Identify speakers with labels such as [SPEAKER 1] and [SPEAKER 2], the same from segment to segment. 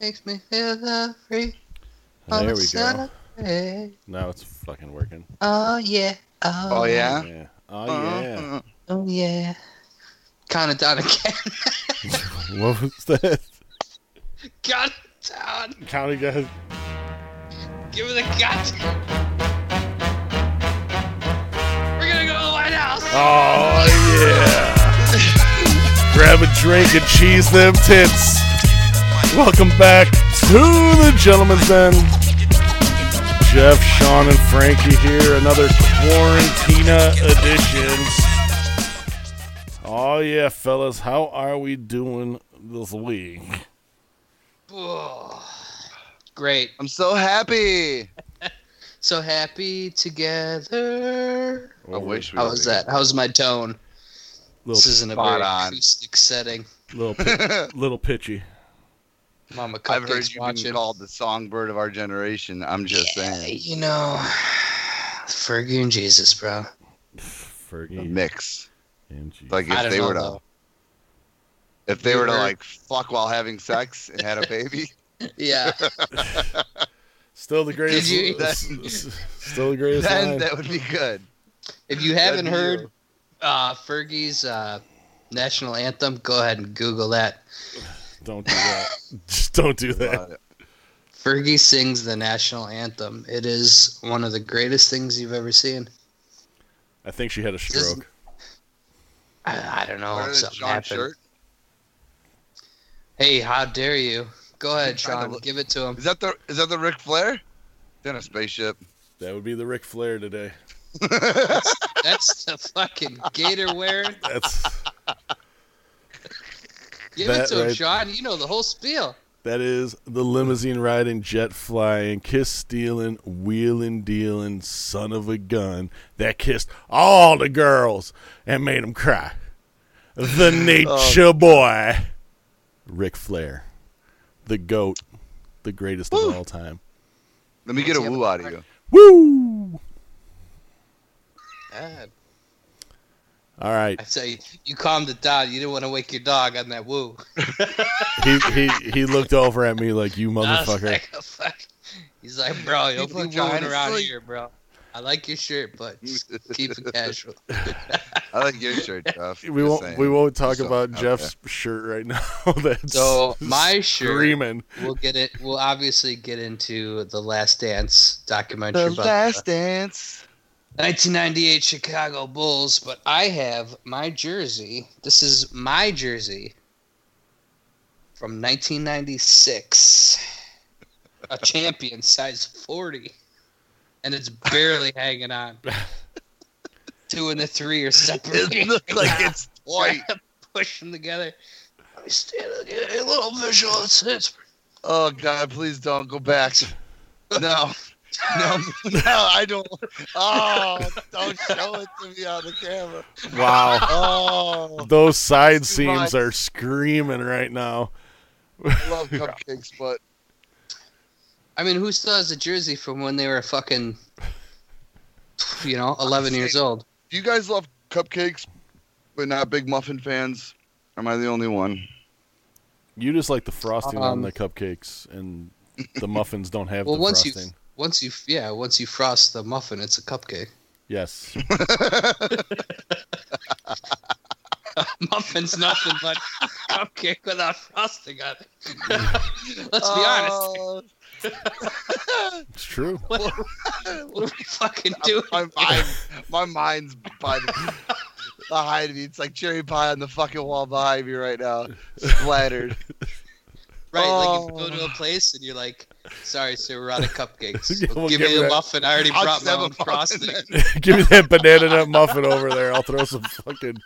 [SPEAKER 1] Makes me feel the free.
[SPEAKER 2] There we go.
[SPEAKER 1] go.
[SPEAKER 2] Now it's fucking working.
[SPEAKER 1] Oh yeah. Oh,
[SPEAKER 3] Oh yeah.
[SPEAKER 2] Yeah.
[SPEAKER 3] Uh-huh.
[SPEAKER 2] Oh yeah.
[SPEAKER 1] Oh yeah. Kind of done again.
[SPEAKER 2] what was that?
[SPEAKER 1] Got it down.
[SPEAKER 2] County guys.
[SPEAKER 1] Give me the goddamn. We're gonna go to the White House.
[SPEAKER 2] Oh yeah. Grab a drink and cheese them tits. Welcome back to the Gentleman's Den. Jeff, Sean, and Frankie here. Another Quarantina edition. Oh yeah, fellas, how are we doing this week?
[SPEAKER 1] Great.
[SPEAKER 3] I'm so happy.
[SPEAKER 1] So happy together.
[SPEAKER 3] I wish we
[SPEAKER 1] How
[SPEAKER 3] were
[SPEAKER 1] was that? How's my tone? This
[SPEAKER 2] Little,
[SPEAKER 1] isn't a
[SPEAKER 3] spot
[SPEAKER 1] very
[SPEAKER 3] on.
[SPEAKER 1] acoustic setting.
[SPEAKER 2] little, pi- little pitchy.
[SPEAKER 1] Mama
[SPEAKER 3] I've heard
[SPEAKER 1] Cupcake's
[SPEAKER 3] you have
[SPEAKER 1] watching.
[SPEAKER 3] been called the songbird of our generation. I'm just saying.
[SPEAKER 1] You know, Fergie and Jesus, bro.
[SPEAKER 3] A
[SPEAKER 2] Fergie
[SPEAKER 3] mix.
[SPEAKER 2] and G.
[SPEAKER 3] Like
[SPEAKER 1] I
[SPEAKER 3] if
[SPEAKER 1] don't
[SPEAKER 3] they
[SPEAKER 1] know,
[SPEAKER 3] were to
[SPEAKER 1] though.
[SPEAKER 3] if they
[SPEAKER 1] You
[SPEAKER 3] were to
[SPEAKER 1] heard-
[SPEAKER 3] like fuck while having sex and had a baby.
[SPEAKER 1] Yeah.
[SPEAKER 2] Still the greatest.
[SPEAKER 1] you-
[SPEAKER 2] still the greatest.
[SPEAKER 3] then
[SPEAKER 2] line.
[SPEAKER 3] that would be good.
[SPEAKER 1] If you
[SPEAKER 3] That'd
[SPEAKER 1] haven't
[SPEAKER 3] be
[SPEAKER 1] heard
[SPEAKER 3] you.
[SPEAKER 1] uh, Fergie's uh, national anthem, go ahead and Google that.
[SPEAKER 2] Don't do that. Just don't do that.
[SPEAKER 3] But
[SPEAKER 1] Fergie sings the national anthem. It is one of the greatest things you've ever seen.
[SPEAKER 2] I think she had a
[SPEAKER 1] Just-
[SPEAKER 2] stroke.
[SPEAKER 1] I, I don't know.
[SPEAKER 3] wearing a
[SPEAKER 1] Oh, something
[SPEAKER 3] John
[SPEAKER 1] happened.
[SPEAKER 3] shirt.
[SPEAKER 1] Hey, how dare you? Go ahead,
[SPEAKER 3] trying to
[SPEAKER 1] Sean.
[SPEAKER 3] look-
[SPEAKER 1] Give it to him.
[SPEAKER 3] Is that the is that the Ric Flair? Then a spaceship.
[SPEAKER 2] That would be the Ric Flair today.
[SPEAKER 1] That's the fucking gator wearing.
[SPEAKER 2] That's
[SPEAKER 1] Give
[SPEAKER 2] That
[SPEAKER 1] it to him,
[SPEAKER 2] right-
[SPEAKER 1] Sean. You know the whole spiel.
[SPEAKER 2] that is the limousine riding, jet flying, kiss stealing, wheeling dealing son of a gun that kissed all the girls and made them cry. The
[SPEAKER 3] Oh,
[SPEAKER 2] nature boy, Ric Flair, the goat, the greatest of all time.
[SPEAKER 3] Let me get a woo out of you.
[SPEAKER 2] Woo!
[SPEAKER 1] God,
[SPEAKER 2] All right.
[SPEAKER 1] I tell you, you calmed it down. You didn't want to wake your dog on that woo.
[SPEAKER 2] he, he he looked over at me like you
[SPEAKER 1] I was
[SPEAKER 2] motherfucker.
[SPEAKER 1] like, oh, fuck. He's like, bro, you'll be
[SPEAKER 3] People are
[SPEAKER 1] wooing
[SPEAKER 3] trying to
[SPEAKER 1] around
[SPEAKER 3] sleep."
[SPEAKER 1] here, bro. I like your shirt, but just keep it casual.
[SPEAKER 3] I like your shirt, Jeff.
[SPEAKER 2] we
[SPEAKER 3] Just
[SPEAKER 2] won't
[SPEAKER 3] saying.
[SPEAKER 2] we won't talk
[SPEAKER 3] Just
[SPEAKER 2] about
[SPEAKER 3] don't-
[SPEAKER 2] Jeff's shirt right now. That's
[SPEAKER 1] So my shirt,
[SPEAKER 2] screaming.
[SPEAKER 1] we'll get it. We'll obviously get into the Last Dance documentary
[SPEAKER 3] okay.
[SPEAKER 2] uh,
[SPEAKER 3] The
[SPEAKER 1] about
[SPEAKER 3] last dance.
[SPEAKER 1] the 1998 Chicago Bulls. But I have my jersey. This is my jersey from 1996, a champion size 40, and it's barely hanging on. Two and the three are separating.
[SPEAKER 3] It looked like it's white.
[SPEAKER 1] push them together. Let me stand and get a little visual. It's, it's
[SPEAKER 3] Oh God, please don't go back. No. No, no, I don't. Oh, don't show it to me on the camera.
[SPEAKER 2] Wow,
[SPEAKER 3] Oh,
[SPEAKER 2] those side
[SPEAKER 3] Too much.
[SPEAKER 2] seams are screaming right now.
[SPEAKER 3] I love cupcakes, but
[SPEAKER 1] I mean, who still has a jersey from when they were fucking, you know, 11 years old?
[SPEAKER 3] do you guys love cupcakes, but not big muffin fans? Am I the only one?
[SPEAKER 2] You just like the frosting on
[SPEAKER 1] Um,
[SPEAKER 2] the cupcakes, and the muffins don't have
[SPEAKER 1] Well,
[SPEAKER 2] the
[SPEAKER 1] once
[SPEAKER 2] frosting.
[SPEAKER 1] you, once you, yeah, once you frost the muffin, it's a cupcake.
[SPEAKER 2] Yes,
[SPEAKER 1] Muffin's nothing but cupcake without frosting on it. Let's be
[SPEAKER 3] Oh.
[SPEAKER 1] honest.
[SPEAKER 2] it's true.
[SPEAKER 1] What are we fucking doing?
[SPEAKER 3] My mind, my mind's by the, behind me. It's like cherry pie on the fucking wall behind me right now, splattered.
[SPEAKER 1] Right,
[SPEAKER 3] Oh.
[SPEAKER 1] like if you go to a place and you're like, "Sorry, sir, we're out of cupcakes.
[SPEAKER 2] Yeah,
[SPEAKER 1] Well,
[SPEAKER 2] we'll
[SPEAKER 1] give,
[SPEAKER 2] give
[SPEAKER 1] me
[SPEAKER 2] you
[SPEAKER 1] a
[SPEAKER 2] that.
[SPEAKER 1] muffin. I already
[SPEAKER 3] I'll
[SPEAKER 1] brought
[SPEAKER 3] just
[SPEAKER 1] my
[SPEAKER 3] have a
[SPEAKER 1] own
[SPEAKER 3] muffin
[SPEAKER 1] frosting."
[SPEAKER 2] Give me that banana nut muffin over there. I'll throw some fucking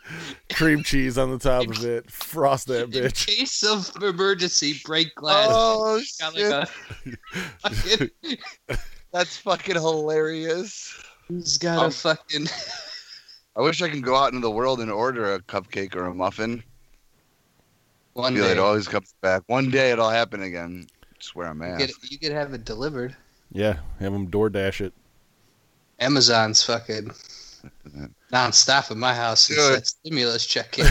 [SPEAKER 2] cream cheese on the top of it. Frost that
[SPEAKER 1] In
[SPEAKER 2] bitch.
[SPEAKER 1] case of emergency, break glass.
[SPEAKER 3] Oh
[SPEAKER 1] Got
[SPEAKER 3] shit,
[SPEAKER 1] like a fucking,
[SPEAKER 3] that's fucking hilarious.
[SPEAKER 1] he's got
[SPEAKER 3] Um,
[SPEAKER 1] a fucking.
[SPEAKER 3] I wish I could go out into the world and order a cupcake or a muffin.
[SPEAKER 1] One
[SPEAKER 3] I feel
[SPEAKER 1] day,
[SPEAKER 3] it always comes back. One day it'll happen again. Just where I'm
[SPEAKER 1] you
[SPEAKER 3] at.
[SPEAKER 1] could, you could have it delivered.
[SPEAKER 2] Yeah, have them DoorDash it.
[SPEAKER 1] Amazon's fucking nonstop at my house since
[SPEAKER 3] Dude.
[SPEAKER 1] that stimulus check in.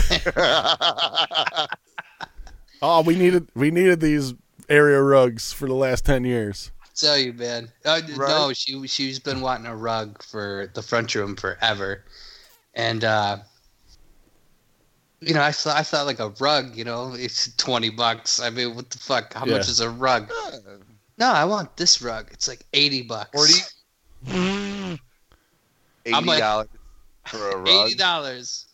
[SPEAKER 2] Oh, we needed we needed these area rugs for the last ten years.
[SPEAKER 1] tell you, man. Uh,
[SPEAKER 3] Right?
[SPEAKER 1] No, she she's been wanting a rug for the front room forever, and uh, you know, I thought I thought like a rug. You know, it's twenty bucks. I mean, what the fuck? How much
[SPEAKER 2] Yeah.
[SPEAKER 1] is a rug? No, I want this rug. It's like eighty bucks.
[SPEAKER 3] 40?
[SPEAKER 1] I'm like-
[SPEAKER 3] Eighty dollars for a rug.
[SPEAKER 1] Eighty dollars.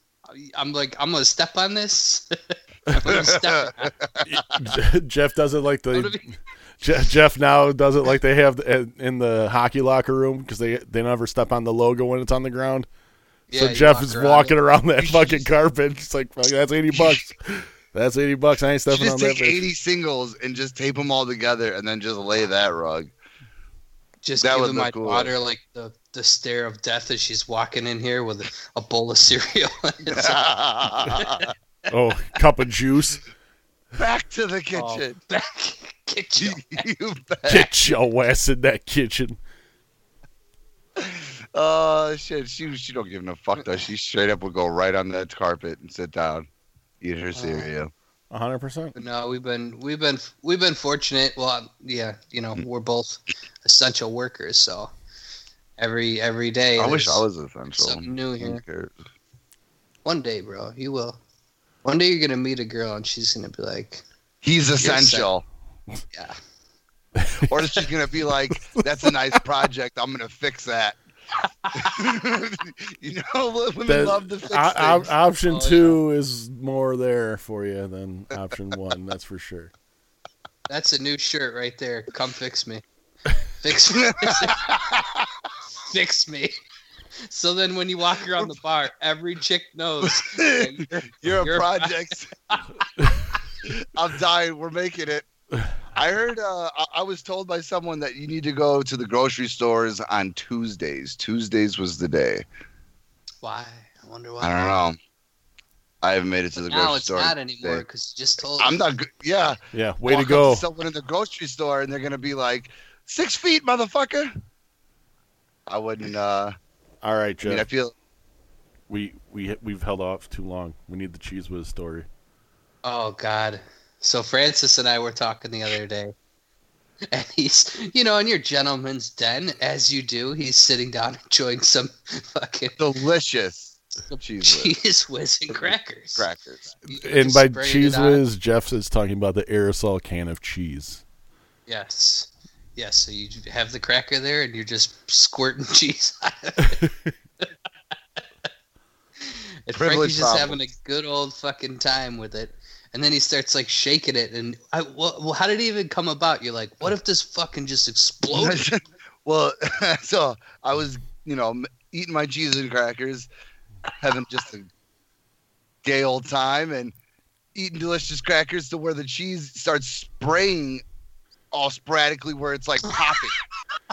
[SPEAKER 1] I'm like, I'm gonna step on this. I'm gonna step on it.
[SPEAKER 2] Jeff does it like
[SPEAKER 1] I'm gonna
[SPEAKER 2] the
[SPEAKER 1] be-
[SPEAKER 2] Je- Jeff now does it like they have the, in the hockey locker room because they they never step on the logo when it's on the ground.
[SPEAKER 1] Yeah,
[SPEAKER 2] so
[SPEAKER 1] you
[SPEAKER 2] Jeff
[SPEAKER 1] walk
[SPEAKER 2] is
[SPEAKER 1] around.
[SPEAKER 2] walking around that fucking carpet. It's like fuck, that's eighty bucks. That's eighty bucks. I ain't
[SPEAKER 3] You
[SPEAKER 2] stepping
[SPEAKER 3] just
[SPEAKER 2] on that.
[SPEAKER 3] take
[SPEAKER 2] bitch.
[SPEAKER 3] eighty singles and just tape them all together, and then just lay that rug.
[SPEAKER 1] just
[SPEAKER 3] That would
[SPEAKER 1] giving my
[SPEAKER 3] look cool.
[SPEAKER 1] daughter like the, the stare of death as she's walking in here with a, a bowl of cereal. It's like,
[SPEAKER 3] Back
[SPEAKER 2] Oh, cup of juice.
[SPEAKER 3] to the
[SPEAKER 1] oh,
[SPEAKER 3] kitchen.
[SPEAKER 1] back kitchen.
[SPEAKER 3] you bet.
[SPEAKER 2] Get your ass in that kitchen.
[SPEAKER 3] Oh shit, she she don't give no fuck though. She straight up would go right on that carpet and sit down, eat
[SPEAKER 1] Oh.
[SPEAKER 3] her cereal.
[SPEAKER 2] hundred percent.
[SPEAKER 1] No, we've been we've been we've been fortunate. Well, um, yeah, you know, we're both essential workers, so every every day.
[SPEAKER 3] I wish
[SPEAKER 1] there's
[SPEAKER 3] I was essential.
[SPEAKER 1] something new
[SPEAKER 3] Who
[SPEAKER 1] here.
[SPEAKER 3] cares?
[SPEAKER 1] One day, bro, you will. One day you're gonna meet a girl and she's gonna be like,
[SPEAKER 3] He's essential.
[SPEAKER 1] yeah,
[SPEAKER 3] or she's gonna be like, "That's a nice project. I'm gonna fix that." you know, women love to fix things.
[SPEAKER 2] option
[SPEAKER 1] Oh,
[SPEAKER 2] two is more there for you than option one. That's for sure.
[SPEAKER 1] that's a new shirt right there. Come fix me, fix me, fix me. So then, when you walk around the bar, every chick knows. that you're-
[SPEAKER 3] You're,
[SPEAKER 1] You're a
[SPEAKER 3] a project. I'm dying. We're making it. I heard. Uh, I, I was told by someone that you need to go to the grocery stores on Tuesdays. Tuesdays was the day.
[SPEAKER 1] Why? I wonder why.
[SPEAKER 3] I don't know. I haven't made it to the
[SPEAKER 1] Now
[SPEAKER 3] grocery
[SPEAKER 1] it's
[SPEAKER 3] store.
[SPEAKER 1] not anymore
[SPEAKER 3] today.
[SPEAKER 1] because you just told.
[SPEAKER 3] I'm not. go- Yeah.
[SPEAKER 2] Yeah, way
[SPEAKER 3] walk
[SPEAKER 2] to
[SPEAKER 3] up
[SPEAKER 2] go.
[SPEAKER 3] someone in the grocery store and they're gonna be like, six feet, motherfucker. I wouldn't. Uh,
[SPEAKER 2] All right,
[SPEAKER 3] I mean, I
[SPEAKER 2] Jeff.
[SPEAKER 3] feel.
[SPEAKER 2] We we we've held off too long. We need the cheese whiz story.
[SPEAKER 1] Oh God! So Francis and I were talking the other day, and he's, you know, in your gentleman's den as you do. He's sitting down enjoying some fucking
[SPEAKER 3] Delicious cheese with
[SPEAKER 1] cheese whiz and crackers.
[SPEAKER 3] crackers.
[SPEAKER 1] You
[SPEAKER 2] And
[SPEAKER 1] just
[SPEAKER 2] by
[SPEAKER 1] sprayed it
[SPEAKER 2] cheese
[SPEAKER 1] on.
[SPEAKER 2] whiz, Jeff is talking about the aerosol can of cheese.
[SPEAKER 1] yes, yes. So you have the cracker there, and you're just squirting cheese. out of it. and
[SPEAKER 3] Privilege
[SPEAKER 1] Frankie's just
[SPEAKER 3] problem.
[SPEAKER 1] having a good old fucking time with it. And then he starts like shaking it, and I, well, well, how did it even come about? You're like, what if this fucking just exploded?
[SPEAKER 3] well, so I was, you know, m- eating my cheese and crackers, having just a gay old time, and eating delicious crackers to where the cheese starts spraying all sporadically, where it's like popping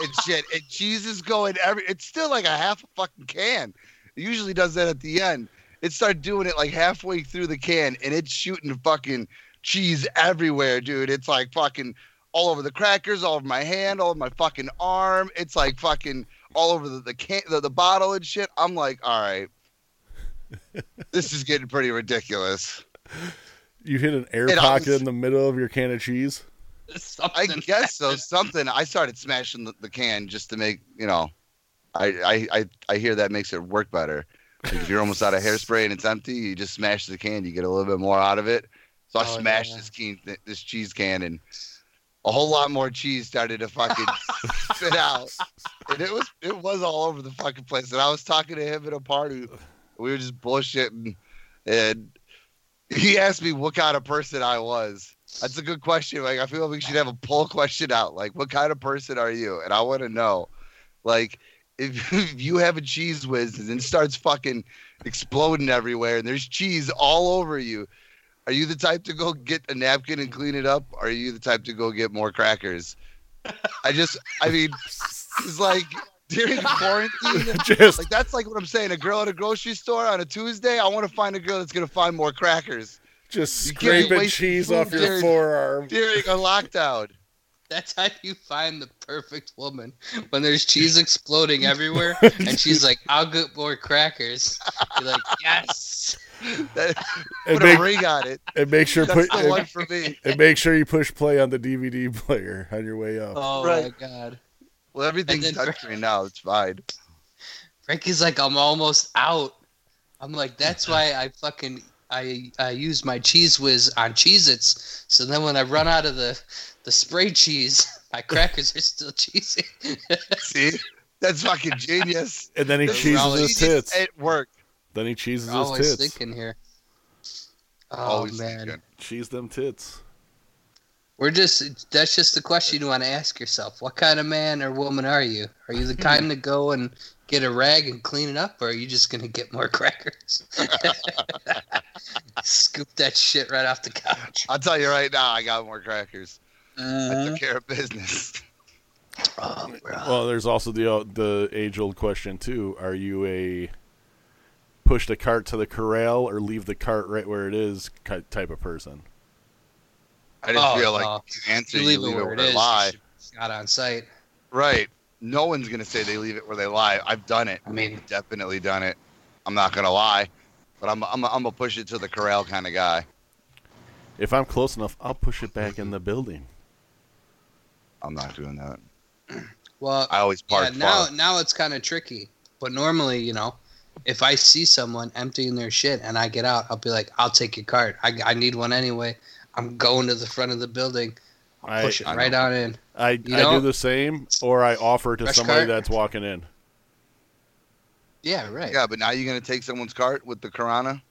[SPEAKER 3] and shit. And cheese is going every. It's still like a half a fucking can. It usually does that at the end. It started doing it like halfway through the can, and it's shooting fucking cheese everywhere, dude. It's like fucking all over the crackers, all over my hand, all over my fucking arm. It's like fucking all over the the, can- the, the bottle and shit. I'm like, all right, this is getting pretty ridiculous.
[SPEAKER 2] You hit an air
[SPEAKER 3] It
[SPEAKER 2] pocket
[SPEAKER 3] always-
[SPEAKER 2] in the middle of your can of cheese.
[SPEAKER 1] Something
[SPEAKER 3] I guess so. Something. I started smashing the, the can just to make you know. I, I I I hear that makes it work better. Like, if you're almost out of hairspray and it's empty, you just smash the can. You get a little bit more out of it. So I
[SPEAKER 1] Oh,
[SPEAKER 3] smashed
[SPEAKER 1] yeah.
[SPEAKER 3] this can, th- this cheese can, and a whole lot more cheese started to fucking spit out. And it was it was all over the fucking place. And I was talking to him at a party. We were just bullshitting, and he asked me what kind of person I was. That's a good question. Like I feel like we should have a poll question out. Like, what kind of person are you? And I want to know, like, if, if you have a cheese whiz and it starts fucking exploding everywhere, and there's cheese all over you, are you the type to go get a napkin and clean it up? Or are you the type to go get more crackers? I just, I mean, it's like during quarantine.
[SPEAKER 2] Just
[SPEAKER 3] Like that's like what I'm saying. A girl at a grocery store on a Tuesday. I want to find a girl that's gonna find more crackers
[SPEAKER 2] just
[SPEAKER 3] You can't
[SPEAKER 2] scraping
[SPEAKER 3] waste
[SPEAKER 2] cheese
[SPEAKER 3] food,
[SPEAKER 2] off your
[SPEAKER 3] Jared.
[SPEAKER 2] forearm.
[SPEAKER 3] during a lockdown.
[SPEAKER 1] That's how you find the perfect woman when there's cheese exploding everywhere, and she's like, "I'll get more crackers." You're like, "Yes."
[SPEAKER 3] That,
[SPEAKER 2] And
[SPEAKER 3] put
[SPEAKER 2] make,
[SPEAKER 3] a ring on it.
[SPEAKER 2] and make sure put
[SPEAKER 3] That's the one for me.
[SPEAKER 2] and make sure you push play on the DVD player on your way up.
[SPEAKER 1] Oh my
[SPEAKER 3] Right.
[SPEAKER 1] god.
[SPEAKER 3] Well, everything's
[SPEAKER 1] And then-
[SPEAKER 3] touchscreen now. It's fine.
[SPEAKER 1] Frankie's like, "I'm almost out." I'm like, "That's why I fucking I I use my cheese whiz on Cheez-Its, so then when I run out of the the spray cheese, my crackers are still cheesy."
[SPEAKER 3] See, that's fucking genius.
[SPEAKER 2] And then he
[SPEAKER 1] That's
[SPEAKER 2] cheeses
[SPEAKER 1] always-
[SPEAKER 2] his tits.
[SPEAKER 3] It worked.
[SPEAKER 2] Then he cheeses his
[SPEAKER 1] always
[SPEAKER 2] tits.
[SPEAKER 1] thinking here. Oh
[SPEAKER 3] Always
[SPEAKER 1] man,
[SPEAKER 3] thinking.
[SPEAKER 2] Cheese them tits.
[SPEAKER 1] we're just—that's just the question you want to ask yourself. What kind of man or woman are you? Are you the
[SPEAKER 3] Hmm.
[SPEAKER 1] kind to go and get a rag and clean it up, or are you just gonna get more crackers? Scoop that shit right off the couch.
[SPEAKER 3] I'll tell you right now, I got more crackers. I
[SPEAKER 1] Uh-huh.
[SPEAKER 3] took care of business.
[SPEAKER 1] Oh, bro.
[SPEAKER 2] Well, there's also the uh, the age old question too. Are you a push the cart to the corral or leave the cart right where it is ki- type of person?
[SPEAKER 3] I just
[SPEAKER 1] Oh,
[SPEAKER 3] feel like
[SPEAKER 1] no.
[SPEAKER 3] you answer,
[SPEAKER 1] you leave it where it
[SPEAKER 3] they
[SPEAKER 1] is.
[SPEAKER 3] lie.
[SPEAKER 1] Not on site.
[SPEAKER 3] Right. No one's gonna say they leave it where they lie. I've done it.
[SPEAKER 1] I mean,
[SPEAKER 3] Definitely done it. I'm not gonna lie, but I'm I'm I'm a push it to the corral kind of guy.
[SPEAKER 2] If I'm close enough, I'll push it back in the building.
[SPEAKER 3] I'm not doing that.
[SPEAKER 1] well,
[SPEAKER 3] I always
[SPEAKER 1] yeah.
[SPEAKER 3] park
[SPEAKER 1] Now,
[SPEAKER 3] far.
[SPEAKER 1] now it's kind of tricky. But normally, you know, if I see someone emptying their shit and I get out, I'll be like, "I'll take your cart. I, I need one anyway. I'm going to the front of the building.
[SPEAKER 2] I
[SPEAKER 1] push it
[SPEAKER 3] I
[SPEAKER 1] right
[SPEAKER 3] know.
[SPEAKER 1] on in."
[SPEAKER 2] I, I do
[SPEAKER 1] know-
[SPEAKER 2] the same, or I offer to
[SPEAKER 1] Fresh
[SPEAKER 2] somebody
[SPEAKER 1] cart?
[SPEAKER 2] that's walking in.
[SPEAKER 1] Yeah, right.
[SPEAKER 3] Yeah, but now you're gonna take someone's cart with the Corona.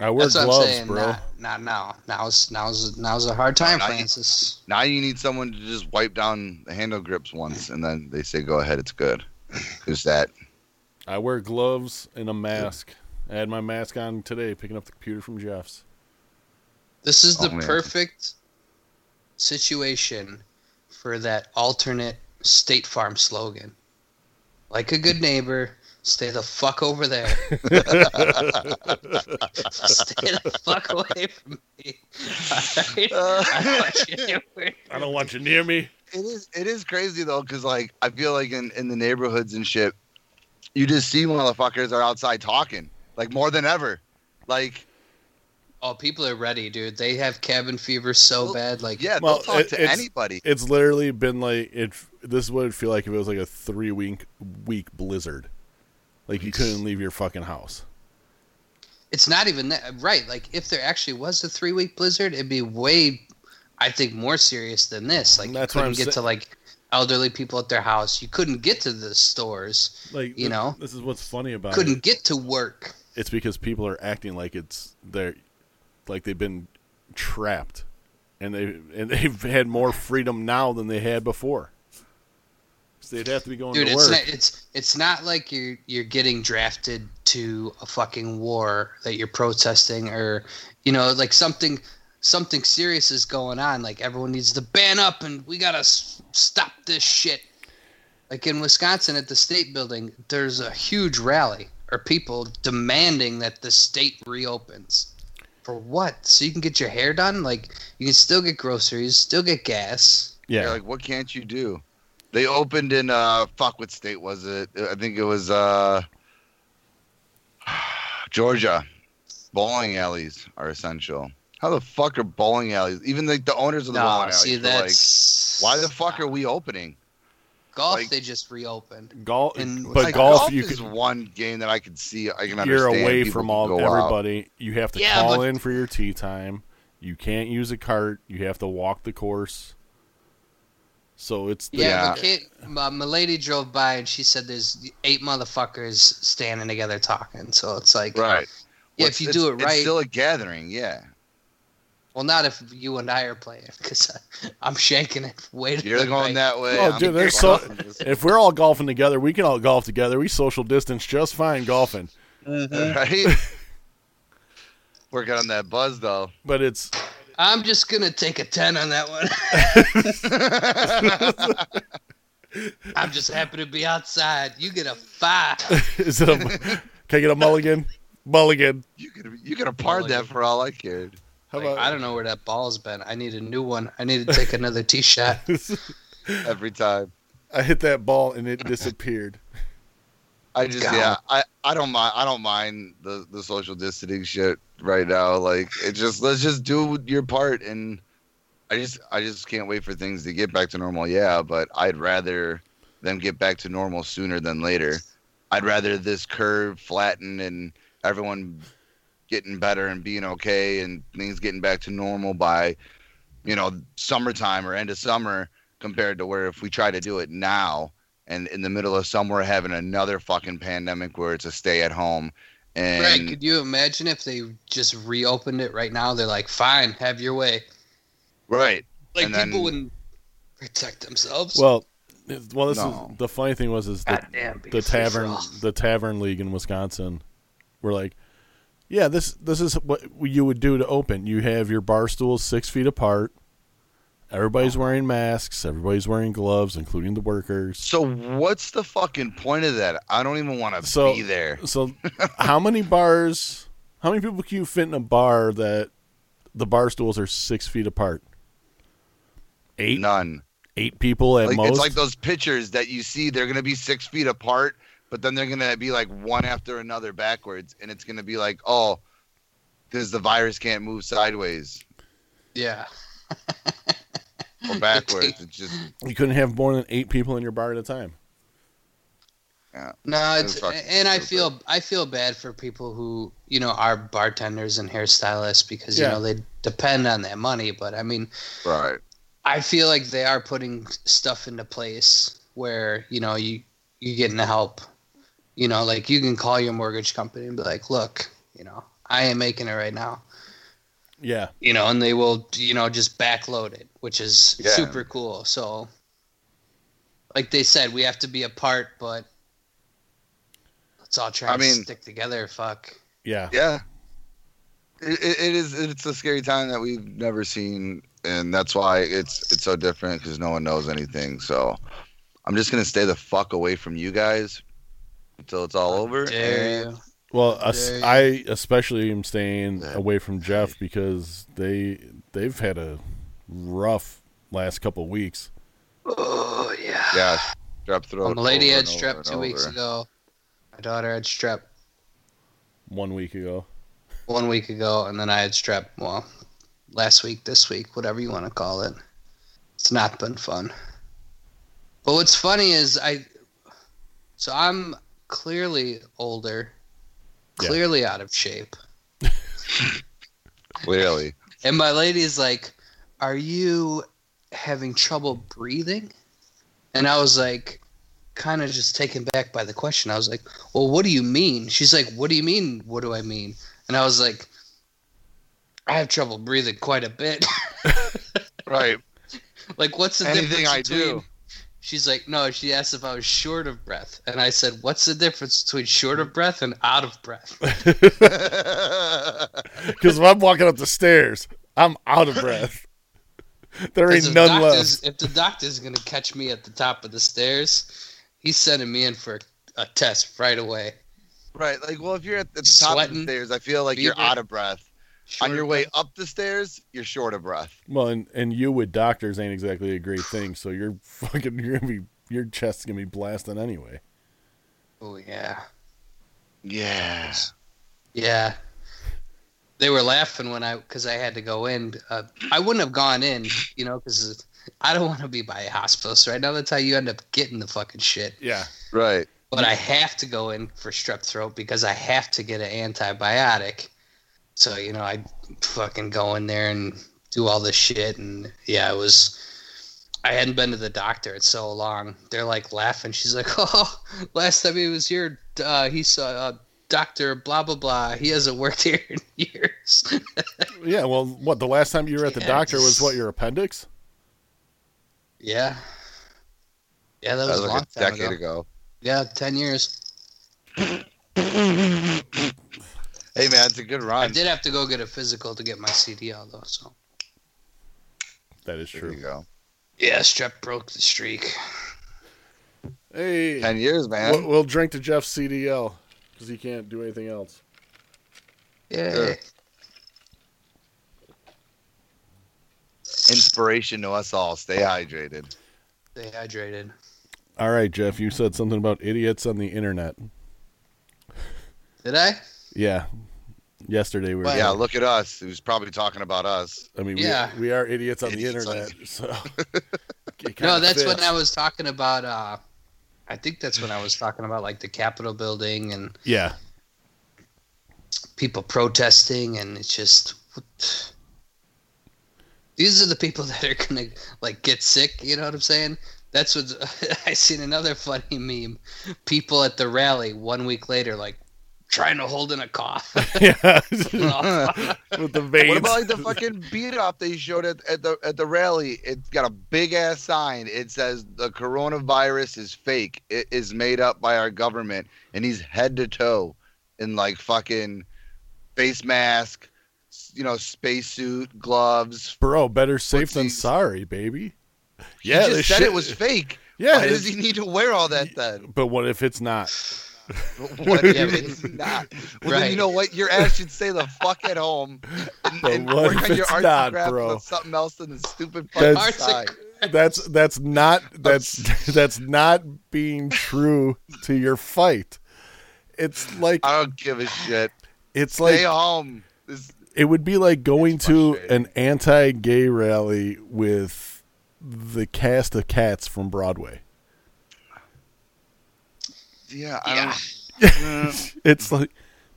[SPEAKER 2] I wear
[SPEAKER 1] That's what
[SPEAKER 2] gloves,
[SPEAKER 1] I'm saying.
[SPEAKER 2] bro.
[SPEAKER 1] Not, not now. Now's now's now's a hard time,
[SPEAKER 3] Not yet.
[SPEAKER 1] Francis.
[SPEAKER 3] Now you need someone to just wipe down the handle grips once, and then they say, "Go ahead, it's good." Who's that?
[SPEAKER 2] I wear gloves and a mask. I had my mask on today, picking up the computer from Jeff's.
[SPEAKER 1] This is the
[SPEAKER 3] Oh, man.
[SPEAKER 1] perfect situation for that alternate State Farm slogan. Like a good neighbor, stay the fuck over there. stay the fuck away from me. All right? I want you to wear-
[SPEAKER 2] I don't want you near me.
[SPEAKER 3] it is it is crazy though because like i feel like in, in the neighborhoods and shit you just see motherfuckers are outside talking like more than ever like
[SPEAKER 1] Oh, people are ready, dude. They have cabin fever so
[SPEAKER 3] Well,
[SPEAKER 1] bad. Like,
[SPEAKER 3] yeah
[SPEAKER 2] Well,
[SPEAKER 3] they'll talk
[SPEAKER 2] it-
[SPEAKER 3] to
[SPEAKER 2] it's-
[SPEAKER 3] anybody
[SPEAKER 2] It's literally been like it. This is what it'd feel like if it was like a three week week blizzard. Like you couldn't leave your fucking house.
[SPEAKER 1] it's not even that right like if there actually was a three week blizzard it'd be way i think more serious than this like
[SPEAKER 2] That's
[SPEAKER 1] you
[SPEAKER 2] what
[SPEAKER 1] couldn't
[SPEAKER 2] I'm
[SPEAKER 1] get
[SPEAKER 2] sa-
[SPEAKER 1] to like elderly people at their house you couldn't get to the stores
[SPEAKER 2] Like
[SPEAKER 1] You know?
[SPEAKER 2] this is what's funny about
[SPEAKER 1] couldn't
[SPEAKER 2] it.
[SPEAKER 1] get to work
[SPEAKER 2] It's because people are acting like it's they're like they've been trapped, and they and they've had more freedom now than they had before. So they'd have to be going
[SPEAKER 1] dude
[SPEAKER 2] to
[SPEAKER 1] it's
[SPEAKER 2] work.
[SPEAKER 1] not, it's it's not like you're you're getting drafted to a fucking war that you're protesting or you know like something something serious is going on like everyone needs to ban up and we gotta s- stop this shit like in wisconsin at the state building there's a huge rally or people demanding that the state reopens for what so you can get your hair done like you can still get groceries still get gas
[SPEAKER 3] They're
[SPEAKER 2] yeah,
[SPEAKER 3] like what can't you do they opened in uh fuck what state was it i think it was uh georgia bowling alleys are essential how the fuck are bowling alleys even like the owners of the
[SPEAKER 1] no
[SPEAKER 3] bowling alleys
[SPEAKER 1] see
[SPEAKER 3] were like
[SPEAKER 1] that's
[SPEAKER 3] why the fuck are we opening
[SPEAKER 1] golf
[SPEAKER 3] like-
[SPEAKER 1] they just reopened
[SPEAKER 2] golf.
[SPEAKER 1] and-
[SPEAKER 2] But
[SPEAKER 1] Like,
[SPEAKER 2] golf, you
[SPEAKER 3] is
[SPEAKER 2] could
[SPEAKER 3] one game that I can see. I can understand.
[SPEAKER 2] you're away
[SPEAKER 3] people
[SPEAKER 2] from
[SPEAKER 3] can
[SPEAKER 2] all
[SPEAKER 3] go out.
[SPEAKER 2] everybody. You have to
[SPEAKER 1] Yeah,
[SPEAKER 2] call
[SPEAKER 1] but-
[SPEAKER 2] in for your tea time. You can't use a cart. You have to walk the course. So it's the,
[SPEAKER 1] Yeah,
[SPEAKER 3] Yeah.
[SPEAKER 1] but Kate, my, my lady drove by and she said there's eight motherfuckers standing together talking. So it's like,
[SPEAKER 3] Right.
[SPEAKER 1] yeah,
[SPEAKER 3] Well,
[SPEAKER 1] if you
[SPEAKER 3] it's-
[SPEAKER 1] do it
[SPEAKER 3] it's
[SPEAKER 1] right,
[SPEAKER 3] still a gathering. Yeah.
[SPEAKER 1] well, not if you and I are playing because I'm shanking it. Wait,
[SPEAKER 3] You're going that way.
[SPEAKER 2] Oh,
[SPEAKER 3] I'm
[SPEAKER 2] dude, there's
[SPEAKER 3] going
[SPEAKER 2] so-
[SPEAKER 3] off of this-
[SPEAKER 2] if we're all golfing together, we can all golf together. We social distance just fine golfing.
[SPEAKER 3] right. Working on that buzz though.
[SPEAKER 2] But it's
[SPEAKER 1] I'm just gonna take a ten on that one. I'm just happy to be outside. You get a five.
[SPEAKER 2] is it a can I get a mulligan? Mulligan.
[SPEAKER 3] You could you could have parred that for all I cared.
[SPEAKER 2] How
[SPEAKER 1] Like, I don't know where that ball's been. I need a new one. I need to take another tee shot.
[SPEAKER 2] about?
[SPEAKER 3] every time.
[SPEAKER 2] I hit that ball and it disappeared.
[SPEAKER 3] I just
[SPEAKER 1] God.
[SPEAKER 3] yeah, I, I don't mind I don't mind the the social distancing shit right now. Like it just let's just do your part and I just I just can't wait for things to get back to normal. Yeah, but I'd rather them get back to normal sooner than later. I'd rather this curve flatten and everyone getting better and being okay and things getting back to normal by you know summertime or end of summer compared to where if we try to do it now and in the middle of summer having another fucking pandemic where it's a stay at home and
[SPEAKER 1] Right? Could you imagine if they just reopened it right now? They're like, "Fine, have your way."
[SPEAKER 3] right
[SPEAKER 1] Like
[SPEAKER 3] And
[SPEAKER 1] people
[SPEAKER 3] then-
[SPEAKER 1] wouldn't protect themselves.
[SPEAKER 2] Well, it- well, this
[SPEAKER 3] No.
[SPEAKER 2] is the funny thing was is the,
[SPEAKER 1] Goddamn,
[SPEAKER 2] the
[SPEAKER 1] because they're
[SPEAKER 2] tavern
[SPEAKER 1] wrong.
[SPEAKER 2] the tavern league in Wisconsin were like, yeah, this this is what you would do to open. You have your bar stools six feet apart. Everybody's wearing masks. Everybody's wearing gloves, including the workers.
[SPEAKER 3] so what's the fucking point of that i don't even want to
[SPEAKER 2] So-
[SPEAKER 3] be there
[SPEAKER 2] So, how many bars? How many people can you fit in a bar that the bar stools are six feet apart? Eight,
[SPEAKER 3] none
[SPEAKER 2] eight people at
[SPEAKER 3] like
[SPEAKER 2] most.
[SPEAKER 3] it's like those pictures that you see they're gonna be six feet apart but then they're gonna be like one after another backwards and it's gonna be like oh because the virus can't move sideways
[SPEAKER 1] yeah.
[SPEAKER 3] or backwards it's just
[SPEAKER 2] you couldn't have more than eight people in your bar at a time.
[SPEAKER 1] No,
[SPEAKER 3] It was
[SPEAKER 1] it's
[SPEAKER 3] fucking
[SPEAKER 1] and I
[SPEAKER 3] stupid.
[SPEAKER 1] feel I feel bad for people who you know are bartenders and hairstylists because
[SPEAKER 2] Yeah.
[SPEAKER 1] you know they depend on that money. But I mean,
[SPEAKER 3] right
[SPEAKER 1] I feel like they are putting stuff into place where you know you you getting the help. You know, like you can call your mortgage company and be like, "Look, you know, I am making it right now."
[SPEAKER 2] Yeah,
[SPEAKER 1] You know, and they will you know just backload it, which is
[SPEAKER 3] Yeah.
[SPEAKER 1] super cool. So, like they said, we have to be apart, but let's all try
[SPEAKER 3] I
[SPEAKER 1] and
[SPEAKER 3] mean-
[SPEAKER 1] stick together. Fuck.
[SPEAKER 2] yeah.
[SPEAKER 3] yeah it, it, it is it's a scary time that we've never seen and that's why it's it's so different because no one knows anything so i'm just gonna stay the fuck away from you guys until it's all over
[SPEAKER 1] Dare
[SPEAKER 3] and-
[SPEAKER 1] you.
[SPEAKER 2] Well, us-
[SPEAKER 1] Dang.
[SPEAKER 2] I especially am staying
[SPEAKER 3] That-
[SPEAKER 2] away from Jeff because they they've had a rough last couple weeks.
[SPEAKER 1] Oh yeah.
[SPEAKER 3] yeah strep throat
[SPEAKER 1] Um, a lady
[SPEAKER 3] over
[SPEAKER 1] had
[SPEAKER 3] and over
[SPEAKER 1] strep
[SPEAKER 3] and
[SPEAKER 1] two weeks
[SPEAKER 3] over.
[SPEAKER 1] ago. My daughter had strep
[SPEAKER 2] One week ago,
[SPEAKER 1] one week ago, and then I had strep, well, last week, this week, whatever you want to call it. It's not been fun. But what's funny is I. So I'm clearly older,
[SPEAKER 2] Yeah.
[SPEAKER 1] clearly out of shape.
[SPEAKER 3] clearly
[SPEAKER 1] And my lady's like, Are you having trouble breathing? And I was like, kind of just taken back by the question. I was like, Well, what do you mean? She's like, What do you mean? What do I mean? And I was like, I have trouble breathing quite a bit.
[SPEAKER 3] right
[SPEAKER 1] like, what's the
[SPEAKER 3] Anything
[SPEAKER 1] difference
[SPEAKER 3] I
[SPEAKER 1] between...
[SPEAKER 3] do.
[SPEAKER 1] She's like, No, she asked if I was short of breath. And I said, What's the difference between short of breath and out of breath?
[SPEAKER 2] because if I'm walking up the stairs, I'm out of breath. There
[SPEAKER 1] 'Cause
[SPEAKER 2] ain't
[SPEAKER 1] if
[SPEAKER 2] none
[SPEAKER 1] doctor's-
[SPEAKER 2] left.
[SPEAKER 1] If the doctor's gonna catch me at the top of the stairs, he's sending me in for a test right away.
[SPEAKER 3] right like well if you're at the top of the
[SPEAKER 1] Sweating.
[SPEAKER 3] stairs i feel like you're
[SPEAKER 1] Fever.
[SPEAKER 3] out of breath on
[SPEAKER 1] Short
[SPEAKER 3] your
[SPEAKER 1] of
[SPEAKER 3] way
[SPEAKER 1] breath.
[SPEAKER 3] up the stairs you're short of breath
[SPEAKER 2] Well, and, and you with doctors ain't exactly a great thing. So you're fucking you're gonna be your chest's gonna be blasting anyway.
[SPEAKER 1] Oh yeah,
[SPEAKER 3] yeah
[SPEAKER 1] yeah. They were laughing when I because I had to go in. Uh, I wouldn't have gone in, you know, because I don't want to be by a hospital. So right now that's how you end up getting the fucking shit.
[SPEAKER 2] Yeah,
[SPEAKER 3] right
[SPEAKER 1] But I have to go in for strep throat because I have to get an antibiotic. So, you know, I fucking go in there and do all this shit. And yeah, it was. I hadn't been to the doctor in so long. They're like laughing. She's like, oh, last time he was here, uh, he saw uh, Dr. Blah, blah, blah. He hasn't worked here in years.
[SPEAKER 2] yeah. Well, what the last time you were at the
[SPEAKER 1] Yeah,
[SPEAKER 2] doctor was
[SPEAKER 1] just-
[SPEAKER 2] what your appendix?
[SPEAKER 1] yeah. Yeah, that
[SPEAKER 3] that
[SPEAKER 1] was,
[SPEAKER 3] was
[SPEAKER 1] a
[SPEAKER 3] like
[SPEAKER 1] long
[SPEAKER 3] a
[SPEAKER 1] time
[SPEAKER 3] decade
[SPEAKER 1] ago.
[SPEAKER 3] ago.
[SPEAKER 1] Yeah, 10 years.
[SPEAKER 3] Hey man, it's a good
[SPEAKER 1] I
[SPEAKER 3] run.
[SPEAKER 1] did have to go get a physical to get my CDL, though, so.
[SPEAKER 2] That is
[SPEAKER 3] There you
[SPEAKER 2] true.
[SPEAKER 3] go.
[SPEAKER 1] Yeah, Strep broke the streak.
[SPEAKER 2] Hey,
[SPEAKER 3] Ten years, man.
[SPEAKER 2] We'll, we'll drink to Jeff's CDL because he can't do anything else.
[SPEAKER 1] Yeah.
[SPEAKER 3] Sure. inspiration to us all. Stay hydrated.
[SPEAKER 1] Stay hydrated.
[SPEAKER 2] All right, Jeff, you said something about idiots on the internet.
[SPEAKER 1] Did I?
[SPEAKER 2] Yeah. Yesterday we were
[SPEAKER 1] Well,
[SPEAKER 3] Yeah, look at us. He was probably talking about us.
[SPEAKER 2] I mean,
[SPEAKER 1] yeah.
[SPEAKER 2] we, we are idiots on
[SPEAKER 3] Idiots
[SPEAKER 2] the
[SPEAKER 3] on-
[SPEAKER 2] internet. So It
[SPEAKER 1] No,
[SPEAKER 2] kinda
[SPEAKER 1] that's
[SPEAKER 2] fits.
[SPEAKER 1] when I was talking about. Uh, I think that's when I was talking about like the Capitol building and
[SPEAKER 2] Yeah.
[SPEAKER 1] people protesting, and it's just what, these are the people that are gonna like get sick. You know what I'm saying? That's what I seen another funny meme. People at the rally one week later, like trying to hold in a cough.
[SPEAKER 2] yeah.
[SPEAKER 1] Well,
[SPEAKER 2] With the veins.
[SPEAKER 3] What about like the fucking beat up they showed at, at the at the rally? It's got a big ass sign. It says the coronavirus is fake. It is made up by our government, and he's head to toe in like fucking face mask, s- you know, spacesuit, gloves.
[SPEAKER 2] Bro, better safe than
[SPEAKER 3] these-
[SPEAKER 2] sorry, baby.
[SPEAKER 3] He
[SPEAKER 2] Yeah,
[SPEAKER 3] just
[SPEAKER 2] this
[SPEAKER 3] said
[SPEAKER 2] shit-
[SPEAKER 3] it was fake.
[SPEAKER 2] Yeah.
[SPEAKER 3] Why does
[SPEAKER 2] it's-
[SPEAKER 3] he need to wear all that then?
[SPEAKER 2] But what if it's not?
[SPEAKER 3] But What if
[SPEAKER 1] Yeah, but-
[SPEAKER 3] it's not? Well, then you
[SPEAKER 1] Right.
[SPEAKER 3] know what? Your ass should stay the fuck at home and,
[SPEAKER 2] But
[SPEAKER 3] and
[SPEAKER 2] what if
[SPEAKER 3] work on your
[SPEAKER 2] it's
[SPEAKER 3] arts
[SPEAKER 2] not,
[SPEAKER 3] and crafts
[SPEAKER 2] bro?
[SPEAKER 3] on something else than the stupid fucking
[SPEAKER 2] That's-
[SPEAKER 1] Arts and
[SPEAKER 3] side.
[SPEAKER 2] That's that's not that's that's not being true to your fight. It's like
[SPEAKER 3] I don't give a shit.
[SPEAKER 2] it's like
[SPEAKER 3] Stay home. This,
[SPEAKER 2] it would be like going
[SPEAKER 3] It's
[SPEAKER 2] to
[SPEAKER 3] frustrating.
[SPEAKER 2] an anti-gay rally with the cast of Cats from Broadway.
[SPEAKER 3] yeah, I
[SPEAKER 1] Yeah.
[SPEAKER 3] don't. Uh,
[SPEAKER 2] It's like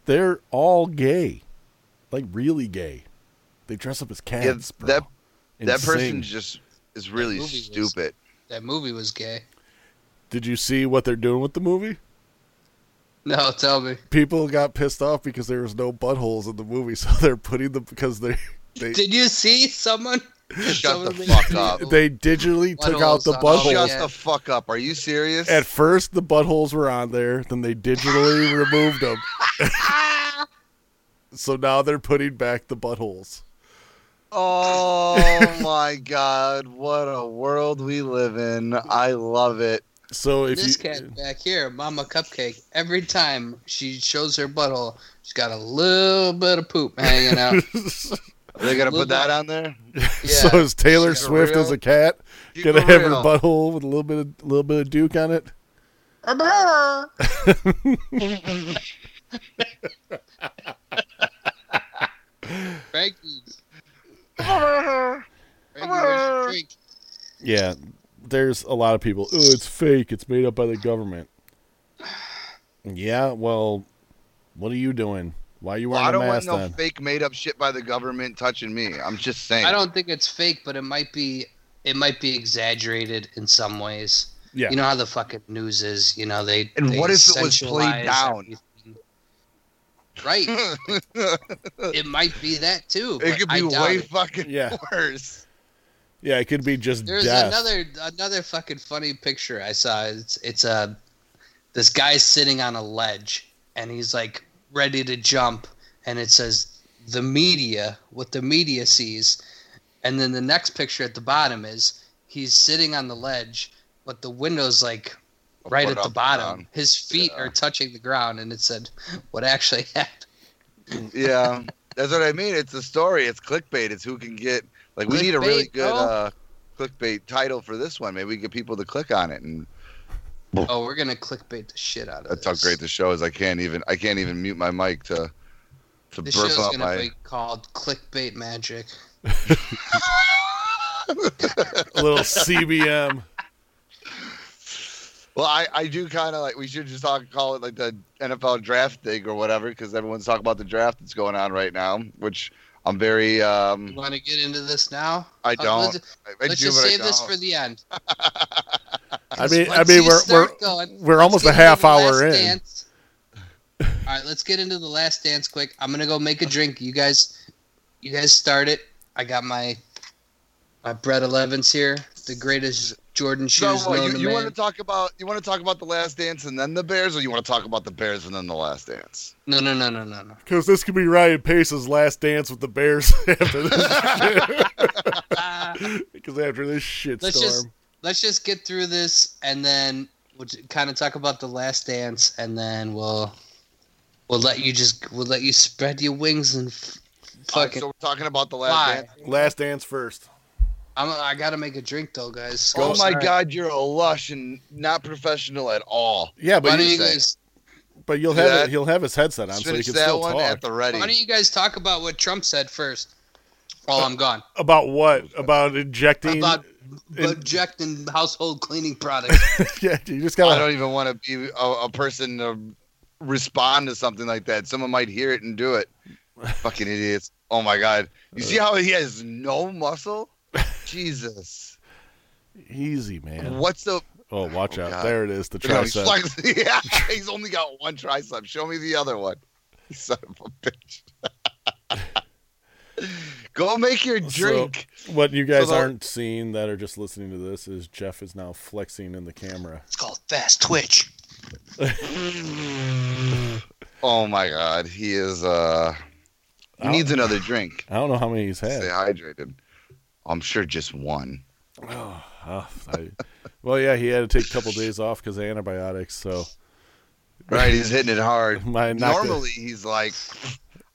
[SPEAKER 2] they're all gay, like really gay. They dress up as cats. bro,
[SPEAKER 3] that-
[SPEAKER 2] and
[SPEAKER 3] that person
[SPEAKER 2] sing.
[SPEAKER 3] just is really
[SPEAKER 1] That movie was-
[SPEAKER 3] stupid.
[SPEAKER 1] that movie was gay.
[SPEAKER 2] Did you see what they're doing with the movie?
[SPEAKER 1] No, tell me.
[SPEAKER 2] People got pissed off because there was no buttholes in the movie, so they're putting the because they they
[SPEAKER 1] Did you see someone?
[SPEAKER 3] Shut
[SPEAKER 1] someone-
[SPEAKER 3] the fuck up.
[SPEAKER 2] they digitally took out
[SPEAKER 1] Buttholes
[SPEAKER 2] the
[SPEAKER 1] on-
[SPEAKER 2] buttholes.
[SPEAKER 1] Oh,
[SPEAKER 3] Shut
[SPEAKER 1] yeah.
[SPEAKER 3] the fuck up. Are you serious?
[SPEAKER 2] At first, the buttholes were on there. Then they digitally removed them. so now they're putting back the buttholes.
[SPEAKER 3] oh my god, what a world we live in. I love it.
[SPEAKER 2] So if
[SPEAKER 1] this
[SPEAKER 2] you,
[SPEAKER 1] cat back here, Mama Cupcake, every time she shows her butthole, she's got a little bit of poop hanging out.
[SPEAKER 3] Are they gonna put
[SPEAKER 1] Little-
[SPEAKER 3] that on there?
[SPEAKER 1] Yeah.
[SPEAKER 2] so is Taylor
[SPEAKER 3] Shit,
[SPEAKER 2] Swift
[SPEAKER 3] real?
[SPEAKER 2] as a cat
[SPEAKER 3] Keep
[SPEAKER 2] gonna
[SPEAKER 3] it
[SPEAKER 2] have her
[SPEAKER 3] real.
[SPEAKER 2] butthole with a little bit of little bit of Duke on it?
[SPEAKER 1] Frankie's. Frankie, where's your drink?
[SPEAKER 2] Yeah, there's a lot of people. Oh, it's fake. It's made up by the government. Yeah, well, what are you doing? Why are you
[SPEAKER 3] Well,
[SPEAKER 2] wearing
[SPEAKER 3] I don't
[SPEAKER 2] a mask
[SPEAKER 3] want no
[SPEAKER 2] then?
[SPEAKER 3] fake made up shit by the government touching me. I'm just saying.
[SPEAKER 1] I don't think it's fake, but it might be. It might be exaggerated in some ways.
[SPEAKER 2] yeah,
[SPEAKER 1] You know how the fucking news is. You know they.
[SPEAKER 3] And
[SPEAKER 1] they
[SPEAKER 3] what if it was played
[SPEAKER 1] sensualize
[SPEAKER 3] down?
[SPEAKER 1] everything. Right. it might be that too.
[SPEAKER 3] it could be way
[SPEAKER 1] way.
[SPEAKER 3] fucking
[SPEAKER 2] Yeah.
[SPEAKER 3] worse.
[SPEAKER 2] yeah. It could be just
[SPEAKER 1] There's
[SPEAKER 2] death.
[SPEAKER 1] another another fucking funny picture I saw. It's it's a this guy's sitting on a ledge and he's like ready to jump, and it says the media what the media sees, and then the next picture at the bottom is he's sitting on the ledge, but the window's like right at
[SPEAKER 3] foot off
[SPEAKER 1] the
[SPEAKER 3] the
[SPEAKER 1] bottom.
[SPEAKER 3] ground.
[SPEAKER 1] His feet
[SPEAKER 3] Yeah.
[SPEAKER 1] are touching the ground, and it said what actually happened.
[SPEAKER 3] Yeah, that's what I mean. It's a story. It's clickbait. It's who can get like we need a really
[SPEAKER 1] Clickbait,
[SPEAKER 3] good
[SPEAKER 1] bro.
[SPEAKER 3] uh, clickbait title for this one. Maybe we get people to click on it, and
[SPEAKER 1] Oh, we're gonna clickbait the shit out of
[SPEAKER 3] that's how
[SPEAKER 1] this.
[SPEAKER 3] great the show is. I can't even I can't even mute my mic to
[SPEAKER 1] The
[SPEAKER 3] to burp
[SPEAKER 1] show's
[SPEAKER 3] out
[SPEAKER 1] gonna
[SPEAKER 3] my.
[SPEAKER 1] be called Clickbait Magic.
[SPEAKER 2] a little CBM.
[SPEAKER 3] Well, I I do kind of like we should just talk call it like the NFL draft thing or whatever because everyone's talking about the draft that's going on right now, which I'm very um
[SPEAKER 1] You want to get into this now?
[SPEAKER 3] I
[SPEAKER 1] Uh,
[SPEAKER 3] don't.
[SPEAKER 1] let's
[SPEAKER 3] I, I
[SPEAKER 1] let's
[SPEAKER 3] do,
[SPEAKER 1] just
[SPEAKER 3] but I
[SPEAKER 1] save this
[SPEAKER 3] don't.
[SPEAKER 1] for the end.
[SPEAKER 2] I mean, I
[SPEAKER 1] Once
[SPEAKER 2] mean,
[SPEAKER 1] you
[SPEAKER 2] we're we're
[SPEAKER 1] start going,
[SPEAKER 2] we're
[SPEAKER 1] let's
[SPEAKER 2] almost
[SPEAKER 1] get
[SPEAKER 2] a
[SPEAKER 1] into
[SPEAKER 2] half
[SPEAKER 1] the
[SPEAKER 2] hour
[SPEAKER 1] last
[SPEAKER 2] in.
[SPEAKER 1] dance. All right, let's get into the last dance quick. I'm gonna go make a drink. You guys, you guys start it. I got my my bread 11s here. The greatest Jordan
[SPEAKER 3] So
[SPEAKER 1] shoes
[SPEAKER 3] what,
[SPEAKER 1] known
[SPEAKER 3] you,
[SPEAKER 1] to
[SPEAKER 3] you
[SPEAKER 1] man.
[SPEAKER 3] want to talk about you want to talk about the Last Dance and then the Bears, or you want to talk about the Bears and then the Last Dance?
[SPEAKER 1] No, no, no, no, no, no.
[SPEAKER 2] Because this could be Ryan Pace's last dance with the Bears after this.
[SPEAKER 1] Ah,
[SPEAKER 2] Because after this shitstorm,
[SPEAKER 1] Let's just- let's just get through this, and then we'll kind of talk about the last dance, and then we'll we'll let you just we'll let you spread your wings and f-
[SPEAKER 3] All right,
[SPEAKER 1] fucking
[SPEAKER 3] so we're talking about the Last
[SPEAKER 1] Why?
[SPEAKER 3] Dance.
[SPEAKER 2] last dance first.
[SPEAKER 1] I'm, I got to make a drink though, guys.
[SPEAKER 3] Oh my
[SPEAKER 1] Sorry.
[SPEAKER 3] God, you're a lush and not professional at all.
[SPEAKER 2] Yeah,
[SPEAKER 1] Why
[SPEAKER 2] but
[SPEAKER 3] Funny
[SPEAKER 1] don't
[SPEAKER 2] you,
[SPEAKER 1] you
[SPEAKER 3] say.
[SPEAKER 1] guys?
[SPEAKER 2] but you'll
[SPEAKER 3] do
[SPEAKER 2] have
[SPEAKER 3] that.
[SPEAKER 2] it, he'll have his headset on, so he
[SPEAKER 3] Finish
[SPEAKER 2] can
[SPEAKER 3] that
[SPEAKER 2] still
[SPEAKER 3] one
[SPEAKER 2] talk
[SPEAKER 3] at the ready.
[SPEAKER 1] Why don't you guys talk about what Trump said first?
[SPEAKER 3] Uh,
[SPEAKER 1] While I'm gone,
[SPEAKER 2] about what about injecting.
[SPEAKER 1] about injecting household cleaning products.
[SPEAKER 2] yeah, you just
[SPEAKER 3] I
[SPEAKER 2] gotta.
[SPEAKER 3] don't even want to be a, a person to respond to something like that. Someone might hear it and do it. Fucking idiots. Oh my God. You
[SPEAKER 2] Uh.
[SPEAKER 3] see how he has no muscle? Jesus.
[SPEAKER 2] Easy, man.
[SPEAKER 3] What's the.
[SPEAKER 2] Oh, watch
[SPEAKER 3] Oh,
[SPEAKER 2] out!
[SPEAKER 3] God.
[SPEAKER 2] There it is. The
[SPEAKER 3] No, he's,
[SPEAKER 2] tricep.
[SPEAKER 3] flex- yeah, he's only got one tricep. Show me the other one. You Son of a bitch. Go make your drink.
[SPEAKER 2] what you guys
[SPEAKER 3] So the-
[SPEAKER 2] aren't seeing that are just listening to this is Jeff is now flexing in the camera.
[SPEAKER 1] It's called fast twitch.
[SPEAKER 3] oh my God. He is. uh He
[SPEAKER 2] Ow.
[SPEAKER 3] needs another drink.
[SPEAKER 2] I don't know how many he's had.
[SPEAKER 3] Stay hydrated. I'm sure just one.
[SPEAKER 2] Oh, oh, I- well, yeah, he had to take a couple days off because of antibiotics. So
[SPEAKER 3] Right, he's hitting it hard.
[SPEAKER 2] my not, the-
[SPEAKER 3] Normally, he's like,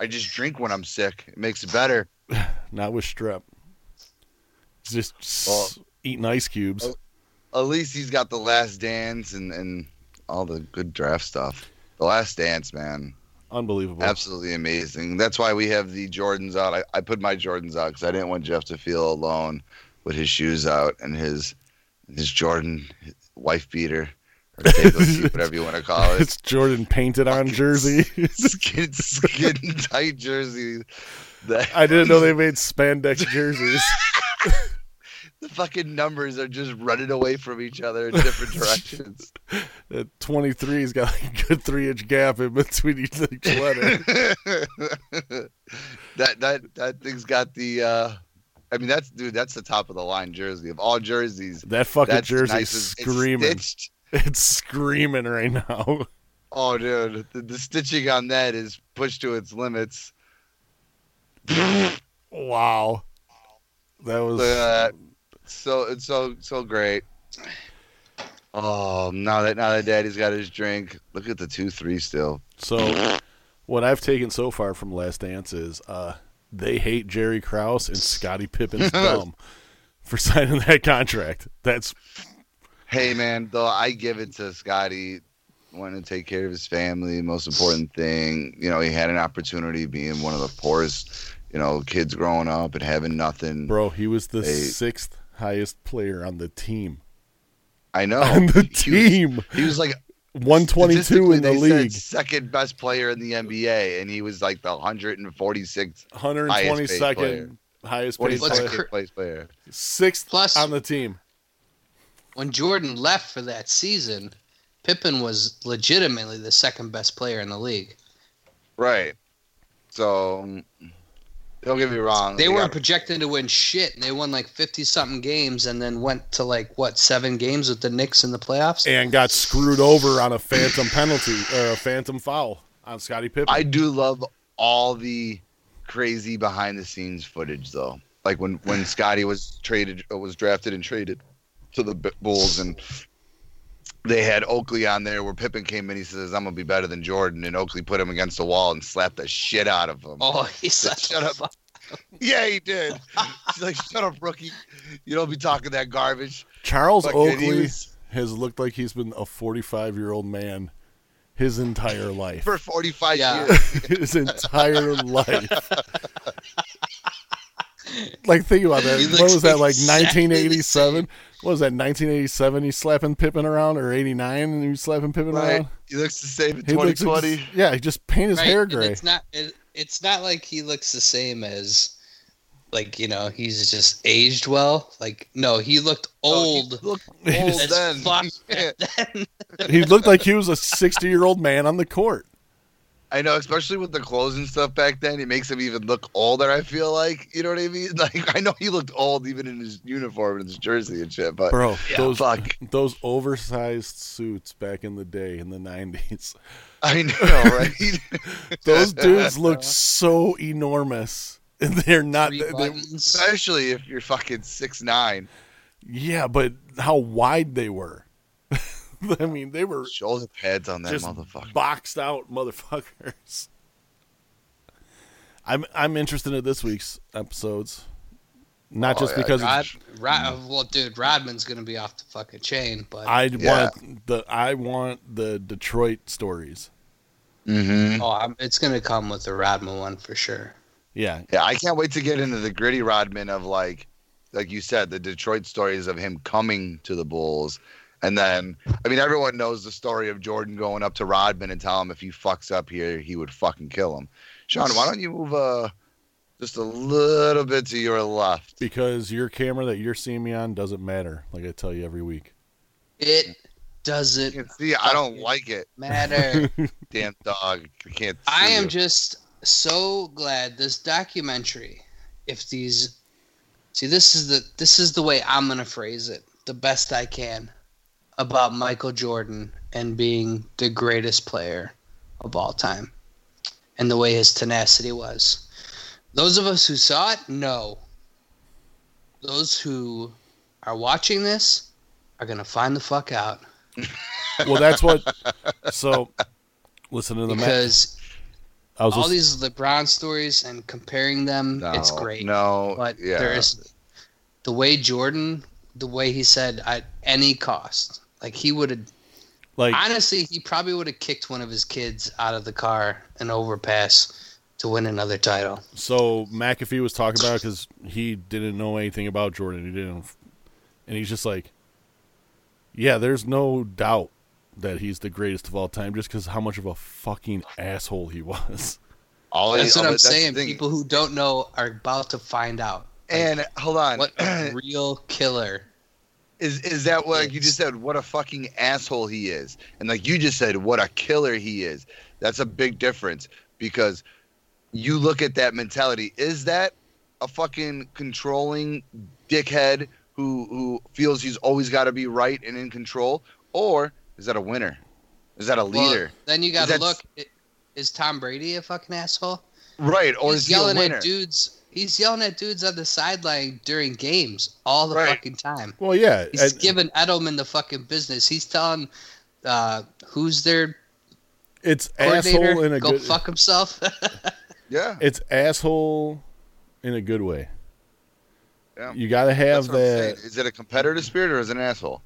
[SPEAKER 3] I just drink when I'm sick. It makes it better.
[SPEAKER 2] not with strep. He's just s-
[SPEAKER 3] Well-
[SPEAKER 2] eating ice cubes.
[SPEAKER 3] Oh. At least he's got the last dance and, and all the good draft stuff. The last dance, man.
[SPEAKER 2] Unbelievable.
[SPEAKER 3] Absolutely amazing. That's why we have the Jordans out. I, I put my Jordans out because I didn't want Jeff to feel alone with his shoes out and his his Jordan wife beater or bagel suit, whatever you want to call it.
[SPEAKER 2] It's Jordan painted on jersey.
[SPEAKER 3] skin skin tight jersey. That
[SPEAKER 2] I didn't know they made spandex jerseys.
[SPEAKER 3] the fucking numbers are just running away from each other in different directions.
[SPEAKER 2] At 23, he's got like a good three inch gap in between each each letter.
[SPEAKER 3] that that that thing's got the. uh I mean, that's dude. That's the top of the line jersey of all jerseys.
[SPEAKER 2] That fucking
[SPEAKER 3] That's
[SPEAKER 2] jersey's
[SPEAKER 3] nice as- it's
[SPEAKER 2] screaming.
[SPEAKER 3] stitched.
[SPEAKER 2] it's screaming right now.
[SPEAKER 3] Oh, dude, the, the stitching on that is pushed to its limits.
[SPEAKER 2] Wow. That was
[SPEAKER 3] Look at that. So it's so so great. Oh, now that now that Daddy's got his drink, look at the two three still.
[SPEAKER 2] so. What I've taken so far from Last Dance is uh, they hate Jerry Krause and Scottie Pippen's dumb for signing that contract. That's
[SPEAKER 3] Hey man, though I give it to Scotty, wanting to take care of his family. Most important thing, you know, he had an opportunity being one of the poorest, you know, kids growing up and having nothing.
[SPEAKER 2] bro. He was the
[SPEAKER 3] They-
[SPEAKER 2] sixth highest player on the team.
[SPEAKER 3] I know.
[SPEAKER 2] on the
[SPEAKER 3] He was-
[SPEAKER 2] team,
[SPEAKER 3] He was like
[SPEAKER 2] one twenty two
[SPEAKER 3] statistically,
[SPEAKER 2] in the
[SPEAKER 3] they
[SPEAKER 2] league,
[SPEAKER 3] Said second best player in the NBA, and he was like the 146th
[SPEAKER 2] one hundred twenty second highest paid
[SPEAKER 1] What's
[SPEAKER 2] player,
[SPEAKER 1] cr-
[SPEAKER 3] 42nd place player.
[SPEAKER 2] sixth
[SPEAKER 1] Plus-
[SPEAKER 2] on the team.
[SPEAKER 1] When Jordan left for that season, Pippen was legitimately the second best player in the league.
[SPEAKER 3] Right. So don't get me wrong.
[SPEAKER 1] They
[SPEAKER 3] got
[SPEAKER 1] weren't projected to win shit, and they won like fifty something games, and then went to like what seven games with the Knicks in the playoffs.
[SPEAKER 2] and got screwed over on a phantom penalty or a phantom foul on Scottie Pippen.
[SPEAKER 3] I do love all the crazy behind the scenes footage though. Like when when Scotty was traded uh, was drafted and traded to the B- Bulls and they had Oakley on there where Pippen came in he says I'm going to be better than Jordan and Oakley put him against the wall and slapped the shit out of him.
[SPEAKER 1] Oh, he's such
[SPEAKER 3] Shut
[SPEAKER 1] a
[SPEAKER 3] up. Yeah, he did. She's like shut up rookie. You don't be talking that garbage.
[SPEAKER 2] Charles
[SPEAKER 3] Fucking he
[SPEAKER 2] Oakley
[SPEAKER 3] was-
[SPEAKER 2] has looked like he's been a 45 year old man his entire life.
[SPEAKER 3] For 45
[SPEAKER 1] Yeah.
[SPEAKER 3] years.
[SPEAKER 2] his entire life. like, think about that.
[SPEAKER 1] He
[SPEAKER 2] What
[SPEAKER 1] looks
[SPEAKER 2] was that, like
[SPEAKER 1] exactly the
[SPEAKER 2] 1987? What was that, 1987? He's slapping Pippen around, or 89 and he's slapping Pippen
[SPEAKER 3] Right.
[SPEAKER 2] around?
[SPEAKER 3] He looks the same in
[SPEAKER 2] He looks ex-
[SPEAKER 3] 2020.
[SPEAKER 2] yeah, he just paint his
[SPEAKER 1] Right,
[SPEAKER 2] hair
[SPEAKER 1] and
[SPEAKER 2] gray.
[SPEAKER 1] It's not. It, it's not like he looks the same as, like you know, he's just aged well. Like no, he looked old.
[SPEAKER 3] Look Oh, old
[SPEAKER 1] as
[SPEAKER 3] then.
[SPEAKER 1] fuck
[SPEAKER 3] Yeah.
[SPEAKER 1] then.
[SPEAKER 2] he looked like he was a 60 year old man on the court.
[SPEAKER 3] I know, especially with the clothes and stuff back then, it makes him even look older. I feel like you know what I mean. Like I know he looked old even in his uniform and his jersey and shit, but
[SPEAKER 2] Bro, those
[SPEAKER 3] fuck,
[SPEAKER 2] those oversized suits back in the day in the 90s
[SPEAKER 3] I know, right?
[SPEAKER 2] those dudes looked so enormous and they're not
[SPEAKER 1] Three
[SPEAKER 2] they- they-
[SPEAKER 1] buttons.
[SPEAKER 3] especially if you're fucking six nine,
[SPEAKER 2] yeah but how wide they were i mean they were
[SPEAKER 3] shoulder pads on that
[SPEAKER 2] just
[SPEAKER 3] motherfucker.
[SPEAKER 2] boxed out motherfuckers i'm i'm interested in this week's episodes Not
[SPEAKER 3] Oh,
[SPEAKER 2] just
[SPEAKER 3] yeah,
[SPEAKER 2] because of-
[SPEAKER 1] Rod, Rod, well, dude, Rodman's gonna be off the fucking chain, but
[SPEAKER 2] I
[SPEAKER 3] Yeah.
[SPEAKER 2] want the I want the Detroit stories.
[SPEAKER 3] Mm-hmm.
[SPEAKER 1] oh, I'm, it's gonna come with the Rodman one for sure.
[SPEAKER 2] Yeah,
[SPEAKER 3] Yeah, I can't wait to get into the gritty Rodman of like, like you said, the Detroit stories of him coming to the Bulls, and then I mean everyone knows the story of Jordan going up to Rodman and tell him if he fucks up here, he would fucking kill him. Sean, why don't you move uh just a little bit to your left?
[SPEAKER 2] because your camera that you're seeing me on doesn't matter. Like I tell you every week.
[SPEAKER 1] It doesn't
[SPEAKER 3] You can see I don't like it,
[SPEAKER 1] matter.
[SPEAKER 3] damn dog. I can't. See
[SPEAKER 1] I am
[SPEAKER 3] you.
[SPEAKER 1] just so glad this documentary. If these, see, this is the this is the way I'm gonna phrase it the best I can about Michael Jordan and being the greatest player of all time, and the way his tenacity was. Those of us who saw it know. Those who are watching this are gonna find the fuck out
[SPEAKER 2] Well, that's what. So, listen to the match.
[SPEAKER 1] because
[SPEAKER 2] I was
[SPEAKER 1] all
[SPEAKER 2] listening-
[SPEAKER 1] these LeBron stories and comparing them,
[SPEAKER 3] No,
[SPEAKER 1] it's great.
[SPEAKER 3] No,
[SPEAKER 1] but
[SPEAKER 3] yeah.
[SPEAKER 1] there is the way Jordan, the way he said at any cost, like he would have
[SPEAKER 2] like
[SPEAKER 1] honestly, he probably would have kicked one of his kids out of the car and overpass to win another title.
[SPEAKER 2] so McAfee was talking about because he didn't know anything about Jordan. He didn't, and he's just like, yeah, there's no doubt that he's the greatest of all time, just because how much of a fucking asshole he was.
[SPEAKER 3] all
[SPEAKER 1] That's what
[SPEAKER 3] all-
[SPEAKER 1] I'm
[SPEAKER 3] the
[SPEAKER 1] saying.
[SPEAKER 3] thing.
[SPEAKER 1] People who don't know are about to find out
[SPEAKER 3] and hold on,
[SPEAKER 1] what a real killer.
[SPEAKER 3] Is is that what like you just said? What a fucking asshole he is, and like you just said, what a killer he is. That's a big difference because you look at that mentality. Is that a fucking controlling dickhead who who feels he's always got to be right and in control, or is that a winner? Is that a
[SPEAKER 1] Well,
[SPEAKER 3] leader?
[SPEAKER 1] then you got to
[SPEAKER 3] That's-
[SPEAKER 1] look. i- Is Tom Brady a fucking asshole?
[SPEAKER 3] right, or
[SPEAKER 1] he's
[SPEAKER 3] is he a
[SPEAKER 1] yelling
[SPEAKER 3] winner?
[SPEAKER 1] at dudes. He's yelling at dudes on the sideline during games all the
[SPEAKER 3] Right.
[SPEAKER 1] fucking time.
[SPEAKER 2] Well, yeah,
[SPEAKER 1] He's
[SPEAKER 2] and-
[SPEAKER 1] giving Edelman the fucking business. He's telling uh, who's their
[SPEAKER 2] it's asshole
[SPEAKER 1] coordinator
[SPEAKER 2] in a
[SPEAKER 1] go
[SPEAKER 2] good.
[SPEAKER 1] fuck himself.
[SPEAKER 3] Yeah,
[SPEAKER 2] It's asshole in a good way.
[SPEAKER 3] Yeah.
[SPEAKER 2] You gotta have
[SPEAKER 3] that's what I'm saying.
[SPEAKER 2] that.
[SPEAKER 3] Is it a competitive spirit or is it an asshole?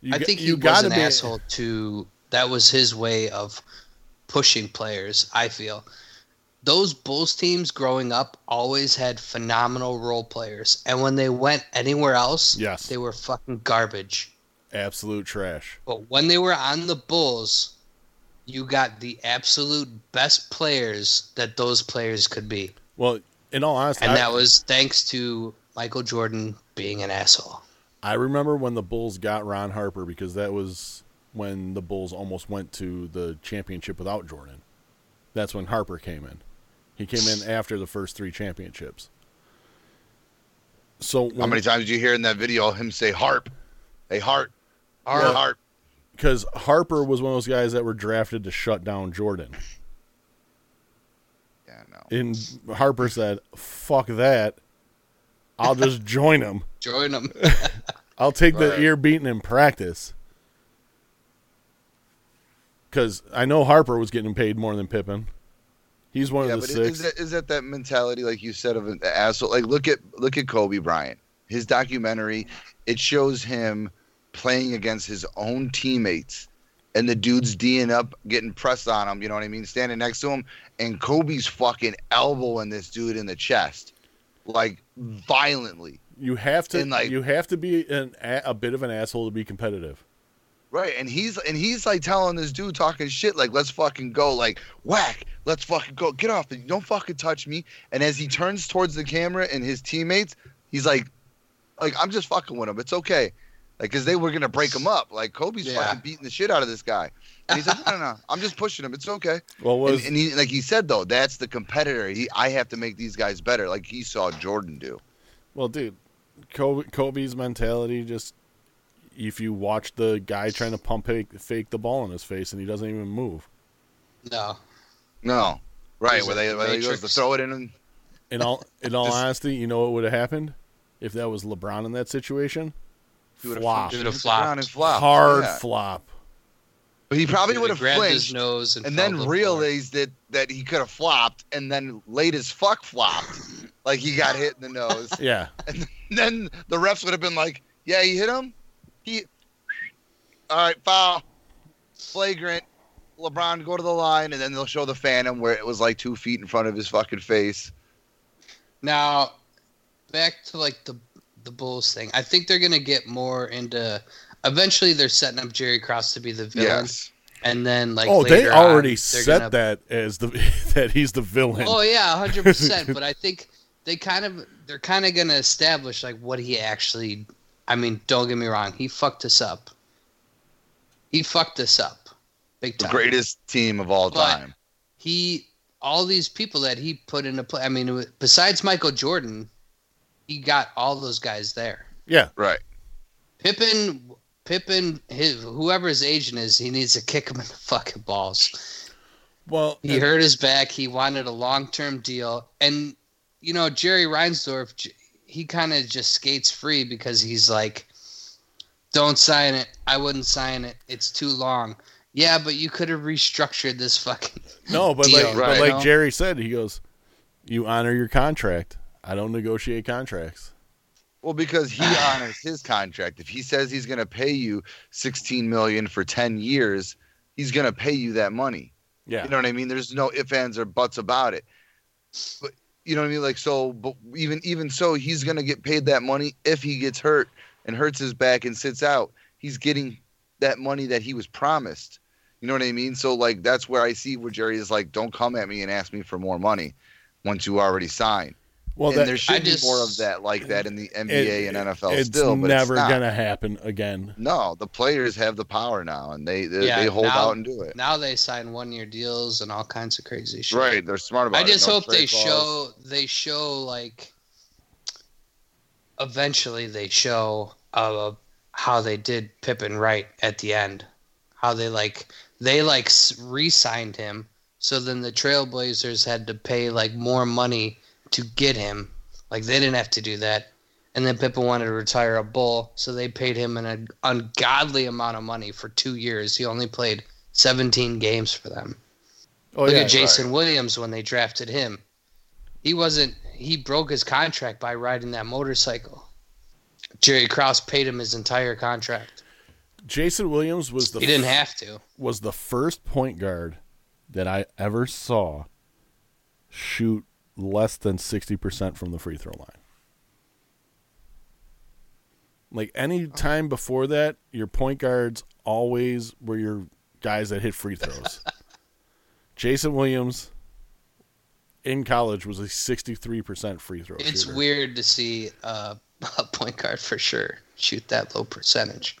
[SPEAKER 2] You
[SPEAKER 1] I
[SPEAKER 2] g-
[SPEAKER 1] think he
[SPEAKER 2] you
[SPEAKER 1] was
[SPEAKER 2] gotta
[SPEAKER 1] an
[SPEAKER 2] be
[SPEAKER 1] asshole to. That was his way of pushing players. I feel those Bulls teams growing up always had phenomenal role players, and when they went anywhere else,
[SPEAKER 2] Yes.
[SPEAKER 1] they were fucking garbage.
[SPEAKER 2] absolute trash.
[SPEAKER 1] But when they were on the Bulls, you got the absolute best players that those players could be.
[SPEAKER 2] Well, in all honesty,
[SPEAKER 1] And
[SPEAKER 2] I,
[SPEAKER 1] that was thanks to Michael Jordan being an asshole.
[SPEAKER 2] I remember when the Bulls got Ron Harper because that was when the Bulls almost went to the championship without Jordan. That's when Harper came in. He came in after the first three championships. So
[SPEAKER 3] How many times did you hear in that video him say harp, a harp, harp,
[SPEAKER 2] Well,
[SPEAKER 3] harp?
[SPEAKER 2] because Harper was one of those guys that were drafted to shut down Jordan.
[SPEAKER 3] Yeah, no.
[SPEAKER 2] And Harper said, "Fuck that! I'll just join him.
[SPEAKER 1] Join
[SPEAKER 3] um,
[SPEAKER 1] them.
[SPEAKER 2] I'll take the
[SPEAKER 3] Right.
[SPEAKER 2] ear beating in practice." Because I know Harper was getting paid more than Pippen. He's one
[SPEAKER 3] yeah,
[SPEAKER 2] of the
[SPEAKER 3] but
[SPEAKER 2] six.
[SPEAKER 3] is that is that that mentality like you said of an asshole? Like look at look at Kobe Bryant. His documentary, it shows him playing against his own teammates, and the dudes d'ing up, getting pressed on him. You know what I mean? Standing next to him, and Kobe's fucking elbowing this dude in the chest, like violently.
[SPEAKER 2] you have to.
[SPEAKER 3] and, like-
[SPEAKER 2] you have to be an, a, a bit of an asshole to be competitive.
[SPEAKER 3] Right, and he's and he's like telling this dude talking shit like let's fucking go, like whack, let's fucking go, get off, me, don't fucking touch me. And as he turns towards the camera and his teammates, he's like, like I'm just fucking with him, it's okay, like because they were gonna break him up, like Kobe's
[SPEAKER 1] Yeah.
[SPEAKER 3] fucking beating the shit out of this guy, and he's like, no, no, no, I'm just pushing him, it's okay.
[SPEAKER 2] Well,
[SPEAKER 3] And,
[SPEAKER 2] was
[SPEAKER 3] and he like he said though, that's the competitor. He I have to make these guys better, like he saw Jordan do.
[SPEAKER 2] Well, dude, Kobe, Kobe's mentality just if you watch the guy trying to pump fake, fake the ball in his face and he doesn't even move.
[SPEAKER 1] No.
[SPEAKER 3] No, right
[SPEAKER 1] He's
[SPEAKER 3] where
[SPEAKER 1] in
[SPEAKER 3] they
[SPEAKER 1] the
[SPEAKER 3] where they goes to
[SPEAKER 1] Matrix.
[SPEAKER 3] throw it in and
[SPEAKER 2] In all in all
[SPEAKER 3] Just-
[SPEAKER 2] honesty, you know what would have happened if that was LeBron in that situation?
[SPEAKER 3] he would've
[SPEAKER 2] Flop.
[SPEAKER 3] flipped
[SPEAKER 1] He
[SPEAKER 3] it
[SPEAKER 1] would've
[SPEAKER 3] around
[SPEAKER 1] flopped.
[SPEAKER 3] and flopped.
[SPEAKER 2] Hard
[SPEAKER 3] Yeah.
[SPEAKER 2] flop.
[SPEAKER 3] But he probably would have
[SPEAKER 1] grabbed his
[SPEAKER 3] flinched
[SPEAKER 1] nose and,
[SPEAKER 3] and
[SPEAKER 1] fell
[SPEAKER 3] then
[SPEAKER 1] to the floor.
[SPEAKER 3] realized that that he could have flopped and then late as fuck flopped. Like he got hit in the nose.
[SPEAKER 2] Yeah.
[SPEAKER 3] then the refs would have been like, "Yeah, he hit him. He, all right, foul, flagrant." LeBron go to the line, and then they'll show the phantom where it was like two feet in front of his fucking face.
[SPEAKER 1] Now, back to like the the Bulls thing. I think they're gonna get more into. Eventually, they're setting up Jerry Cross to be the villain,
[SPEAKER 3] Yes,
[SPEAKER 1] and then like
[SPEAKER 2] oh, they
[SPEAKER 1] later on,
[SPEAKER 2] already
[SPEAKER 1] they're
[SPEAKER 2] said
[SPEAKER 1] gonna-
[SPEAKER 2] that as the that he's the villain.
[SPEAKER 1] Oh yeah, hundred percent. But I think they kind of they're kind of gonna establish like what he actually. I mean, don't get me wrong. He fucked us up. He fucked us up, big
[SPEAKER 3] the
[SPEAKER 1] time.
[SPEAKER 3] greatest team of all
[SPEAKER 1] But-
[SPEAKER 3] time.
[SPEAKER 1] he all these people that he put into play. I mean, it was- besides Michael Jordan, he got all those guys there.
[SPEAKER 2] Yeah.
[SPEAKER 3] Right.
[SPEAKER 1] Pippen, Pippen, his, whoever his agent is, he needs to kick him in the fucking balls.
[SPEAKER 2] Well,
[SPEAKER 1] He hurt his back. He wanted a long term deal, and you know Jerry Reinsdorf, j- he kind of just skates free because he's like, "Don't sign it. I wouldn't sign it. It's too long." Yeah, but you could have restructured this fucking.
[SPEAKER 2] no, but like,
[SPEAKER 1] Deal,
[SPEAKER 2] but
[SPEAKER 3] right.
[SPEAKER 2] like
[SPEAKER 3] No.
[SPEAKER 2] Jerry said, he goes, "You honor your contract. I don't negotiate contracts."
[SPEAKER 3] Well, because he honors his contract. If he says he's going to pay you 16 million for 10 years, he's going to pay you that money.
[SPEAKER 2] Yeah.
[SPEAKER 3] You know what I mean? There's no ifs, ands, or buts about it. But you know what I mean? Like so, but even even so, he's gonna get paid that money if he gets hurt and hurts his back and sits out. He's getting that money that he was promised. You know what I mean? So like that's where I see where Jerry is like, don't come at me and ask me for more money once you already signed.
[SPEAKER 2] well,
[SPEAKER 3] and
[SPEAKER 2] that,
[SPEAKER 3] there should
[SPEAKER 1] I just-
[SPEAKER 3] be more of that like that in the NBA
[SPEAKER 2] it-
[SPEAKER 3] and NFL
[SPEAKER 2] it's
[SPEAKER 3] still, but
[SPEAKER 2] never
[SPEAKER 3] it's not.
[SPEAKER 2] gonna happen again.
[SPEAKER 3] No, the players have the power now, and they they,
[SPEAKER 1] Yeah,
[SPEAKER 3] they hold
[SPEAKER 1] now-
[SPEAKER 3] out and do it.
[SPEAKER 1] Now they sign one year deals and all kinds of crazy shit.
[SPEAKER 3] Right, they're smart about
[SPEAKER 1] I
[SPEAKER 3] it.
[SPEAKER 1] just
[SPEAKER 3] No
[SPEAKER 1] hope they
[SPEAKER 3] trade clause.
[SPEAKER 1] show they show like eventually they show uh, how they did Pippin right at the end. How they like they like s- re-signed him, so then the Trailblazers had to pay like more money to get him. Like they didn't have to do that. And then Pippin wanted to retire a bull, so they paid him an ungodly amount of money for two years. He only played 17 games for them.
[SPEAKER 2] Oh
[SPEAKER 1] Look
[SPEAKER 2] yeah,
[SPEAKER 1] at Jason Williams when they drafted him. He wasn't. He broke his contract by riding that motorcycle. Jerry Krause paid him his entire contract.
[SPEAKER 2] Jason Williams was the
[SPEAKER 1] He didn't have to.
[SPEAKER 2] was the first point guard that I ever saw shoot less than 60% from the free throw line. Like any time before that, your point guards always were your guys that hit free throws. Jason Williams in college was a 63% free throw
[SPEAKER 1] It's
[SPEAKER 2] shooter.
[SPEAKER 1] weird to see uh, a point guard for sure shoot that low percentage.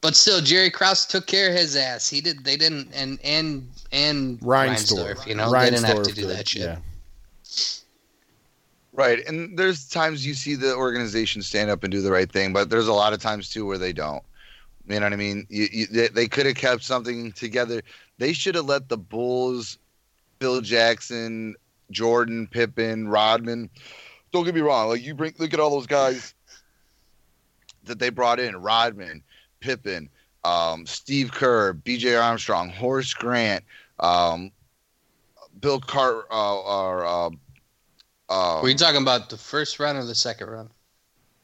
[SPEAKER 1] But still, Jerry Krause took care of his ass. He did. They didn't. And and and
[SPEAKER 2] Reinsdorf.
[SPEAKER 1] Reinsdorf, you know, they didn't have to
[SPEAKER 2] Reinsdorf
[SPEAKER 1] do
[SPEAKER 2] did,
[SPEAKER 1] that shit.
[SPEAKER 2] Yeah.
[SPEAKER 3] Right. And there's times you see the organization stand up and do the right thing, but there's a lot of times too where they don't. You know what I mean? You, you, they they could have kept something together. They should have let the Bulls, Phil Jackson, Jordan, Pippen, Rodman. Don't get me wrong. Like you bring, look at all those guys that they brought in: Rodman, Pippen, um, Steve Kerr, B.J. Armstrong, Horace Grant, um, Bill Cart, uh, or uh, uh,
[SPEAKER 1] Were you talking about the first round or the second round?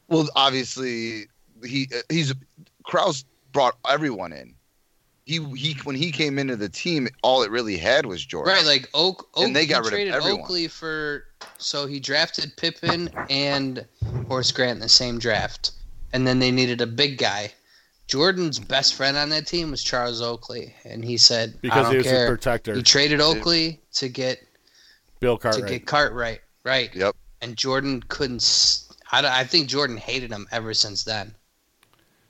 [SPEAKER 3] Well, obviously he uh, he's Kraus brought everyone in. He he when he came into the team, all it really had was Jordan.
[SPEAKER 1] Right, like Oak, Oak
[SPEAKER 3] And they got
[SPEAKER 1] he
[SPEAKER 3] rid of
[SPEAKER 1] traded
[SPEAKER 3] everyone.
[SPEAKER 1] Oakley for so he drafted Pippen and Horace Grant in the same draft. And then they needed a big guy. Jordan's best friend on that team was Charles Oakley, and he said I
[SPEAKER 2] Because
[SPEAKER 1] don't
[SPEAKER 2] he was a
[SPEAKER 1] care.
[SPEAKER 2] protector.
[SPEAKER 1] He traded Oakley to get
[SPEAKER 2] Bill
[SPEAKER 1] to
[SPEAKER 2] Cartwright.
[SPEAKER 1] get Cartwright, right?
[SPEAKER 3] Yep.
[SPEAKER 1] And Jordan couldn't. s- I, don't- I think Jordan hated him ever since then.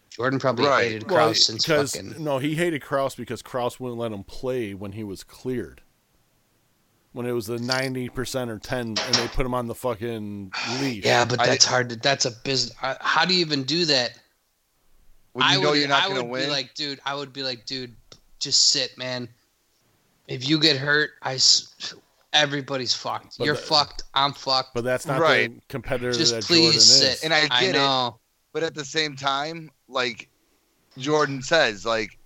[SPEAKER 1] Jordan probably
[SPEAKER 3] Right.
[SPEAKER 1] hated
[SPEAKER 2] Well,
[SPEAKER 1] Kraus since
[SPEAKER 2] because-
[SPEAKER 1] fucking.
[SPEAKER 2] no, he hated Kraus because Kraus wouldn't let him play when he was cleared. When it was the ninety percent or ten, and they put him on the fucking leash.
[SPEAKER 1] Yeah, but
[SPEAKER 3] I-
[SPEAKER 1] that's hard. To, that's a business. How do you even do that?
[SPEAKER 3] When you
[SPEAKER 1] I
[SPEAKER 3] know
[SPEAKER 1] would,
[SPEAKER 3] you're not
[SPEAKER 1] I
[SPEAKER 3] going to
[SPEAKER 1] would
[SPEAKER 3] win.
[SPEAKER 1] Be like, dude, I would be like, dude, just sit, man. If you get hurt, I s- everybody's fucked.
[SPEAKER 2] But
[SPEAKER 1] You're
[SPEAKER 2] the-
[SPEAKER 1] fucked. I'm fucked.
[SPEAKER 2] But that's not the
[SPEAKER 3] Right.
[SPEAKER 2] competitor
[SPEAKER 1] Just
[SPEAKER 2] that Jordan
[SPEAKER 1] please
[SPEAKER 2] is.
[SPEAKER 1] sit.
[SPEAKER 3] And I
[SPEAKER 1] I
[SPEAKER 3] get it.
[SPEAKER 1] know.
[SPEAKER 3] but at the same time, like Jordan says, like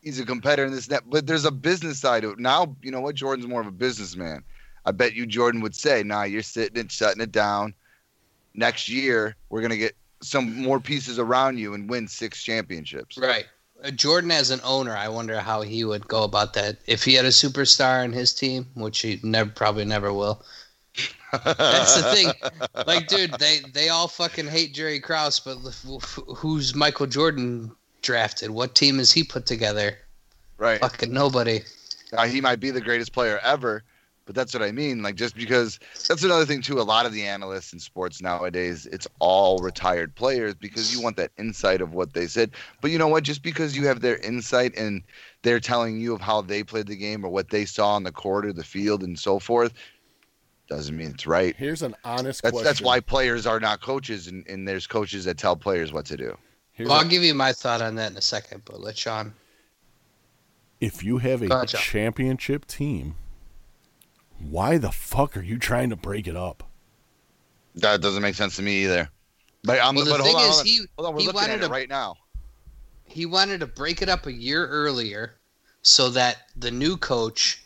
[SPEAKER 3] he's a competitor in this net, but there's a business side to it. Now you know what Jordan's more of a businessman. I bet you Jordan would say, "Nah, you're sitting and shutting it down. Next year, we're gonna get some more pieces around you and win six championships."
[SPEAKER 1] Right. Uh, Jordan as an owner, I wonder how he would go about that. If he had a superstar in his team, which he never probably never will. That's the thing. Like, dude, they they all fucking hate Jerry Krause, but wh- wh- who's Michael Jordan drafted? What team has he put together?
[SPEAKER 3] Right.
[SPEAKER 1] Fucking nobody.
[SPEAKER 3] Now, uh, he might be the greatest player ever, but that's what I mean. Like just because that's another thing too. A lot of the analysts in sports nowadays, it's all retired players because you want that insight of what they said. But you know what? Just because you have their insight and they're telling you of how they played the game or what they saw on the court or the field and so forth, doesn't mean it's right.
[SPEAKER 2] Here's an honest
[SPEAKER 3] That's
[SPEAKER 2] question.
[SPEAKER 3] that's why players are not coaches, and, and there's coaches that tell players what to do.
[SPEAKER 2] Here's
[SPEAKER 1] Well, I'll
[SPEAKER 2] a-
[SPEAKER 1] give you my thought on that in a second, but let Sean.
[SPEAKER 2] if you have a
[SPEAKER 1] Gotcha.
[SPEAKER 2] championship team, why the fuck are you trying to break it up?
[SPEAKER 3] That doesn't make sense to me either. Like, I'm,
[SPEAKER 1] Well, the
[SPEAKER 3] but
[SPEAKER 1] thing
[SPEAKER 3] hold on,
[SPEAKER 1] is,
[SPEAKER 3] hold on.
[SPEAKER 1] he
[SPEAKER 3] Hold on, we're
[SPEAKER 1] he
[SPEAKER 3] looking
[SPEAKER 1] wanted
[SPEAKER 3] at it
[SPEAKER 1] to-
[SPEAKER 3] right now.
[SPEAKER 1] he wanted to break it up a year earlier so that the new coach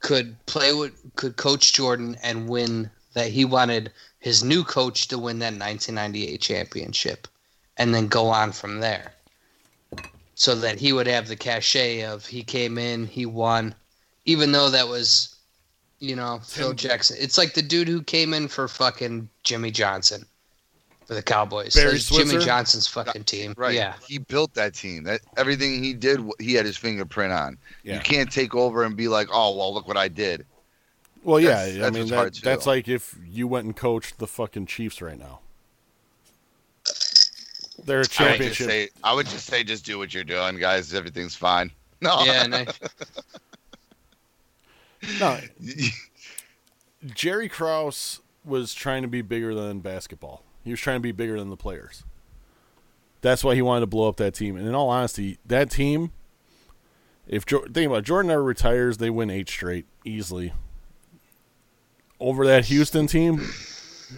[SPEAKER 1] could play with could coach Jordan and win that he wanted his new coach to win that 1998 championship and then go on from there so that he would have the cachet of he came in he won even though that was you know Phil Jackson it's like the dude who came in for fucking Jimmy Johnson for the Cowboys
[SPEAKER 2] Barry
[SPEAKER 1] That was Jimmy
[SPEAKER 2] Switzer?
[SPEAKER 1] Johnson's fucking team
[SPEAKER 3] Right.
[SPEAKER 1] yeah
[SPEAKER 3] He built that team. That everything he did, wh- he had his fingerprint on.
[SPEAKER 2] Yeah.
[SPEAKER 3] You can't take over and be like, "Oh, well, look what I did."
[SPEAKER 2] Well, yeah,
[SPEAKER 3] That's-
[SPEAKER 2] I
[SPEAKER 3] that's
[SPEAKER 2] mean
[SPEAKER 3] what's
[SPEAKER 2] that,
[SPEAKER 3] hard to
[SPEAKER 2] that's
[SPEAKER 3] do.
[SPEAKER 2] like if you went and coached the fucking Chiefs right now. They're a
[SPEAKER 3] I would just
[SPEAKER 2] championship.
[SPEAKER 3] say, I would just say, just do what you're doing, guys. Everything's fine. No.
[SPEAKER 1] yeah and I,
[SPEAKER 2] no, Jerry Krause was trying to be bigger than basketball. He was trying to be bigger than the players. That's why he wanted to blow up that team. And in all honesty, that team, if jo- think about it, Jordan ever retires, they win eight straight easily. Over that Houston team,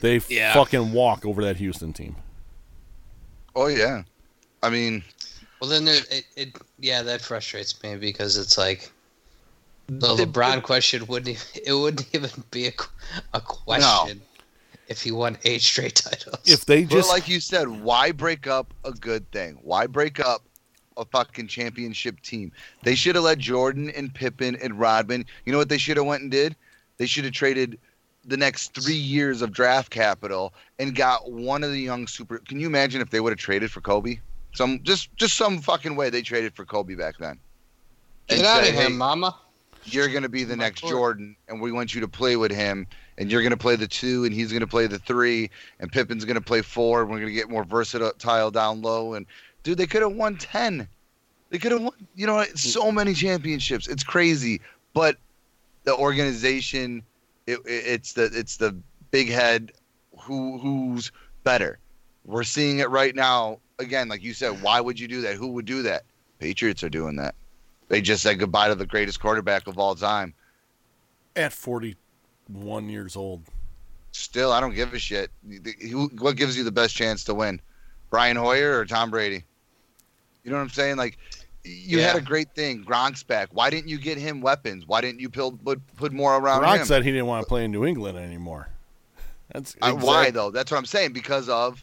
[SPEAKER 2] they
[SPEAKER 1] Yeah.
[SPEAKER 2] fucking walk over that Houston team.
[SPEAKER 3] oh yeah. I mean,
[SPEAKER 1] Well, then there, it, it yeah, that frustrates me because it's like the
[SPEAKER 3] They-
[SPEAKER 1] LeBron question wouldn't e- it wouldn't even be a, qu- a question if he won eight straight titles.
[SPEAKER 2] If they
[SPEAKER 3] but
[SPEAKER 2] just
[SPEAKER 3] like you said, why break up a good thing? Why break up a fucking championship team? They should have let Jordan and Pippen and Rodman. You know what they should have went and did? They should have traded the next three years of draft capital and got one of the young super. Can you imagine if they would have traded for Kobe? Some just just some fucking way they traded for Kobe back then.
[SPEAKER 1] get
[SPEAKER 3] and
[SPEAKER 1] out
[SPEAKER 3] say,
[SPEAKER 1] of here,
[SPEAKER 3] "Hey,
[SPEAKER 1] Mama.
[SPEAKER 3] you're going to be the
[SPEAKER 1] My
[SPEAKER 3] next
[SPEAKER 1] court.
[SPEAKER 3] Jordan, and we want you to play with him, and you're going to play the two, and he's going to play the three, and Pippen's going to play four, and we're going to get more versatile down low. And dude, they could have won ten. They could have won, you know, so many championships. It's crazy, but the organization, it, it, it's the it's the big head who who's better. We're seeing it right now. Again, like you said, why would you do that? Who would do that? Patriots are doing that. They just said goodbye to the greatest quarterback of all time.
[SPEAKER 2] at forty one years old,
[SPEAKER 3] Still, I don't give a shit. Who- What gives you the best chance to win? Brian Hoyer or Tom Brady? You know what I'm saying? Like, you had
[SPEAKER 1] Yeah.
[SPEAKER 3] a great thing. Gronk's back. Why didn't you get him weapons? Why didn't you build, put, put more around
[SPEAKER 2] Rock
[SPEAKER 3] him?
[SPEAKER 2] said he didn't want to play in New England anymore. That's
[SPEAKER 3] Uh, Why,
[SPEAKER 2] exact- Oh.
[SPEAKER 3] though? That's what I'm saying. Because of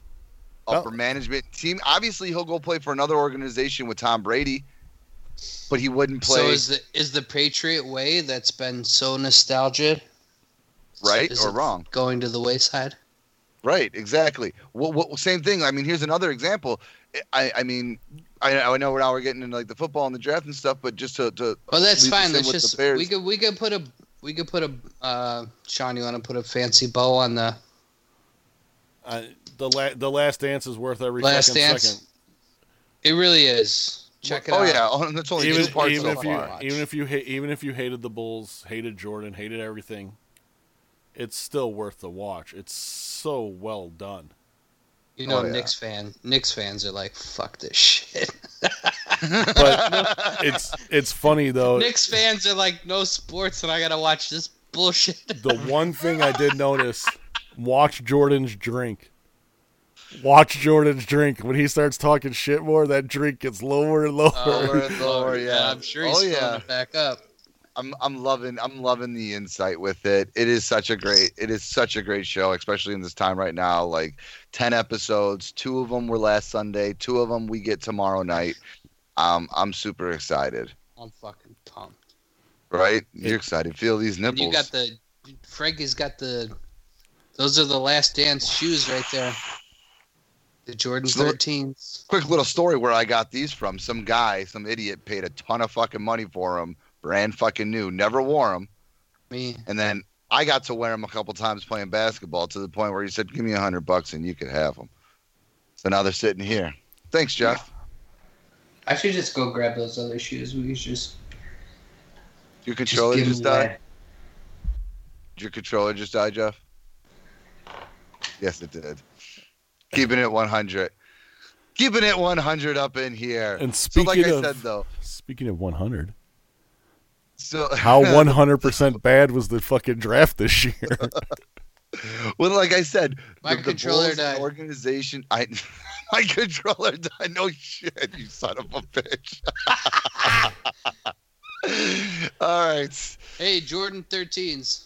[SPEAKER 2] Well-
[SPEAKER 3] upper management team. Obviously, he'll go play for another organization with Tom Brady, but he wouldn't play.
[SPEAKER 1] So is the is the Patriot way that's been so nostalgia
[SPEAKER 3] Right
[SPEAKER 1] is
[SPEAKER 3] or
[SPEAKER 1] it
[SPEAKER 3] wrong?
[SPEAKER 1] going to the wayside?
[SPEAKER 3] Right, exactly. Well, well, same thing. I mean, here's another example. I, I mean, I, I know now we're getting into like the football and the draft and stuff, but just to, to
[SPEAKER 1] Well, that's
[SPEAKER 3] We can
[SPEAKER 1] fine.
[SPEAKER 3] say
[SPEAKER 1] Let's
[SPEAKER 3] with the
[SPEAKER 1] just
[SPEAKER 3] Bears-
[SPEAKER 1] we could we could put a we could put a uh, Sean. You want to put a fancy bow on the
[SPEAKER 2] Uh, the la- the last dance is worth every
[SPEAKER 1] last
[SPEAKER 2] fucking
[SPEAKER 1] dance?
[SPEAKER 2] second.
[SPEAKER 1] it really is. Check it
[SPEAKER 3] oh
[SPEAKER 1] out.
[SPEAKER 3] yeah, oh, that's only
[SPEAKER 2] even,
[SPEAKER 3] two parts
[SPEAKER 2] even
[SPEAKER 3] so
[SPEAKER 2] if you
[SPEAKER 3] far.
[SPEAKER 1] far.
[SPEAKER 2] even if you hate even if you hated the Bulls, hated Jordan, hated everything, it's still worth the watch. It's so well done.
[SPEAKER 1] You know,
[SPEAKER 3] Oh, yeah.
[SPEAKER 1] Knicks fan, Knicks fans are like, "Fuck this shit."
[SPEAKER 2] But it's it's funny though.
[SPEAKER 3] Oh,
[SPEAKER 1] Knicks fans are like, "No sports, and I gotta watch this bullshit."
[SPEAKER 2] the one thing I did notice: watch Jordan's drink. Watch Jordan's drink. When he starts talking shit more, that drink gets lower and lower.
[SPEAKER 3] Oh, Lower and lower, yeah.
[SPEAKER 1] I'm sure he's
[SPEAKER 3] Oh, yeah.
[SPEAKER 1] filling it back up.
[SPEAKER 3] I I'm I'm loving I'm loving the insight with it. It is such a great it is such a great show, especially in this time right now. Like ten episodes, two of them were last Sunday, two of them we get tomorrow night. Um, I'm super excited.
[SPEAKER 1] I'm fucking pumped.
[SPEAKER 3] Right? You're excited. Feel these
[SPEAKER 1] And
[SPEAKER 3] nipples.
[SPEAKER 1] you got the Frankie's got the those are the last dance shoes right there. The Jordan
[SPEAKER 3] So-
[SPEAKER 1] 13s.
[SPEAKER 3] quick little story where I got these from. Some guy, some idiot, paid a ton of fucking money for them. Brand fucking new, never wore them,
[SPEAKER 1] Me.
[SPEAKER 3] and then I got to wear them a couple times playing basketball to the point where he said, "Give me a hundred bucks and you could have them." So now they're sitting here. Thanks, Jeff.
[SPEAKER 1] I should just go grab those other shoes. We could just,
[SPEAKER 3] Your
[SPEAKER 1] just
[SPEAKER 3] controller
[SPEAKER 1] give
[SPEAKER 3] just,
[SPEAKER 1] them
[SPEAKER 3] died.
[SPEAKER 1] away.
[SPEAKER 3] Did your controller just die, Jeff? Yes, it did. Keeping it 100. Keeping it 100 up in here.
[SPEAKER 2] And
[SPEAKER 3] so,
[SPEAKER 2] speaking
[SPEAKER 3] like I
[SPEAKER 2] of
[SPEAKER 3] said, though,
[SPEAKER 2] speaking of 100,
[SPEAKER 3] so
[SPEAKER 2] how 100% bad was the fucking draft this year?
[SPEAKER 3] Well, like I said,
[SPEAKER 1] My controller
[SPEAKER 3] Bulls
[SPEAKER 1] died.
[SPEAKER 3] Organization, I, my controller died. No shit, you son of a bitch. All right.
[SPEAKER 1] Hey, Jordan 13s.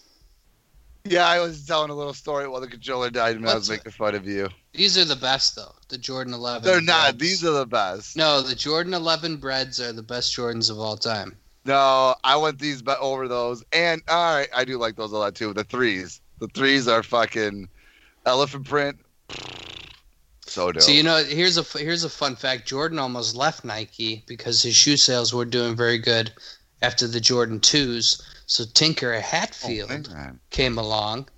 [SPEAKER 3] Yeah, I was telling a little story while the controller died, and I was
[SPEAKER 1] What's-
[SPEAKER 3] making fun of you.
[SPEAKER 1] These are the best though. The Jordan 11.
[SPEAKER 3] They're
[SPEAKER 1] breads.
[SPEAKER 3] not. These are the best.
[SPEAKER 1] No, the Jordan 11 breads are the best Jordans of all time.
[SPEAKER 3] No, I want these but over those. And all right, I do like those a lot too. The threes. The threes are fucking elephant print. So dope.
[SPEAKER 1] So you know, here's a f- here's a fun fact. Jordan almost left Nike because his shoe sales were doing very good after the Jordan 2s. So Tinker Hatfield
[SPEAKER 3] Oh, man.
[SPEAKER 1] came along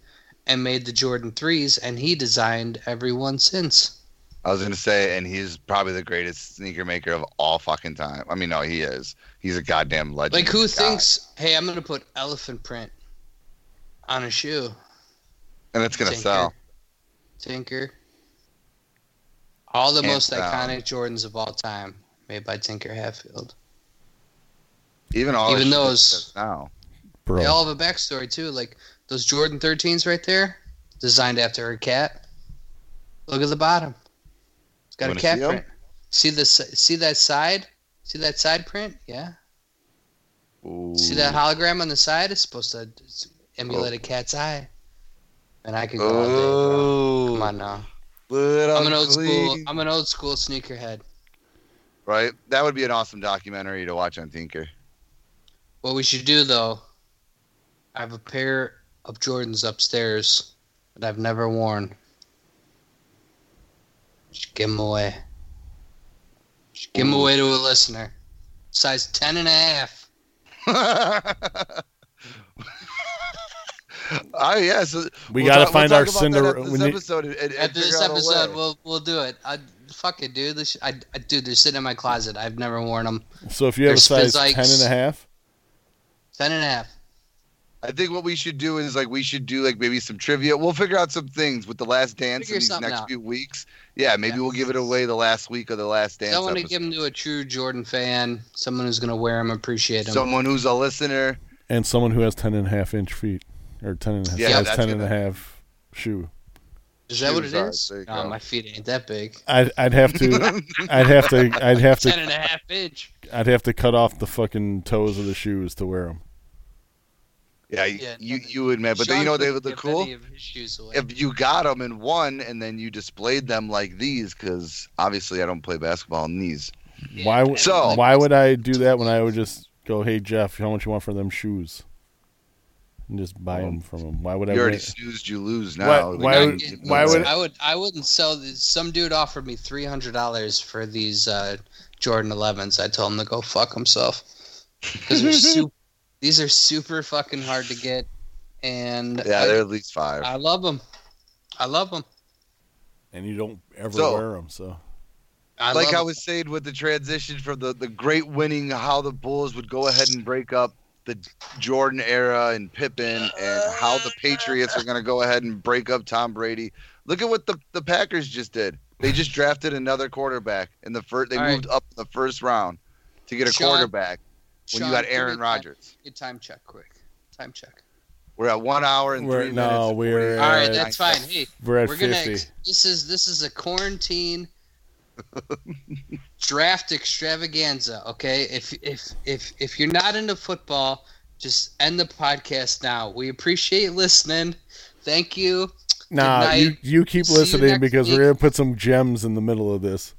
[SPEAKER 1] and made the Jordan 3s and he designed every one since.
[SPEAKER 3] I was gonna say, and he's probably the greatest sneaker maker of all fucking time. I mean, no, he is. He's a goddamn legend.
[SPEAKER 1] Like who
[SPEAKER 3] God.
[SPEAKER 1] thinks, "Hey, I'm going to put elephant print on a shoe?"
[SPEAKER 3] And it's gonna
[SPEAKER 1] Tinker.
[SPEAKER 3] sell.
[SPEAKER 1] Tinker. All the
[SPEAKER 3] Hands
[SPEAKER 1] most
[SPEAKER 3] down.
[SPEAKER 1] iconic Jordans of all time, made by Tinker Hatfield.
[SPEAKER 3] Even all
[SPEAKER 1] Even
[SPEAKER 3] his shit
[SPEAKER 1] those-
[SPEAKER 3] now.
[SPEAKER 1] They
[SPEAKER 2] Bro,
[SPEAKER 1] all have a backstory too. Like those Jordan 13s right there, designed after her cat. Look at the bottom. It's got
[SPEAKER 3] Wanna
[SPEAKER 1] a cat
[SPEAKER 3] see 'em?
[SPEAKER 1] print. See the si- see that side? See that side print? Yeah. See that hologram on the side? It's supposed to it's emulate a cat's eye. And I could go all day, bro.
[SPEAKER 3] Oh,
[SPEAKER 1] Come on now.
[SPEAKER 3] little
[SPEAKER 1] I'm an old school.
[SPEAKER 3] clean.
[SPEAKER 1] I'm an old school sneakerhead.
[SPEAKER 3] Right, that would be an awesome documentary to watch on Tinker.
[SPEAKER 1] What we should do though, I have a pair of Jordans upstairs that I've never worn. Just give them away. Just give them
[SPEAKER 3] Hmm.
[SPEAKER 1] away to a listener. Size 10 and a half.
[SPEAKER 3] oh yeah, so
[SPEAKER 2] we
[SPEAKER 3] we'll
[SPEAKER 2] got to
[SPEAKER 3] talk-
[SPEAKER 2] find
[SPEAKER 3] we'll
[SPEAKER 2] our
[SPEAKER 3] talk about that
[SPEAKER 2] Cinder.
[SPEAKER 3] after
[SPEAKER 2] we
[SPEAKER 3] This
[SPEAKER 2] need-
[SPEAKER 3] episode, and- and- and
[SPEAKER 1] After this
[SPEAKER 3] figure out a way.
[SPEAKER 1] episode, we'll we'll do it. I fuck it, dude. This I, I dude, they're sitting in my closet. I've never worn them.
[SPEAKER 2] so if you have a
[SPEAKER 1] there's
[SPEAKER 2] size
[SPEAKER 1] Spizikes.
[SPEAKER 2] 10 and a half,
[SPEAKER 1] 10 and a half.
[SPEAKER 3] I think what we should do is like we should do like maybe some trivia. We'll figure out some things with the last dance
[SPEAKER 1] Figure
[SPEAKER 3] in these
[SPEAKER 1] something
[SPEAKER 3] next
[SPEAKER 1] out.
[SPEAKER 3] few weeks. Yeah, maybe
[SPEAKER 1] Yeah.
[SPEAKER 3] we'll give it away the last week of the last dance.
[SPEAKER 1] I want to
[SPEAKER 3] episode.
[SPEAKER 1] give them to a true Jordan fan, someone who's gonna wear them, appreciate them.
[SPEAKER 3] someone who's a listener.
[SPEAKER 2] and someone who has 10 and a half inch feet, or 10 and a half,
[SPEAKER 3] Yeah,
[SPEAKER 2] size
[SPEAKER 3] that's
[SPEAKER 2] 10 and a
[SPEAKER 3] gonna-
[SPEAKER 2] half shoe.
[SPEAKER 1] is that what it
[SPEAKER 3] shoes are,
[SPEAKER 1] is?
[SPEAKER 3] there you
[SPEAKER 1] No,
[SPEAKER 3] go.
[SPEAKER 1] my feet ain't that big.
[SPEAKER 2] I'd, I'd have to, I'd have to, I'd have
[SPEAKER 1] Ten
[SPEAKER 2] to,
[SPEAKER 1] and a half inch.
[SPEAKER 2] I'd have to cut off the fucking toes of the shoes to wear them.
[SPEAKER 3] Yeah,
[SPEAKER 1] Yeah,
[SPEAKER 3] you
[SPEAKER 1] no,
[SPEAKER 3] you would admit, but
[SPEAKER 1] Sean
[SPEAKER 3] you know what they
[SPEAKER 1] couldn't
[SPEAKER 3] would look
[SPEAKER 1] give
[SPEAKER 3] cool
[SPEAKER 1] any of his shoes away.
[SPEAKER 3] if you got them in one and then you displayed them like these because obviously I don't play basketball in these.
[SPEAKER 2] Why would
[SPEAKER 3] So-
[SPEAKER 2] why would I do that when I would just go, hey Jeff, how much you want for them shoes? And just buy them from him. Why would I?
[SPEAKER 3] you already
[SPEAKER 2] wait?
[SPEAKER 3] snoozed, you lose now.
[SPEAKER 2] Why- why
[SPEAKER 1] I
[SPEAKER 3] Like,
[SPEAKER 2] would-
[SPEAKER 3] you can-
[SPEAKER 2] why would-
[SPEAKER 1] I would I wouldn't sell these. Some dude offered me three hundred dollars for these uh, Jordan Elevens. I told him to go fuck himself because they're super, these are super fucking hard to get, and
[SPEAKER 3] Yeah,
[SPEAKER 1] I,
[SPEAKER 3] they're at least five.
[SPEAKER 1] I love them. I love them.
[SPEAKER 2] and you don't ever
[SPEAKER 3] So-
[SPEAKER 2] wear them. So
[SPEAKER 1] I
[SPEAKER 3] like
[SPEAKER 1] love
[SPEAKER 3] I
[SPEAKER 1] 'em.
[SPEAKER 3] was saying with the transition from the, the great winning, how the Bulls would go ahead and break up the Jordan era and Pippen, and how the Patriots are going to go ahead and break up Tom Brady. Look at what the, the Packers just did. They just drafted another quarterback in the first. They
[SPEAKER 1] All right.
[SPEAKER 3] moved up in the first round to get a
[SPEAKER 1] Sean,
[SPEAKER 3] quarterback when
[SPEAKER 1] Sean,
[SPEAKER 3] you got
[SPEAKER 1] give me
[SPEAKER 3] Aaron
[SPEAKER 1] time-
[SPEAKER 3] Rodgers.
[SPEAKER 1] Good time check, quick. Time check.
[SPEAKER 3] We're at one hour and
[SPEAKER 2] We're-
[SPEAKER 3] three
[SPEAKER 2] no,
[SPEAKER 3] minutes. and
[SPEAKER 2] we're
[SPEAKER 3] 49
[SPEAKER 2] at-
[SPEAKER 1] All right, that's fine.
[SPEAKER 3] seconds.
[SPEAKER 1] Hey,
[SPEAKER 2] we're at
[SPEAKER 1] we're gonna.
[SPEAKER 2] fifty.
[SPEAKER 1] ex- this is this is a quarantine draft extravaganza. Okay, if if if if you're not into football, just end the podcast now. We appreciate listening. Thank you.
[SPEAKER 2] Nah,
[SPEAKER 1] Good
[SPEAKER 2] you,
[SPEAKER 1] night.
[SPEAKER 2] you keep
[SPEAKER 1] See you
[SPEAKER 2] listening
[SPEAKER 1] next
[SPEAKER 2] because
[SPEAKER 1] week.
[SPEAKER 2] we're gonna put some gems in the middle of this.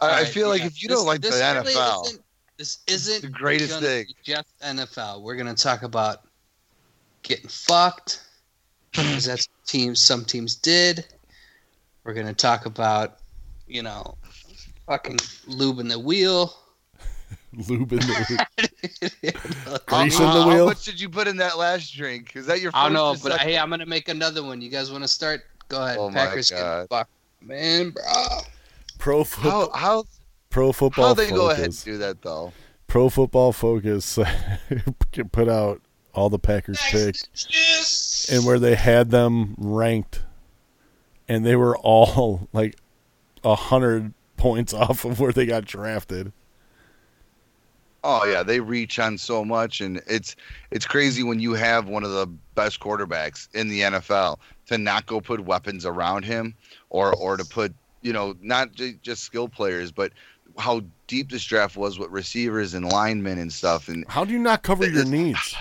[SPEAKER 3] I, I
[SPEAKER 1] Alright,
[SPEAKER 3] feel like
[SPEAKER 1] yeah.
[SPEAKER 3] if you don't
[SPEAKER 1] This-
[SPEAKER 3] like the
[SPEAKER 1] this really
[SPEAKER 3] NFL,
[SPEAKER 1] isn't- this isn't
[SPEAKER 3] the greatest
[SPEAKER 1] gonna
[SPEAKER 3] thing.
[SPEAKER 1] be Just NFL. We're gonna talk about getting fucked because that's what teams. Some teams did. We're gonna talk about you know fucking lubing the wheel.
[SPEAKER 2] Lube in the
[SPEAKER 1] I
[SPEAKER 2] Grease in the
[SPEAKER 3] How-
[SPEAKER 2] wheel.
[SPEAKER 3] How much did you put in that last drink? Is that your? First
[SPEAKER 1] don't know,
[SPEAKER 3] or
[SPEAKER 1] but
[SPEAKER 3] second?
[SPEAKER 1] hey, I'm gonna make another one. You guys want to start? Go ahead.
[SPEAKER 3] Oh my
[SPEAKER 1] Packers getting
[SPEAKER 3] God.
[SPEAKER 1] fucked, man, bro.
[SPEAKER 2] pro football.
[SPEAKER 3] how how
[SPEAKER 2] Pro
[SPEAKER 3] how
[SPEAKER 2] Football
[SPEAKER 3] they
[SPEAKER 2] Focus.
[SPEAKER 3] go ahead and do that though?
[SPEAKER 2] Pro Football Focus can put out all the Packers picks
[SPEAKER 1] Yes.
[SPEAKER 2] and where they had them ranked, and they were all like a hundred points off of where they got drafted.
[SPEAKER 3] Oh yeah, they reach on so much, and it's it's crazy when you have one of the best quarterbacks in the NFL to not go put weapons around him, or or to put you know not j- just skill players, but how deep this draft was with receivers and linemen and stuff, and
[SPEAKER 2] How do you not cover your needs?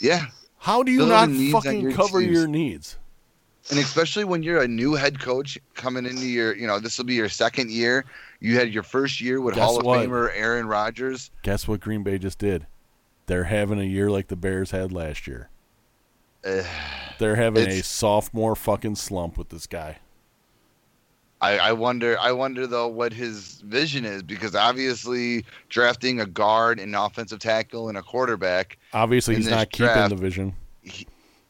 [SPEAKER 3] yeah,
[SPEAKER 2] How do you
[SPEAKER 3] Those
[SPEAKER 2] not
[SPEAKER 3] are the needs on
[SPEAKER 2] fucking
[SPEAKER 3] your
[SPEAKER 2] cover
[SPEAKER 3] teams.
[SPEAKER 2] your needs?
[SPEAKER 3] and especially when you're a new head coach coming into your you know this will be your second year. You had your first year with
[SPEAKER 2] Guess
[SPEAKER 3] Hall of
[SPEAKER 2] what?
[SPEAKER 3] Famer Aaron Rodgers.
[SPEAKER 2] Guess what Green Bay just did? They're having a year like the Bears had last year.
[SPEAKER 3] Ugh.
[SPEAKER 2] They're having a
[SPEAKER 3] It's-
[SPEAKER 2] sophomore fucking slump with this guy.
[SPEAKER 3] I, I wonder I wonder though what his vision is because obviously drafting a guard and an offensive tackle and a quarterback,
[SPEAKER 2] Obviously,
[SPEAKER 3] In
[SPEAKER 2] he's
[SPEAKER 3] this
[SPEAKER 2] not keeping
[SPEAKER 3] draft-
[SPEAKER 2] the vision.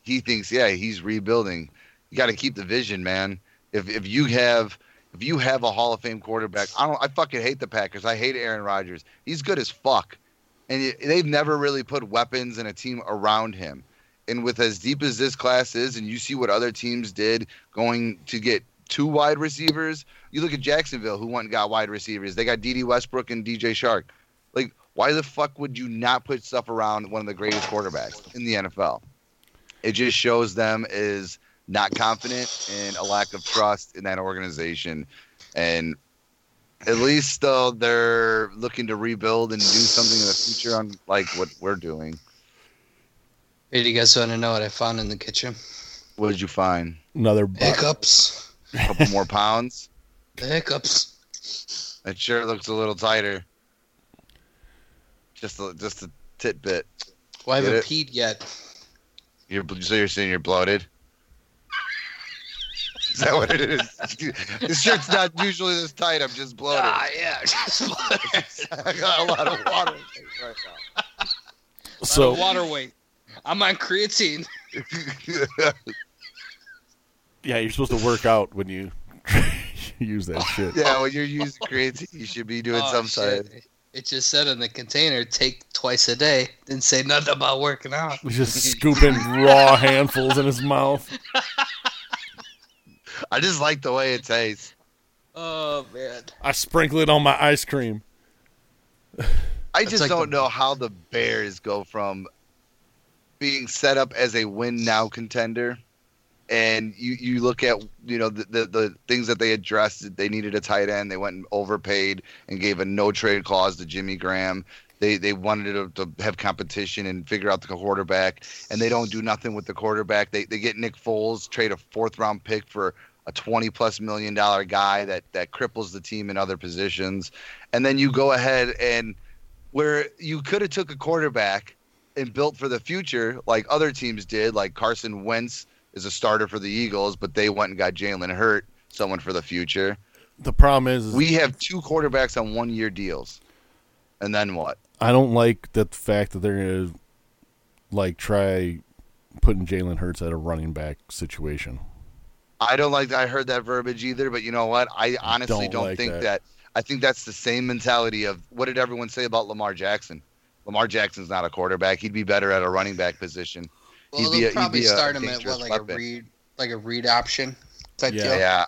[SPEAKER 3] he thinks, yeah, he's rebuilding. You gotta keep the vision, man. If if you have if you have a Hall of Fame quarterback, I don't I fucking hate the Packers. I hate Aaron Rodgers. He's good as fuck. And y- they've never really put weapons and a team around him. And with as deep as this class is, and you see what other teams did going to get two wide receivers, You look at Jacksonville, who went and got wide receivers. They got D.D. Westbrook and D.J. Shark. Like, why the fuck would you not put stuff around one of the greatest quarterbacks in the NFL? It just shows them is not confident and a lack of trust in that organization. And at least though they're looking to rebuild and do something in the future, on like what we're doing.
[SPEAKER 1] Hey, do you guys want to know what I found in the kitchen?
[SPEAKER 3] What did you find?
[SPEAKER 2] Another buck.
[SPEAKER 1] Hiccups.
[SPEAKER 3] A couple more pounds?
[SPEAKER 1] The hiccups.
[SPEAKER 3] That sure looks a little tighter. Just a, just a tidbit.
[SPEAKER 1] Well, I
[SPEAKER 3] Get
[SPEAKER 1] haven't
[SPEAKER 3] it?
[SPEAKER 1] peed yet.
[SPEAKER 3] You're bl- so you're saying you're bloated. Is that what it is? this shirt's not usually this tight. I'm just bloated.
[SPEAKER 1] Ah, yeah. Just water.
[SPEAKER 3] I got a lot of water.
[SPEAKER 2] So
[SPEAKER 1] water weight. I'm on creatine.
[SPEAKER 2] yeah, you're supposed to work out when you use that shit.
[SPEAKER 3] yeah, when you're using creatine, you should be doing
[SPEAKER 1] Oh,
[SPEAKER 3] some
[SPEAKER 1] shit.
[SPEAKER 3] side.
[SPEAKER 1] It just said in the container, take twice a day. Didn't say nothing about working out.
[SPEAKER 2] He's just scooping raw handfuls in his mouth.
[SPEAKER 3] I just like the way it tastes.
[SPEAKER 1] Oh man.
[SPEAKER 2] I sprinkle it on my ice cream.
[SPEAKER 3] I
[SPEAKER 1] That's
[SPEAKER 3] just
[SPEAKER 1] like
[SPEAKER 3] don't
[SPEAKER 1] the-
[SPEAKER 3] know how the Bears go from being set up as a win now contender, and you, you look at you know the, the the things that they addressed. They needed a tight end. They went and overpaid and gave a no trade clause to Jimmy Graham. They they wanted to, to have competition and figure out the quarterback, and they don't do nothing with the quarterback. They they get Nick Foles, trade a fourth round pick for a twenty plus million dollar guy that that cripples the team in other positions, and then you go ahead and where you could have took a quarterback and built for the future like other teams did like carson wentz is a starter for the eagles but they went and got jalen hurt someone for the future
[SPEAKER 2] The problem is, is
[SPEAKER 3] we have two quarterbacks on one year deals and then what
[SPEAKER 2] I don't like the fact that they're gonna like try putting Jalen Hurts at a running back situation.
[SPEAKER 3] i don't like i heard that verbiage either but you know what i honestly
[SPEAKER 2] Don't
[SPEAKER 3] don't,
[SPEAKER 2] like
[SPEAKER 3] think
[SPEAKER 2] that.
[SPEAKER 3] that. i think that's the same mentality of what did everyone say about lamar jackson lamar jackson's not a quarterback he'd be better at a running back position
[SPEAKER 1] Well,
[SPEAKER 3] He'd be
[SPEAKER 1] they'll
[SPEAKER 3] a- he'd
[SPEAKER 1] probably
[SPEAKER 3] be a
[SPEAKER 1] start him at
[SPEAKER 3] dangerous
[SPEAKER 1] what, like a
[SPEAKER 3] weapon.
[SPEAKER 1] read, like a read option type
[SPEAKER 2] Yeah.
[SPEAKER 1] deal.
[SPEAKER 3] yeah,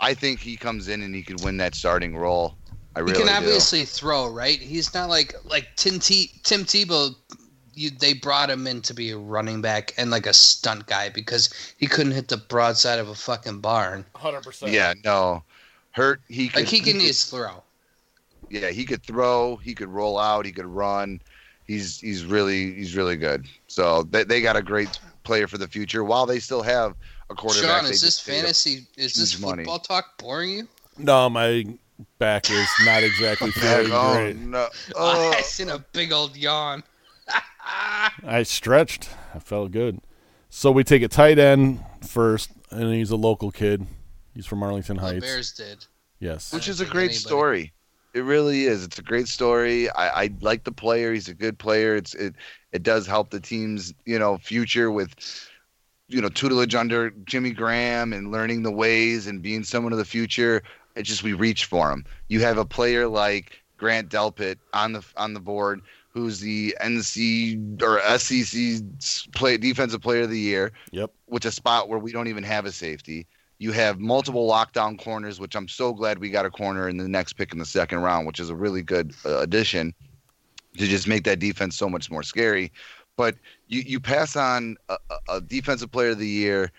[SPEAKER 3] i think he comes in and he could win that starting role i
[SPEAKER 1] He
[SPEAKER 3] really
[SPEAKER 1] can
[SPEAKER 3] do.
[SPEAKER 1] obviously throw, right? He's not like like Tim T- Tim Tebow. You, they brought him in to be a running back and like a stunt guy because he couldn't hit the broadside of a fucking barn.
[SPEAKER 2] Hundred percent.
[SPEAKER 3] Yeah, no. Hurt. He could,
[SPEAKER 1] Like he can
[SPEAKER 3] could-
[SPEAKER 1] just throw.
[SPEAKER 3] yeah, he could throw. He could roll out. He could run. he's he's really he's really good. So they they got a great player for the future while they still have a quarterback.
[SPEAKER 1] Sean,
[SPEAKER 3] they
[SPEAKER 1] is this
[SPEAKER 3] just paid up.
[SPEAKER 1] fantasy? Is this
[SPEAKER 3] huge money.
[SPEAKER 1] football talk boring you?
[SPEAKER 2] No, my back is not exactly feeling
[SPEAKER 3] Oh
[SPEAKER 2] great.
[SPEAKER 3] no!
[SPEAKER 1] I
[SPEAKER 3] Oh,
[SPEAKER 1] seen a big old yawn.
[SPEAKER 2] I stretched. I felt good. So we take a tight end first, and he's a local kid. He's from Arlington
[SPEAKER 1] The
[SPEAKER 2] Heights.
[SPEAKER 1] Bears did.
[SPEAKER 2] Yes.
[SPEAKER 3] which is a
[SPEAKER 1] Anybody.
[SPEAKER 3] great story. It really is. It's a great story. I, I like the player. He's a good player. It's it it does help the team's you know future with you know tutelage under Jimmy Graham and learning the ways and being someone of the future. It just we reach for him. You have a player like Grant Delpit on the on the board who's the NC or SEC play defensive player of the year
[SPEAKER 2] Yep.
[SPEAKER 3] which a spot where we don't even have a safety. You have multiple lockdown corners, which I'm so glad we got a corner in the next pick in the second round, which is a really good uh, addition to just make that defense so much more scary. But you, you pass on a, a- a defensive player of the year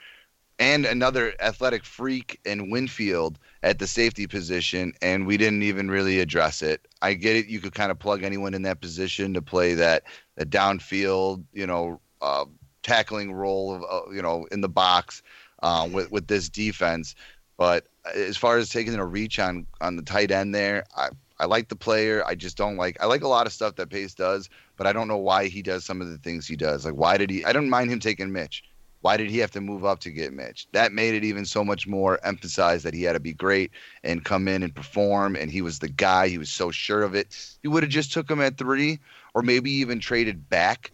[SPEAKER 3] and another athletic freak in Winfield at the safety position, and we didn't even really address it. I get it. You could kind of plug anyone in that position to play that, that downfield, you know, uh, tackling role of uh, you know in the box uh, with with this defense. But as far as taking a reach on on the tight end there, I I like the player. I just don't like I like a lot of stuff that Pace does, but I don't know why he does some of the things he does. Like why did he? I don't mind him taking Mitch. Why did he have to move up to get Mitch? That made it even so much more emphasized that he had to be great and come in and perform. And he was the guy. He was so sure of it. You would have just took him at three, or maybe even traded back,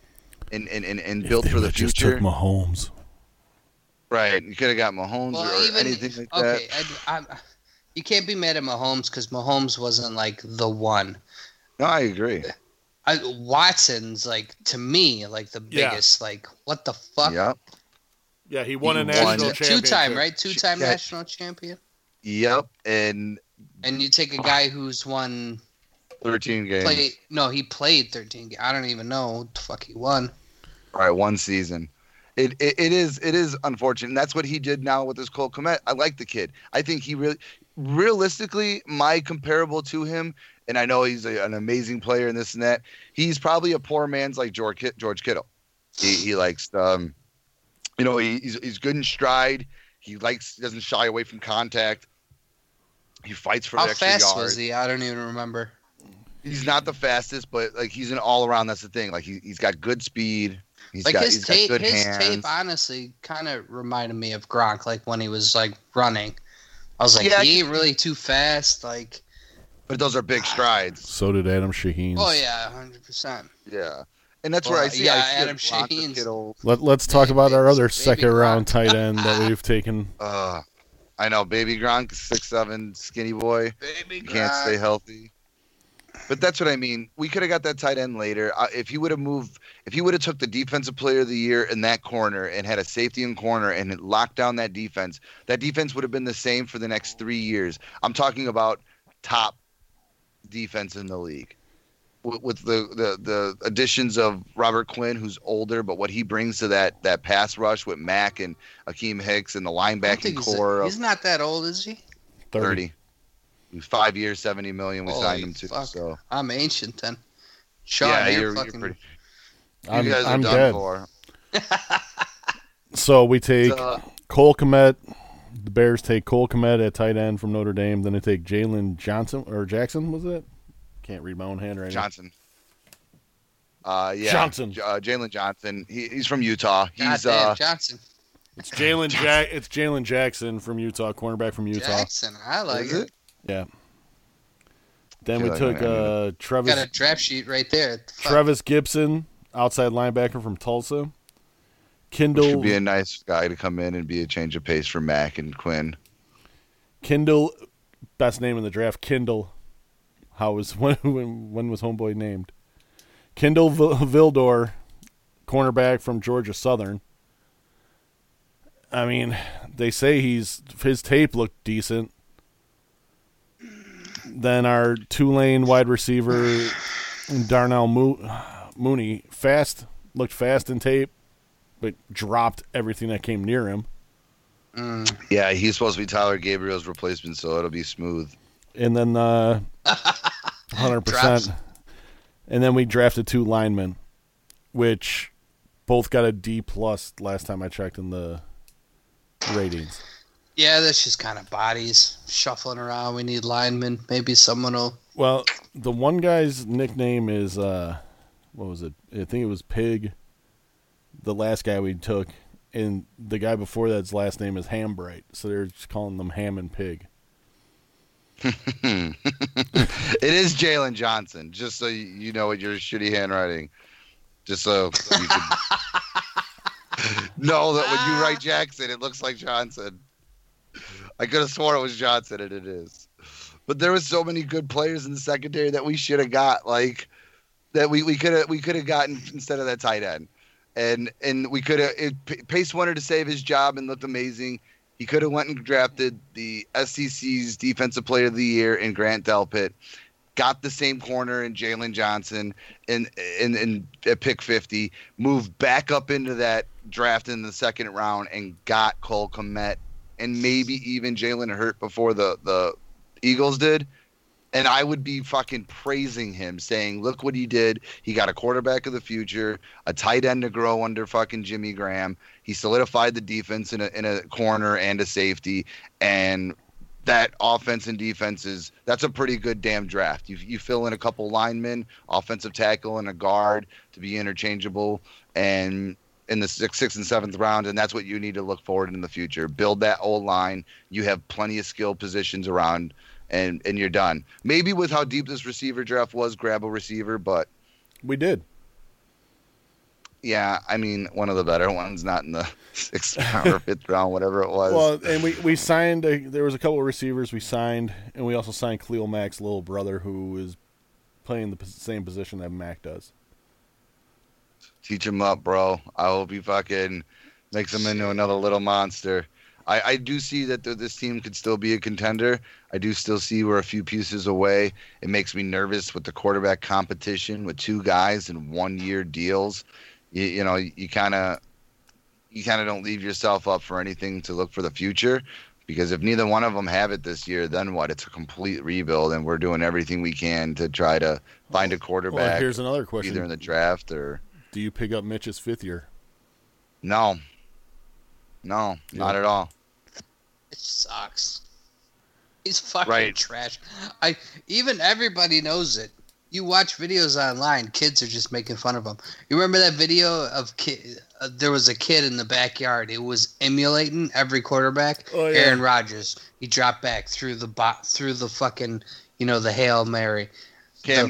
[SPEAKER 3] and and and, and built
[SPEAKER 2] If they
[SPEAKER 3] for the
[SPEAKER 2] would've just
[SPEAKER 3] future.
[SPEAKER 2] Took Mahomes.
[SPEAKER 3] Right. You could have got Mahomes or
[SPEAKER 1] Well, even
[SPEAKER 3] anything like that.
[SPEAKER 1] okay, I, I'm, you can't be mad at Mahomes because Mahomes wasn't like the one.
[SPEAKER 3] No, I agree.
[SPEAKER 1] I, Watson's like to me like the
[SPEAKER 2] Yeah.
[SPEAKER 1] biggest. Like what the fuck?
[SPEAKER 3] Yep.
[SPEAKER 2] Yeah, he
[SPEAKER 3] won a He won national it.
[SPEAKER 1] Two time, right? Two time
[SPEAKER 3] Yeah.
[SPEAKER 1] national champion.
[SPEAKER 3] Yep. And
[SPEAKER 1] And you take a guy who's won
[SPEAKER 3] 13 games.
[SPEAKER 1] play. No, he played 13. ga- I don't even know what the fuck he won.
[SPEAKER 3] Right. One season. It, it, it is it is unfortunate. And that's what he did now with this Cole Komet. I like the kid. I think he really, realistically, my comparable to him, and I know he's a, an amazing player and this and that. He's probably a poor man's like George Kit- George Kittle. He, he likes um, you know, he, he's he's good in stride. He likes doesn't shy away from contact. He fights for
[SPEAKER 1] How
[SPEAKER 3] the extra
[SPEAKER 1] fast
[SPEAKER 3] yard.
[SPEAKER 1] was he? I don't even remember.
[SPEAKER 3] he's not the fastest, but like he's an all around. That's the thing. Like he, he's got good speed. He's
[SPEAKER 1] like
[SPEAKER 3] got,
[SPEAKER 1] his
[SPEAKER 3] he's got
[SPEAKER 1] tape,
[SPEAKER 3] good
[SPEAKER 1] his
[SPEAKER 3] hands.
[SPEAKER 1] tape honestly kind of reminded me of Gronk. Like when he was like running, I was like,
[SPEAKER 3] Yeah, I
[SPEAKER 1] he ain't really too fast. Like,
[SPEAKER 3] but those are big
[SPEAKER 1] Ah.
[SPEAKER 3] strides.
[SPEAKER 2] So did Adam Shaheen.
[SPEAKER 1] oh yeah, hundred percent.
[SPEAKER 3] Yeah, and that's where
[SPEAKER 1] Well,
[SPEAKER 3] I see.
[SPEAKER 1] yeah,
[SPEAKER 3] I see
[SPEAKER 1] Adam
[SPEAKER 3] it, Gronk or
[SPEAKER 1] Shaheen's-
[SPEAKER 3] Kittle.
[SPEAKER 2] Let, let's talk about our other second
[SPEAKER 1] Baby
[SPEAKER 2] round tight end that we've taken.
[SPEAKER 3] Uh, I know, baby Gronk, six seven, skinny boy,
[SPEAKER 1] Baby,
[SPEAKER 3] can't stay healthy. But that's what I mean. We could have got that tight end later. Uh, if he would have moved, if he would have took the defensive player of the year in that corner and had a safety in corner and had locked down that defense, that defense would have been the same for the next three years. I'm talking about top defense in the league. With, with the, the the additions of Robert Quinn, who's older, but what he brings to that that pass rush with Mack and Akeem Hicks and the linebacking
[SPEAKER 1] he's,
[SPEAKER 3] core of
[SPEAKER 1] he's not that old, is he?
[SPEAKER 2] 30.
[SPEAKER 3] 30. He was Five years, 70 million. We
[SPEAKER 1] Holy
[SPEAKER 3] signed him to.
[SPEAKER 1] fuck.
[SPEAKER 3] So
[SPEAKER 1] I'm ancient then. Sean,
[SPEAKER 3] yeah,
[SPEAKER 1] you're,
[SPEAKER 3] you're, you're
[SPEAKER 1] fucking.
[SPEAKER 3] pretty.
[SPEAKER 2] I'm,
[SPEAKER 3] you guys
[SPEAKER 2] I'm
[SPEAKER 3] are done
[SPEAKER 2] dead.
[SPEAKER 3] for.
[SPEAKER 2] So we take
[SPEAKER 3] So,
[SPEAKER 2] Cole Komet. The Bears take Cole Komet at tight end from Notre Dame. Then they take Jalen Johnson or Jackson, was it? Can't read my own handwriting.
[SPEAKER 3] Johnson. Uh, yeah.
[SPEAKER 2] Johnson.
[SPEAKER 3] J- Uh, Jalen Johnson. He, he's from Utah. He's
[SPEAKER 1] Goddamn,
[SPEAKER 3] uh,
[SPEAKER 1] Johnson
[SPEAKER 2] It's Jalen Jack. It's Jalen Jackson from Utah, cornerback from Utah.
[SPEAKER 1] Jackson. I like
[SPEAKER 3] Is
[SPEAKER 1] it.
[SPEAKER 3] it?
[SPEAKER 2] Then we
[SPEAKER 3] Jalen,
[SPEAKER 2] took
[SPEAKER 3] I mean,
[SPEAKER 2] uh, Travis
[SPEAKER 1] Got a draft sheet right there. Fuck.
[SPEAKER 2] Travis Gibson, outside linebacker from Tulsa.
[SPEAKER 3] which
[SPEAKER 2] Kendall
[SPEAKER 3] would be a nice guy to come in and be a change of pace for Mack and Quinn.
[SPEAKER 2] Kendall, best name in the draft. Kendall. How was when when, when was homeboy named? Kendall Vil- Vildor, cornerback from Georgia Southern. I mean, they say he's his tape looked decent. Then our two-lane wide receiver Darnell Mo- Mooney, fast looked fast in tape, but dropped everything that came near him.
[SPEAKER 1] Mm.
[SPEAKER 3] Yeah, he's supposed to be Tyler Gabriel's replacement, so it'll be smooth.
[SPEAKER 2] and then uh hundred percent. and then we drafted two linemen, which both got a D plus last time I checked in the ratings.
[SPEAKER 1] Yeah, that's just kind of bodies shuffling around. We need linemen. Maybe someone will.
[SPEAKER 2] Well, the one guy's nickname is uh, what was it? I think it was Pig. The last guy we took, and the guy before that's last name is Hambright, so they're just calling them Ham and Pig.
[SPEAKER 3] it is Jalen Johnson, just so you- you know what your shitty handwriting. Just so you can know that when you write Jackson, it looks like Johnson. I could have sworn it was Johnson, and it is. But there was so many good players in the secondary that we should have got, like that we we could have we could have gotten instead of that tight end, and and we could have. it- P- Pace wanted to save his job and looked amazing. He could have went and drafted the SEC's Defensive Player of the Year in Grant Delpit, got the same corner in Jalen Johnson in, in in at pick fifty, moved back up into that draft in the second round, and got Cole Komet and maybe even Jalen Hurt before the the Eagles did. And I would be fucking praising him, saying, "Look what he did! He got a quarterback of the future, a tight end to grow under fucking Jimmy Graham." He solidified the defense in a in a corner and a safety, and that offense and defense is that's a pretty good damn draft. You you fill in a couple linemen, offensive tackle, and a guard to be interchangeable, and in the sixth, sixth and seventh round, and that's what you need to look forward in the future. Build that old line. You have plenty of skill positions around, and and you're done. Maybe with how deep this receiver draft was, grab a receiver, but
[SPEAKER 2] We did.
[SPEAKER 3] yeah, I mean, one of the better ones, not in the sixth round or fifth round, whatever it was.
[SPEAKER 2] Well, and we we signed. A, there was a couple of receivers we signed, and we also signed Cleo Mack's little brother, who is playing the pos- same position that Mack does.
[SPEAKER 3] Teach him up, bro. I hope he fucking makes him into another little monster. I, I do see that th- this team could still be a contender. I do still see we're a few pieces away. It makes me nervous with the quarterback competition with two guys in one year deals. You, you know, you kind of you kind of don't leave yourself up for anything to look for the future because if neither one of them have it this year, then what? It's a complete rebuild, and we're doing everything we can to try to find a quarterback
[SPEAKER 2] Well, here's another
[SPEAKER 3] either in
[SPEAKER 2] question:
[SPEAKER 3] the draft or.
[SPEAKER 2] Do you pick up Mitch's fifth year?
[SPEAKER 3] No. No, not
[SPEAKER 2] Yeah.
[SPEAKER 3] at all.
[SPEAKER 1] It sucks. He's fucking
[SPEAKER 3] Right.
[SPEAKER 1] trash. I even everybody knows it. You watch videos online, kids are just making fun of him. You remember that video of kid? Uh, there was a kid in the backyard. It was emulating every quarterback.
[SPEAKER 2] Oh, yeah.
[SPEAKER 1] Aaron Rodgers. He dropped back through the bot through the fucking you know the hail mary.
[SPEAKER 3] Cam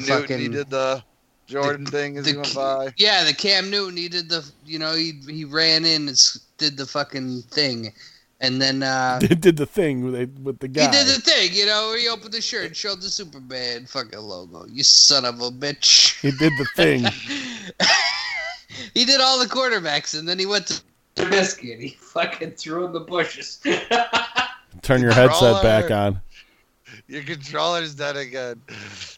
[SPEAKER 1] The
[SPEAKER 3] Newton, he
[SPEAKER 1] fucking-
[SPEAKER 3] did the Jordan thing as he
[SPEAKER 1] the
[SPEAKER 3] went
[SPEAKER 1] ki-
[SPEAKER 3] by.
[SPEAKER 1] Yeah, the Cam Newton. He did the you know he he ran in and s- did the fucking thing, and then uh,
[SPEAKER 2] Did, did the thing with, the- with the guy?
[SPEAKER 1] He did the thing, you know, where he opened the shirt and showed the Superman fucking logo. You son of a bitch.
[SPEAKER 2] He did the thing.
[SPEAKER 1] he did all the quarterbacks, and then he went to Trubisky and he fucking threw in the bushes.
[SPEAKER 2] Turn your
[SPEAKER 3] Crawler.
[SPEAKER 2] headset back on.
[SPEAKER 3] Your controller's done again.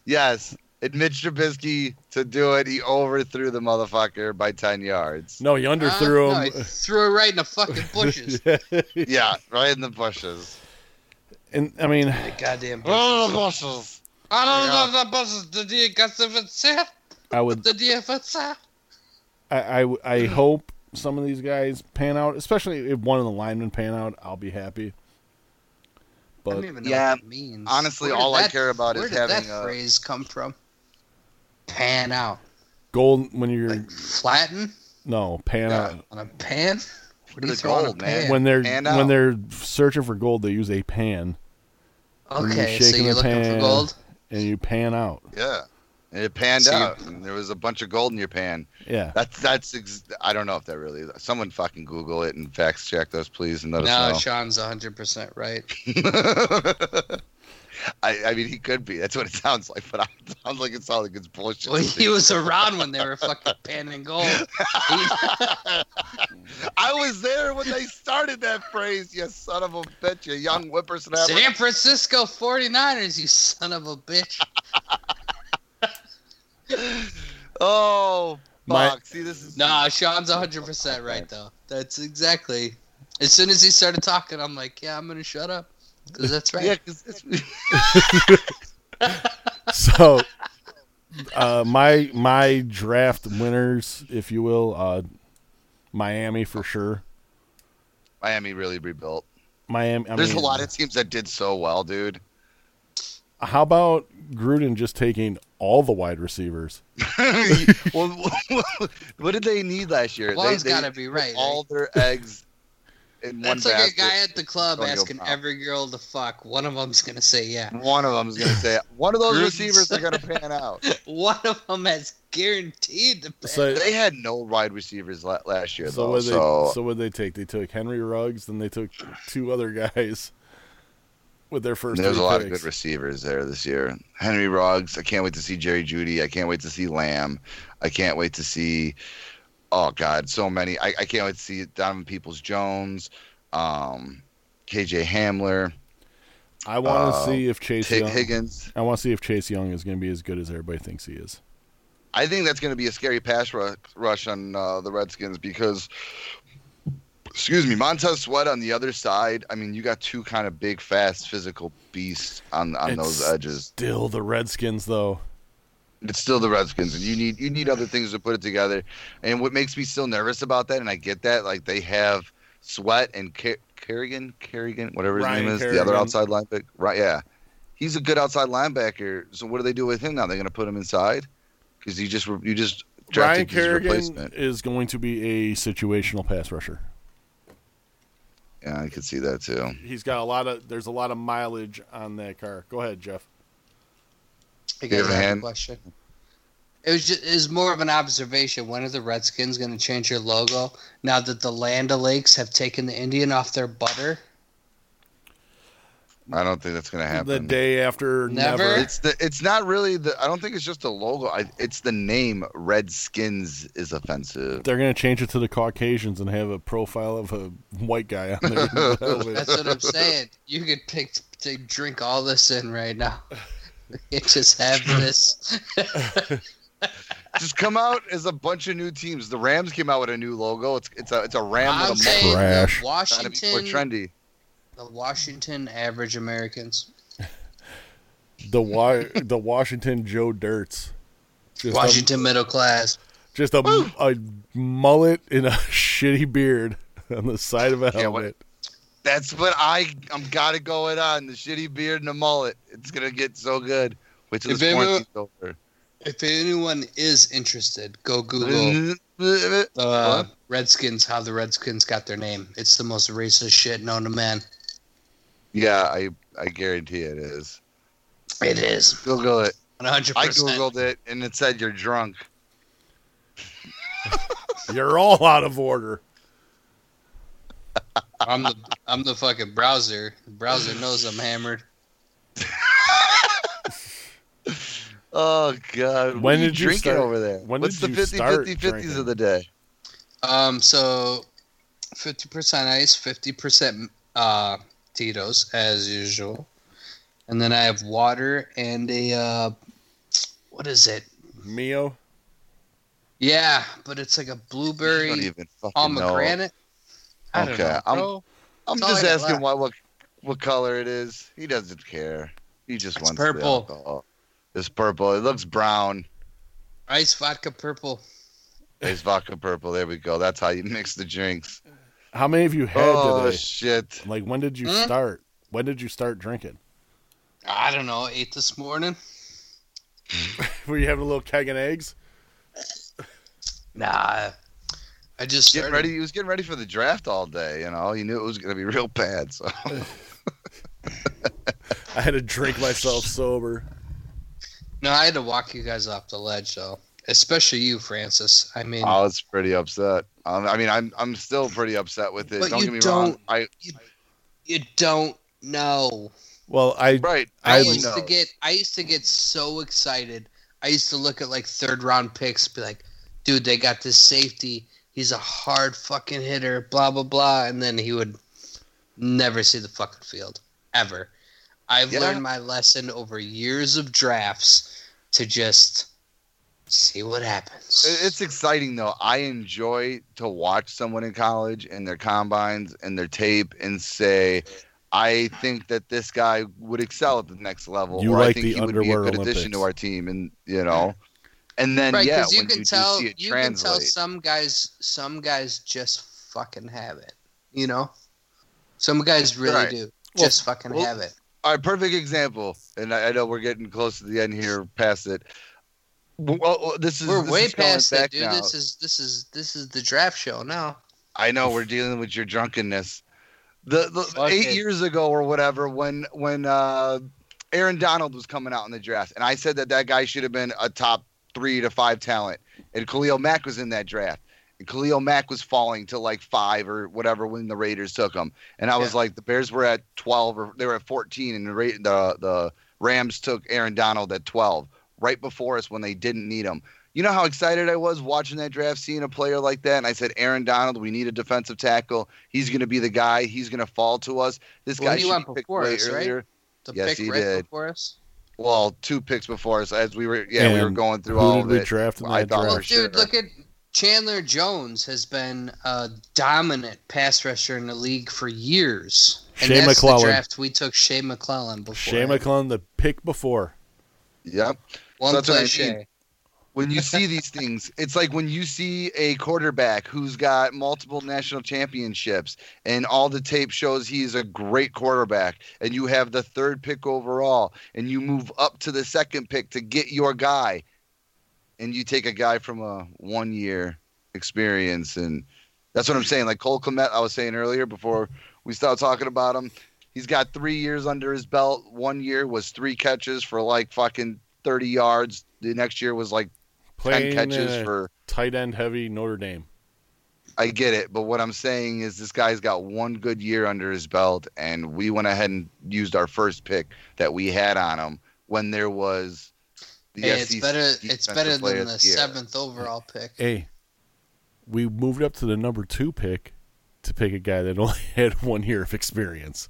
[SPEAKER 3] Yes. Admit Trubisky to do it. He overthrew the motherfucker by 10 yards.
[SPEAKER 2] No, he underthrew
[SPEAKER 3] Ah,
[SPEAKER 1] No, he threw it right in the fucking bushes.
[SPEAKER 2] him.
[SPEAKER 3] Yeah, right in the bushes.
[SPEAKER 2] and I mean,
[SPEAKER 1] the goddamn bushes.
[SPEAKER 3] Right in the bushes.
[SPEAKER 1] Oh, I don't know the bushes. Did you get the fence?
[SPEAKER 2] I would,
[SPEAKER 1] Did you fence?
[SPEAKER 2] I, I w- I hope some of these guys pan out, especially if one of the linemen pan out. I'll be happy.
[SPEAKER 1] I
[SPEAKER 2] But
[SPEAKER 1] don't even know
[SPEAKER 3] Yeah,
[SPEAKER 1] what that means.
[SPEAKER 3] honestly,
[SPEAKER 1] Where did
[SPEAKER 3] all I
[SPEAKER 1] that-
[SPEAKER 3] care about is
[SPEAKER 1] where did
[SPEAKER 3] having
[SPEAKER 1] that
[SPEAKER 3] a-
[SPEAKER 1] phrase come from? Pan out,
[SPEAKER 2] gold when you're
[SPEAKER 1] like flatten
[SPEAKER 2] no pan
[SPEAKER 3] Yeah.
[SPEAKER 2] out
[SPEAKER 1] on a pan. What do you
[SPEAKER 3] The
[SPEAKER 1] throw on a
[SPEAKER 3] gold, man.
[SPEAKER 1] pan?
[SPEAKER 2] when they're
[SPEAKER 3] pan
[SPEAKER 2] when
[SPEAKER 3] out.
[SPEAKER 2] they're searching for gold, they use a pan when you're
[SPEAKER 1] Okay, so
[SPEAKER 2] shaking
[SPEAKER 1] you're
[SPEAKER 2] the
[SPEAKER 1] looking
[SPEAKER 2] pan.
[SPEAKER 1] for gold.
[SPEAKER 2] and you pan out.
[SPEAKER 3] Yeah. And it panned
[SPEAKER 1] So you-
[SPEAKER 3] out. And there was a bunch of gold in your pan.
[SPEAKER 2] Yeah,
[SPEAKER 3] That's, that's, ex- I don't know if that really is. Someone fucking Google it and fact check us, please, and let us know.
[SPEAKER 1] No, Sean's 100 percent right.
[SPEAKER 3] I, I mean, he could be. That's what it sounds like. But I, it sounds like it sounds like it's bullshit.
[SPEAKER 1] Well, he was around when they were fucking panning gold. He-
[SPEAKER 3] I was there when they started that phrase. You son of a bitch, you young whippersnapper.
[SPEAKER 1] San Francisco 49ers, you son of a bitch.
[SPEAKER 3] Oh, fuck.
[SPEAKER 2] My-
[SPEAKER 3] See, this is
[SPEAKER 1] Nah, Sean's 100 percent right though. That's exactly. As soon as he started talking, I'm like, yeah, I'm gonna shut up because that's right.
[SPEAKER 3] Yeah, 'cause it's-
[SPEAKER 2] so uh, my my draft winners, if you will, uh, Miami for sure.
[SPEAKER 3] Miami really rebuilt.
[SPEAKER 2] Miami. I
[SPEAKER 3] There's
[SPEAKER 2] mean,
[SPEAKER 3] a lot of teams that did so well, dude.
[SPEAKER 2] How about Gruden just taking all the wide receivers?
[SPEAKER 3] well, what did they need last year? They-
[SPEAKER 1] One's
[SPEAKER 3] they
[SPEAKER 1] gotta be right,
[SPEAKER 3] All their eggs in
[SPEAKER 1] That's
[SPEAKER 3] one
[SPEAKER 1] like
[SPEAKER 3] basket.
[SPEAKER 1] a guy at the club
[SPEAKER 3] Antonio
[SPEAKER 1] asking
[SPEAKER 3] Brown.
[SPEAKER 1] every girl to fuck. One of them's gonna say yeah.
[SPEAKER 3] One of them's gonna say one of those
[SPEAKER 1] Gruden's-
[SPEAKER 3] receivers are gonna pan out.
[SPEAKER 1] One of them has guaranteed to pay.
[SPEAKER 2] So,
[SPEAKER 3] They had no wide receivers la- last year,
[SPEAKER 2] so
[SPEAKER 3] though.
[SPEAKER 2] what they
[SPEAKER 3] so
[SPEAKER 2] so what they take? They took Henry Ruggs, then they took two other guys with their first.
[SPEAKER 3] there's
[SPEAKER 2] three
[SPEAKER 3] a lot of
[SPEAKER 2] picks.
[SPEAKER 3] good receivers there this year. Henry Ruggs. I can't wait to see Jerry Judy. I can't wait to see Lamb. I can't wait to see. Oh God, so many. I, I can't wait to see Donovan Peoples Jones, um, KJ Hamler,
[SPEAKER 2] I want to
[SPEAKER 3] uh,
[SPEAKER 2] see if Chase
[SPEAKER 3] Tig
[SPEAKER 2] Young.
[SPEAKER 3] Higgins.
[SPEAKER 2] I want to see if Chase Young is going to be as good as everybody thinks he is.
[SPEAKER 3] I think that's going to be a scary pass ru- rush on uh, the Redskins because, excuse me, Montez Sweat on the other side. I mean, you got two kind of big, fast, physical beasts on on those
[SPEAKER 2] It's
[SPEAKER 3] edges.
[SPEAKER 2] Still the Redskins, though.
[SPEAKER 3] It's still the Redskins, and you need you need other things to put it together. And what makes me still nervous about that, and I get that, like they have Sweat and Ker- Kerrigan, Kerrigan, whatever his
[SPEAKER 2] Ryan
[SPEAKER 3] name is, the other
[SPEAKER 2] Kerrigan.
[SPEAKER 3] outside linebacker. Right? Yeah, he's a good outside linebacker. So what do they do with him now? They're going to put him inside because you just re- you just
[SPEAKER 2] Brian
[SPEAKER 3] drafted his
[SPEAKER 2] Kerrigan
[SPEAKER 3] replacement.
[SPEAKER 2] is going to be a situational pass rusher.
[SPEAKER 3] Yeah, I could see that too.
[SPEAKER 2] He's got a lot of. There's a lot of mileage on that car. Go ahead, Jeff.
[SPEAKER 1] I
[SPEAKER 3] you have
[SPEAKER 1] guess I
[SPEAKER 3] a
[SPEAKER 1] have a
[SPEAKER 3] hand?
[SPEAKER 1] question. It was just it was more of an observation. When are the Redskins going to change your logo now that the Land O'Lakes have taken the Indian off their butter?
[SPEAKER 3] I don't think that's going to
[SPEAKER 2] The
[SPEAKER 3] happen.
[SPEAKER 2] day after,
[SPEAKER 1] Never.
[SPEAKER 2] never.
[SPEAKER 3] it's the it's not really the. I don't think it's just the logo. I, it's the name Redskins is offensive.
[SPEAKER 2] They're going to change it to the Caucasians and have a profile of a white guy on there.
[SPEAKER 1] That's what I'm saying. You could pick to drink all this in right now. You just have this.
[SPEAKER 3] just come out as a bunch of new teams. The Rams came out with a new logo. It's it's a it's a ram
[SPEAKER 1] I'm
[SPEAKER 3] with a mullet.
[SPEAKER 1] saying
[SPEAKER 2] Trash.
[SPEAKER 1] the
[SPEAKER 3] Trying to be more
[SPEAKER 1] Washington,
[SPEAKER 3] trendy.
[SPEAKER 1] the Washington average Americans,
[SPEAKER 2] the wa- the Washington Joe Dirts. Just
[SPEAKER 1] Washington middle class.
[SPEAKER 2] A, just a, a mullet and a shitty beard on the side of a
[SPEAKER 3] Yeah, what-
[SPEAKER 2] helmet.
[SPEAKER 3] That's what I I'm gotta go it on. The shitty beard and the mullet. It's gonna get so good. Wait till
[SPEAKER 1] If
[SPEAKER 3] this
[SPEAKER 1] they
[SPEAKER 3] quarantine's over.
[SPEAKER 1] If anyone is interested, go Google
[SPEAKER 3] Mm-hmm.
[SPEAKER 1] uh, Redskins, how the Redskins got their name. It's the most racist shit known to man.
[SPEAKER 3] Yeah, I I guarantee it is.
[SPEAKER 1] It is.
[SPEAKER 3] Google it.
[SPEAKER 1] 100%.
[SPEAKER 3] I googled it and it said you're drunk.
[SPEAKER 2] You're all out of order.
[SPEAKER 1] I'm the, I'm the fucking browser. The browser knows I'm hammered.
[SPEAKER 3] Oh God! What
[SPEAKER 2] When
[SPEAKER 3] are you
[SPEAKER 2] did you
[SPEAKER 3] drinking
[SPEAKER 2] start-
[SPEAKER 3] over there?
[SPEAKER 2] when
[SPEAKER 3] What's
[SPEAKER 2] did
[SPEAKER 3] the
[SPEAKER 2] you
[SPEAKER 3] 50
[SPEAKER 2] start
[SPEAKER 3] 50 50s
[SPEAKER 2] drinking?
[SPEAKER 3] of the day?
[SPEAKER 1] Um, so 50% ice, 50% uh, Tito's, as usual. And then I have water and a, uh, what is it?
[SPEAKER 2] Mio,
[SPEAKER 1] Yeah, but it's like a
[SPEAKER 3] I don't
[SPEAKER 1] blueberry
[SPEAKER 3] even fucking know.
[SPEAKER 1] pomegranate. I don't
[SPEAKER 3] Okay,
[SPEAKER 1] know,
[SPEAKER 3] I'm-
[SPEAKER 1] bro.
[SPEAKER 3] I'm
[SPEAKER 1] That's all
[SPEAKER 3] just
[SPEAKER 1] I got
[SPEAKER 3] asking
[SPEAKER 1] left.
[SPEAKER 3] why what what color it is. He doesn't care. He just
[SPEAKER 1] It's
[SPEAKER 3] wants The
[SPEAKER 1] purple.
[SPEAKER 3] alcohol. It's purple. It looks brown.
[SPEAKER 1] Ice vodka purple.
[SPEAKER 3] It's vodka purple. There we go. That's how you mix the drinks.
[SPEAKER 2] how many of you had
[SPEAKER 3] oh
[SPEAKER 2] today?
[SPEAKER 3] shit!
[SPEAKER 2] like, when did you
[SPEAKER 1] Hmm?
[SPEAKER 2] start? When did you start drinking?
[SPEAKER 1] I don't know. Ate this morning.
[SPEAKER 2] Were you having a little keg and eggs?
[SPEAKER 1] Nah, I just
[SPEAKER 3] Getting
[SPEAKER 1] started.
[SPEAKER 3] ready. He was getting ready for the draft all day. You know, he knew it was gonna be real bad. So
[SPEAKER 2] I had to drink myself sober.
[SPEAKER 1] No, I had to walk you guys off the ledge, though. Especially you, Francis. I mean,
[SPEAKER 3] I was pretty upset. Um, I mean, I'm I'm still pretty upset with it.
[SPEAKER 1] But
[SPEAKER 3] don't
[SPEAKER 1] you
[SPEAKER 3] get me wrong.
[SPEAKER 1] don't-
[SPEAKER 3] I
[SPEAKER 1] you don't know.
[SPEAKER 2] Well, I
[SPEAKER 3] right.
[SPEAKER 1] I,
[SPEAKER 2] I
[SPEAKER 1] used
[SPEAKER 3] know.
[SPEAKER 1] to get. I used to get so excited. I used to look at like third round picks, be like, "Dude, they got this safety. He's a hard fucking hitter." Blah blah blah, and then he would never see the fucking field ever. I've
[SPEAKER 3] Yeah.
[SPEAKER 1] learned my lesson over years of drafts to just see what happens.
[SPEAKER 3] It- It's exciting though. I enjoy to watch someone in college and their combines and their tape and say, I think that this guy would excel at the next level.
[SPEAKER 2] You
[SPEAKER 3] or
[SPEAKER 2] like
[SPEAKER 3] I think
[SPEAKER 2] the
[SPEAKER 3] he would be a
[SPEAKER 2] underwear
[SPEAKER 3] good addition
[SPEAKER 2] Olympics.
[SPEAKER 3] to our team. And you know, And then
[SPEAKER 1] right,
[SPEAKER 3] yeah,
[SPEAKER 1] because you
[SPEAKER 3] when
[SPEAKER 1] can
[SPEAKER 3] you do
[SPEAKER 1] tell
[SPEAKER 3] see
[SPEAKER 1] you
[SPEAKER 3] it
[SPEAKER 1] can tell
[SPEAKER 3] translate.
[SPEAKER 1] some guys some guys just fucking have it. You know, some guys really
[SPEAKER 3] Right.
[SPEAKER 1] do
[SPEAKER 3] Well-
[SPEAKER 1] just fucking
[SPEAKER 3] well-
[SPEAKER 1] have it.
[SPEAKER 3] All right, perfect example. And I, I know we're getting close to the end here, past it. Well, this is
[SPEAKER 1] We're
[SPEAKER 3] this
[SPEAKER 1] way
[SPEAKER 3] is going
[SPEAKER 1] past
[SPEAKER 3] back
[SPEAKER 1] that, dude.
[SPEAKER 3] now.
[SPEAKER 1] This is this is this is the draft show now.
[SPEAKER 3] I know we're dealing with your drunkenness. The, the
[SPEAKER 1] Fuck
[SPEAKER 3] eight
[SPEAKER 1] it.
[SPEAKER 3] years ago or whatever, when when uh, Aaron Donald was coming out in the draft, and I said that that guy should have been a top three to five talent, and Khalil Mack was in that draft, and Khalil Mack was falling to like five or whatever when the Raiders took him, and I was
[SPEAKER 1] Yeah.
[SPEAKER 3] like, the Bears were at twelve or they were at fourteen, and the Ra- the the Rams took Aaron Donald at twelve, right before us when they didn't need him. You know how excited I was watching that draft, seeing a player like that, and I said, Aaron Donald, we need a defensive tackle. He's going to be the guy. He's going to fall to us. This
[SPEAKER 1] Well,
[SPEAKER 3] guy
[SPEAKER 1] he
[SPEAKER 3] should
[SPEAKER 1] went
[SPEAKER 3] be picked
[SPEAKER 1] before
[SPEAKER 3] way
[SPEAKER 1] us, right?
[SPEAKER 3] earlier.
[SPEAKER 1] The
[SPEAKER 3] Yes,
[SPEAKER 1] pick
[SPEAKER 3] he
[SPEAKER 1] right
[SPEAKER 3] did.
[SPEAKER 1] before us.
[SPEAKER 3] Well, two picks before us as we were yeah we were
[SPEAKER 2] And
[SPEAKER 3] going through
[SPEAKER 2] Who
[SPEAKER 3] all
[SPEAKER 2] did
[SPEAKER 3] of
[SPEAKER 2] we
[SPEAKER 3] it.
[SPEAKER 2] draft in
[SPEAKER 3] I
[SPEAKER 2] that
[SPEAKER 3] thought
[SPEAKER 1] Well,
[SPEAKER 2] draft?
[SPEAKER 3] for sure.
[SPEAKER 1] dude, look at Chandler Jones has been a dominant pass rusher in the league for years. And
[SPEAKER 2] Shea
[SPEAKER 1] that's
[SPEAKER 2] McClellan.
[SPEAKER 1] the draft we took Shea McClellan before.
[SPEAKER 2] Shea McClellan, the pick before.
[SPEAKER 3] Yep.
[SPEAKER 1] One
[SPEAKER 3] So that's what I
[SPEAKER 1] play
[SPEAKER 3] mean.
[SPEAKER 1] Shea.
[SPEAKER 3] When you see these things, it's like when you see a quarterback who's got multiple national championships and all the tape shows he's a great quarterback, and you have the third pick overall, and you move up to the second pick to get your guy, and you take a guy from a one year experience. And that's what I'm saying. Like Cole Clement, I was saying earlier before we started talking about him, he's got three years under his belt. One year was three catches for like fucking 30 yards. The next year was like 10
[SPEAKER 2] Playing
[SPEAKER 3] catches
[SPEAKER 2] in a
[SPEAKER 3] for.
[SPEAKER 2] tight end heavy Notre Dame.
[SPEAKER 3] I get it, but what I'm saying is this guy's got one good year under his belt, and we went ahead and used our first pick that we had on him when there was. The
[SPEAKER 1] Hey, it's
[SPEAKER 3] SEC
[SPEAKER 1] better. It's
[SPEAKER 3] defensive
[SPEAKER 1] better
[SPEAKER 3] player
[SPEAKER 1] than
[SPEAKER 3] of
[SPEAKER 1] the
[SPEAKER 3] year.
[SPEAKER 1] seventh overall pick.
[SPEAKER 2] Hey, we moved up to the number two pick to pick a guy that only had one year of experience.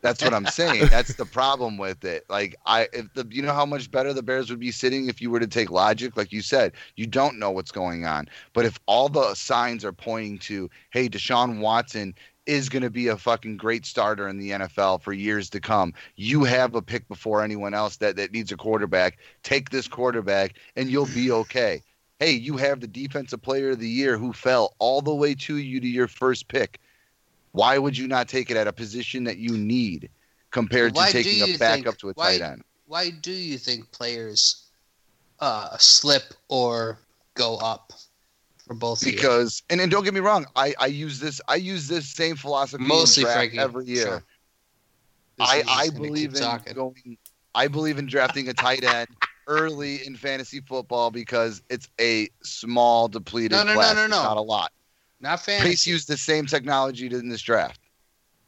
[SPEAKER 3] That's what I'm saying. That's the problem with it. Like I, if the, you know how much better the Bears would be sitting if you were to take logic, like you said, you don't know what's going on. But if all the signs are pointing to, hey, Deshaun Watson is going to be a fucking great starter in the NFL for years to come, you have a pick before anyone else that that needs a quarterback. Take this quarterback, and you'll be okay. Hey, you have the defensive player of the year who fell all the way to you to your first pick. Why would you not take it at a position that you need compared
[SPEAKER 1] Why do
[SPEAKER 3] to taking
[SPEAKER 1] you
[SPEAKER 3] a
[SPEAKER 1] think-
[SPEAKER 3] backup to a
[SPEAKER 1] why-
[SPEAKER 3] tight end?
[SPEAKER 1] Why do you think players uh, slip or go up for both? of you?
[SPEAKER 3] Because and, and don't get me wrong, I, I use this I use this same philosophy in
[SPEAKER 1] mostly
[SPEAKER 3] draft
[SPEAKER 1] Frankie
[SPEAKER 3] every year.
[SPEAKER 1] Sure. This
[SPEAKER 3] I,
[SPEAKER 1] is just
[SPEAKER 3] I
[SPEAKER 1] gonna keep
[SPEAKER 3] believe in
[SPEAKER 1] talking.
[SPEAKER 3] going. I believe in drafting a tight end early in fantasy football because it's a small depleted
[SPEAKER 1] No, no, no,
[SPEAKER 3] class.
[SPEAKER 1] no,
[SPEAKER 3] It's
[SPEAKER 1] no.
[SPEAKER 3] not a lot.
[SPEAKER 1] not
[SPEAKER 3] Pace
[SPEAKER 1] fantasy.
[SPEAKER 3] used the same technology in this draft.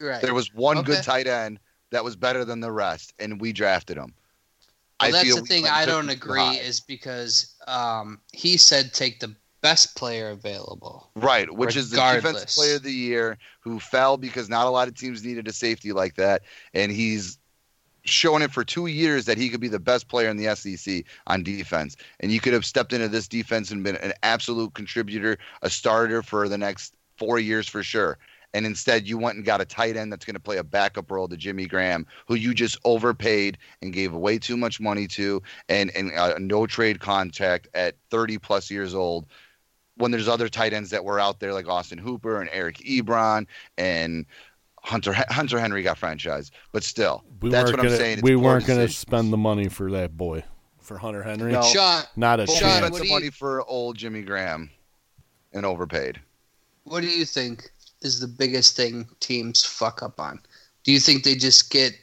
[SPEAKER 1] right.
[SPEAKER 3] There was one
[SPEAKER 1] Okay.
[SPEAKER 3] good tight end that was better than the rest, and we drafted him.
[SPEAKER 1] Well, that's
[SPEAKER 3] feel
[SPEAKER 1] the
[SPEAKER 3] we
[SPEAKER 1] thing
[SPEAKER 3] went
[SPEAKER 1] I
[SPEAKER 3] just
[SPEAKER 1] don't
[SPEAKER 3] too
[SPEAKER 1] agree
[SPEAKER 3] high.
[SPEAKER 1] is because um, he said take the best player available.
[SPEAKER 3] Right, which is the defensive
[SPEAKER 1] Regardless.
[SPEAKER 3] player of the year who fell because not a lot of teams needed a safety like that, and he's shown it for two years that he could be the best player in the SEC on defense, and you could have stepped into this defense and been an absolute contributor, a starter for the next four years for sure. And instead, you went and got a tight end that's going to play a backup role to Jimmy Graham, who you just overpaid and gave way too much money to, and and a no trade contract at 30 plus years old when there's other tight ends that were out there like Austin Hooper and Eric Ebron and Hunter Hunter Henry got franchised, but still,
[SPEAKER 2] We
[SPEAKER 3] that's
[SPEAKER 2] weren't
[SPEAKER 3] what I'm
[SPEAKER 2] gonna,
[SPEAKER 3] saying. It's
[SPEAKER 2] We
[SPEAKER 3] poor
[SPEAKER 2] weren't going to
[SPEAKER 3] decisions.
[SPEAKER 2] spend the money for that boy, for Hunter Henry.
[SPEAKER 3] No.
[SPEAKER 1] Sean,
[SPEAKER 2] Not a
[SPEAKER 3] Bull
[SPEAKER 1] Sean,
[SPEAKER 2] chance.
[SPEAKER 3] spent
[SPEAKER 1] what
[SPEAKER 3] the
[SPEAKER 1] do you-
[SPEAKER 3] money for old Jimmy Graham and overpaid.
[SPEAKER 1] what do you think is the biggest thing teams fuck up on? Do you think they just get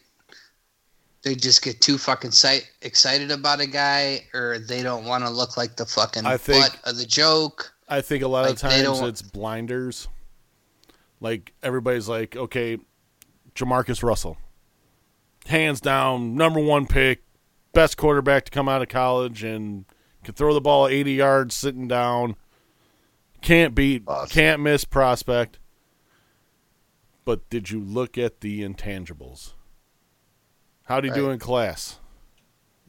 [SPEAKER 1] they just get too fucking sight, excited about a guy, or they don't want to look like the fucking
[SPEAKER 2] I think-
[SPEAKER 1] butt of the joke?
[SPEAKER 2] I think a lot of
[SPEAKER 1] Like, they
[SPEAKER 2] times
[SPEAKER 1] don't-
[SPEAKER 2] it's blinders. Like everybody's like, okay, Jamarcus Russell, hands down, number one pick, best quarterback to come out of college, and can throw the ball eighty yards sitting down. Can't beat,
[SPEAKER 3] Awesome.
[SPEAKER 2] can't miss prospect. But did you look at the intangibles? How would he do
[SPEAKER 3] Right.
[SPEAKER 2] in class?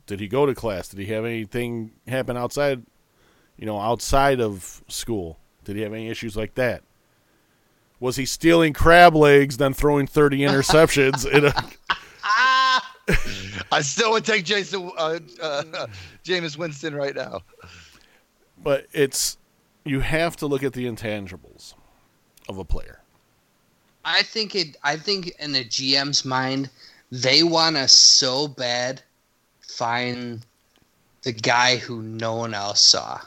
[SPEAKER 2] Did he go to class? Did he have anything happen outside you know, outside of school? Did he have any issues like that? Was he stealing crab legs, then throwing 30 interceptions? in a,
[SPEAKER 1] Ah,
[SPEAKER 3] I still would take Jason uh, uh, Jameis Winston right now.
[SPEAKER 2] but it's you have to look at the intangibles of a player.
[SPEAKER 1] I think it. I think in the GM's mind, they want to so bad find the guy who no one else saw.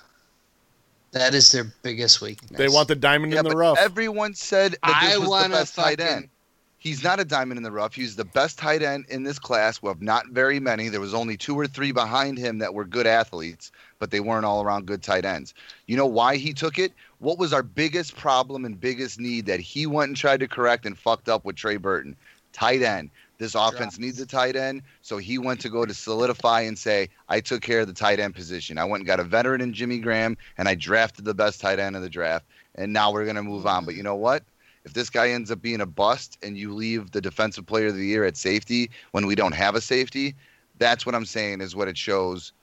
[SPEAKER 1] That is their biggest weakness.
[SPEAKER 2] They want the diamond
[SPEAKER 3] Yeah,
[SPEAKER 2] in the
[SPEAKER 3] but
[SPEAKER 2] rough.
[SPEAKER 3] everyone said that this
[SPEAKER 1] I
[SPEAKER 3] was the
[SPEAKER 1] wanna
[SPEAKER 3] best tight
[SPEAKER 1] fucking-
[SPEAKER 3] end. He's not a diamond in the rough. He's the best tight end in this class. We have not very many. There was only two or three behind him that were good athletes, but they weren't all around good tight ends. You know why he took it? What was our biggest problem and biggest need that he went and tried to correct and fucked up with Trey Burton? Tight end. This offense needs a tight end, so he went to go to solidify and say, I took care of the tight end position. I went and got a veteran in Jimmy Graham, and I drafted the best tight end of the draft, and now we're going to move on. But you know what? If this guy ends up being a bust and you leave the defensive player of the year at safety when we don't have a safety, that's what I'm saying is what it shows.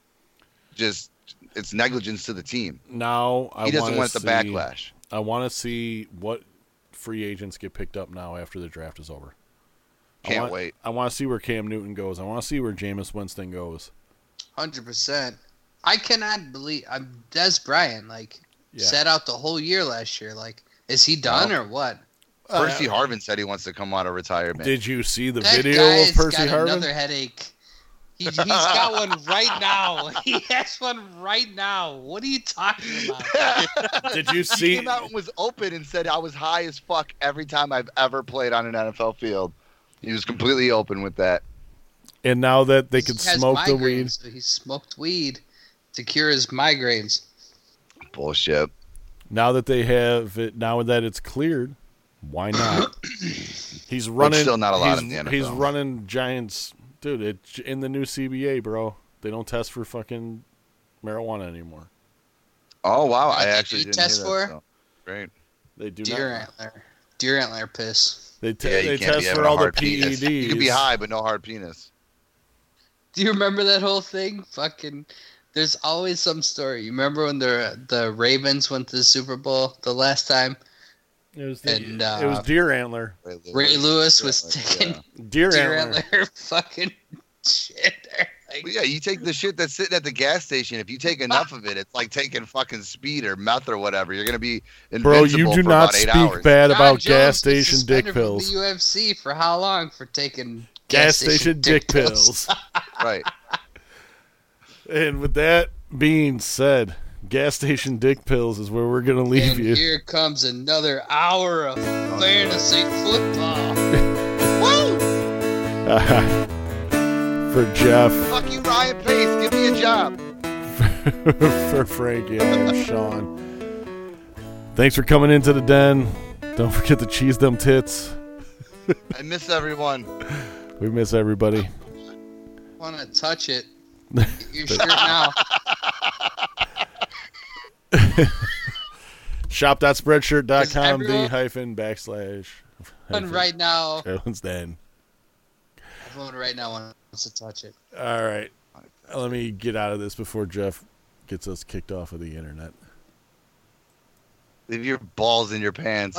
[SPEAKER 3] Just it's negligence to the team.
[SPEAKER 2] now I
[SPEAKER 3] He doesn't
[SPEAKER 2] wanna
[SPEAKER 3] want the
[SPEAKER 2] see-
[SPEAKER 3] backlash.
[SPEAKER 2] I want to see what free agents get picked up now after the draft is over. I
[SPEAKER 3] Can't
[SPEAKER 2] want-
[SPEAKER 3] wait.
[SPEAKER 2] I want to see where Cam Newton goes. I want to see where Jameis Winston goes.
[SPEAKER 1] Hundred percent. I cannot believe I'm Des Bryant. Like
[SPEAKER 2] Yeah.
[SPEAKER 1] sat out the whole year last year. Like, is he done or what?
[SPEAKER 3] Percy Harvin said he wants to come out of retirement.
[SPEAKER 2] Did you see the
[SPEAKER 1] That
[SPEAKER 2] video
[SPEAKER 1] guy
[SPEAKER 2] of
[SPEAKER 1] has
[SPEAKER 2] Percy
[SPEAKER 1] got
[SPEAKER 2] Harvin?
[SPEAKER 1] another headache. He, he's got one right now. He has one right now. What are you talking about?
[SPEAKER 2] Did you
[SPEAKER 3] he
[SPEAKER 2] see?
[SPEAKER 3] came out and was open and said I was high as fuck every time I've ever played on an NFL field. He was completely open with that.
[SPEAKER 2] And now that they can
[SPEAKER 1] He has
[SPEAKER 2] smoke the
[SPEAKER 1] migraines,
[SPEAKER 2] weed,
[SPEAKER 1] So he smoked weed to cure his migraines.
[SPEAKER 3] Bullshit.
[SPEAKER 2] now that they have it, now that it's cleared, why not? He's running.
[SPEAKER 3] still not
[SPEAKER 2] he's,
[SPEAKER 3] allowed in the NFL.
[SPEAKER 2] He's running Giants, dude. It's in the new CBA, bro. They don't test for fucking marijuana anymore.
[SPEAKER 3] Oh wow,
[SPEAKER 1] What
[SPEAKER 3] I
[SPEAKER 1] did
[SPEAKER 3] actually
[SPEAKER 1] you
[SPEAKER 3] didn't
[SPEAKER 1] test
[SPEAKER 3] hear
[SPEAKER 1] for?
[SPEAKER 3] that. so. Great.
[SPEAKER 2] They do
[SPEAKER 1] Deer
[SPEAKER 2] not.
[SPEAKER 1] antler. Deer antler piss.
[SPEAKER 2] They, te-
[SPEAKER 3] Yeah, you
[SPEAKER 2] they
[SPEAKER 3] can't
[SPEAKER 2] test
[SPEAKER 3] be having
[SPEAKER 2] for
[SPEAKER 3] a
[SPEAKER 2] all the E
[SPEAKER 3] hard penis.
[SPEAKER 2] PEDs.
[SPEAKER 3] You can be high, but no hard penis.
[SPEAKER 1] Do you remember that whole thing? Fucking. There's always some story. You remember when the the Ravens went to the Super Bowl the last time?
[SPEAKER 2] It was, the-
[SPEAKER 1] And, uh,
[SPEAKER 2] it was deer antler.
[SPEAKER 3] Ray
[SPEAKER 1] Ray Lewis was
[SPEAKER 3] Yeah,
[SPEAKER 1] taking
[SPEAKER 3] yeah.
[SPEAKER 2] Deer,
[SPEAKER 1] deer
[SPEAKER 2] antler.
[SPEAKER 1] antler, fucking shit. there. Like,
[SPEAKER 3] Well, yeah, you take the shit that's sitting at the gas station. If you take enough of it, it's like taking fucking speed or meth or whatever. You're gonna be
[SPEAKER 2] Bro,
[SPEAKER 3] invincible
[SPEAKER 2] you
[SPEAKER 3] for
[SPEAKER 2] do not
[SPEAKER 3] about eight
[SPEAKER 2] speak
[SPEAKER 3] hours.
[SPEAKER 2] bad
[SPEAKER 1] John
[SPEAKER 2] about gas
[SPEAKER 1] Jones was
[SPEAKER 2] station dick
[SPEAKER 1] suspended from
[SPEAKER 2] pills.
[SPEAKER 1] The UFC for how long for taking
[SPEAKER 2] Gas station dick pills.
[SPEAKER 3] Right.
[SPEAKER 2] and with that being said, gas station dick pills is where we're gonna leave
[SPEAKER 1] And
[SPEAKER 2] you.
[SPEAKER 1] here comes another hour of fantasy football. Woo!
[SPEAKER 2] For Jeff,
[SPEAKER 3] Fuck you, Ryan Pace. Give me a job.
[SPEAKER 2] for Frankie, I am Sean. Thanks for coming into the den. Don't forget to cheese them tits.
[SPEAKER 3] I miss everyone.
[SPEAKER 2] We miss everybody.
[SPEAKER 1] Want to touch it? Get your shirt now.
[SPEAKER 2] Shop.spreadshirt.com, the
[SPEAKER 1] everyone-
[SPEAKER 2] hyphen backslash.
[SPEAKER 1] One right now.
[SPEAKER 2] Everyone's den.
[SPEAKER 1] Everyone right now wants to touch it.
[SPEAKER 2] All right. Let me get out of this before Jeff gets us kicked off of the internet.
[SPEAKER 3] Leave your balls in your pants.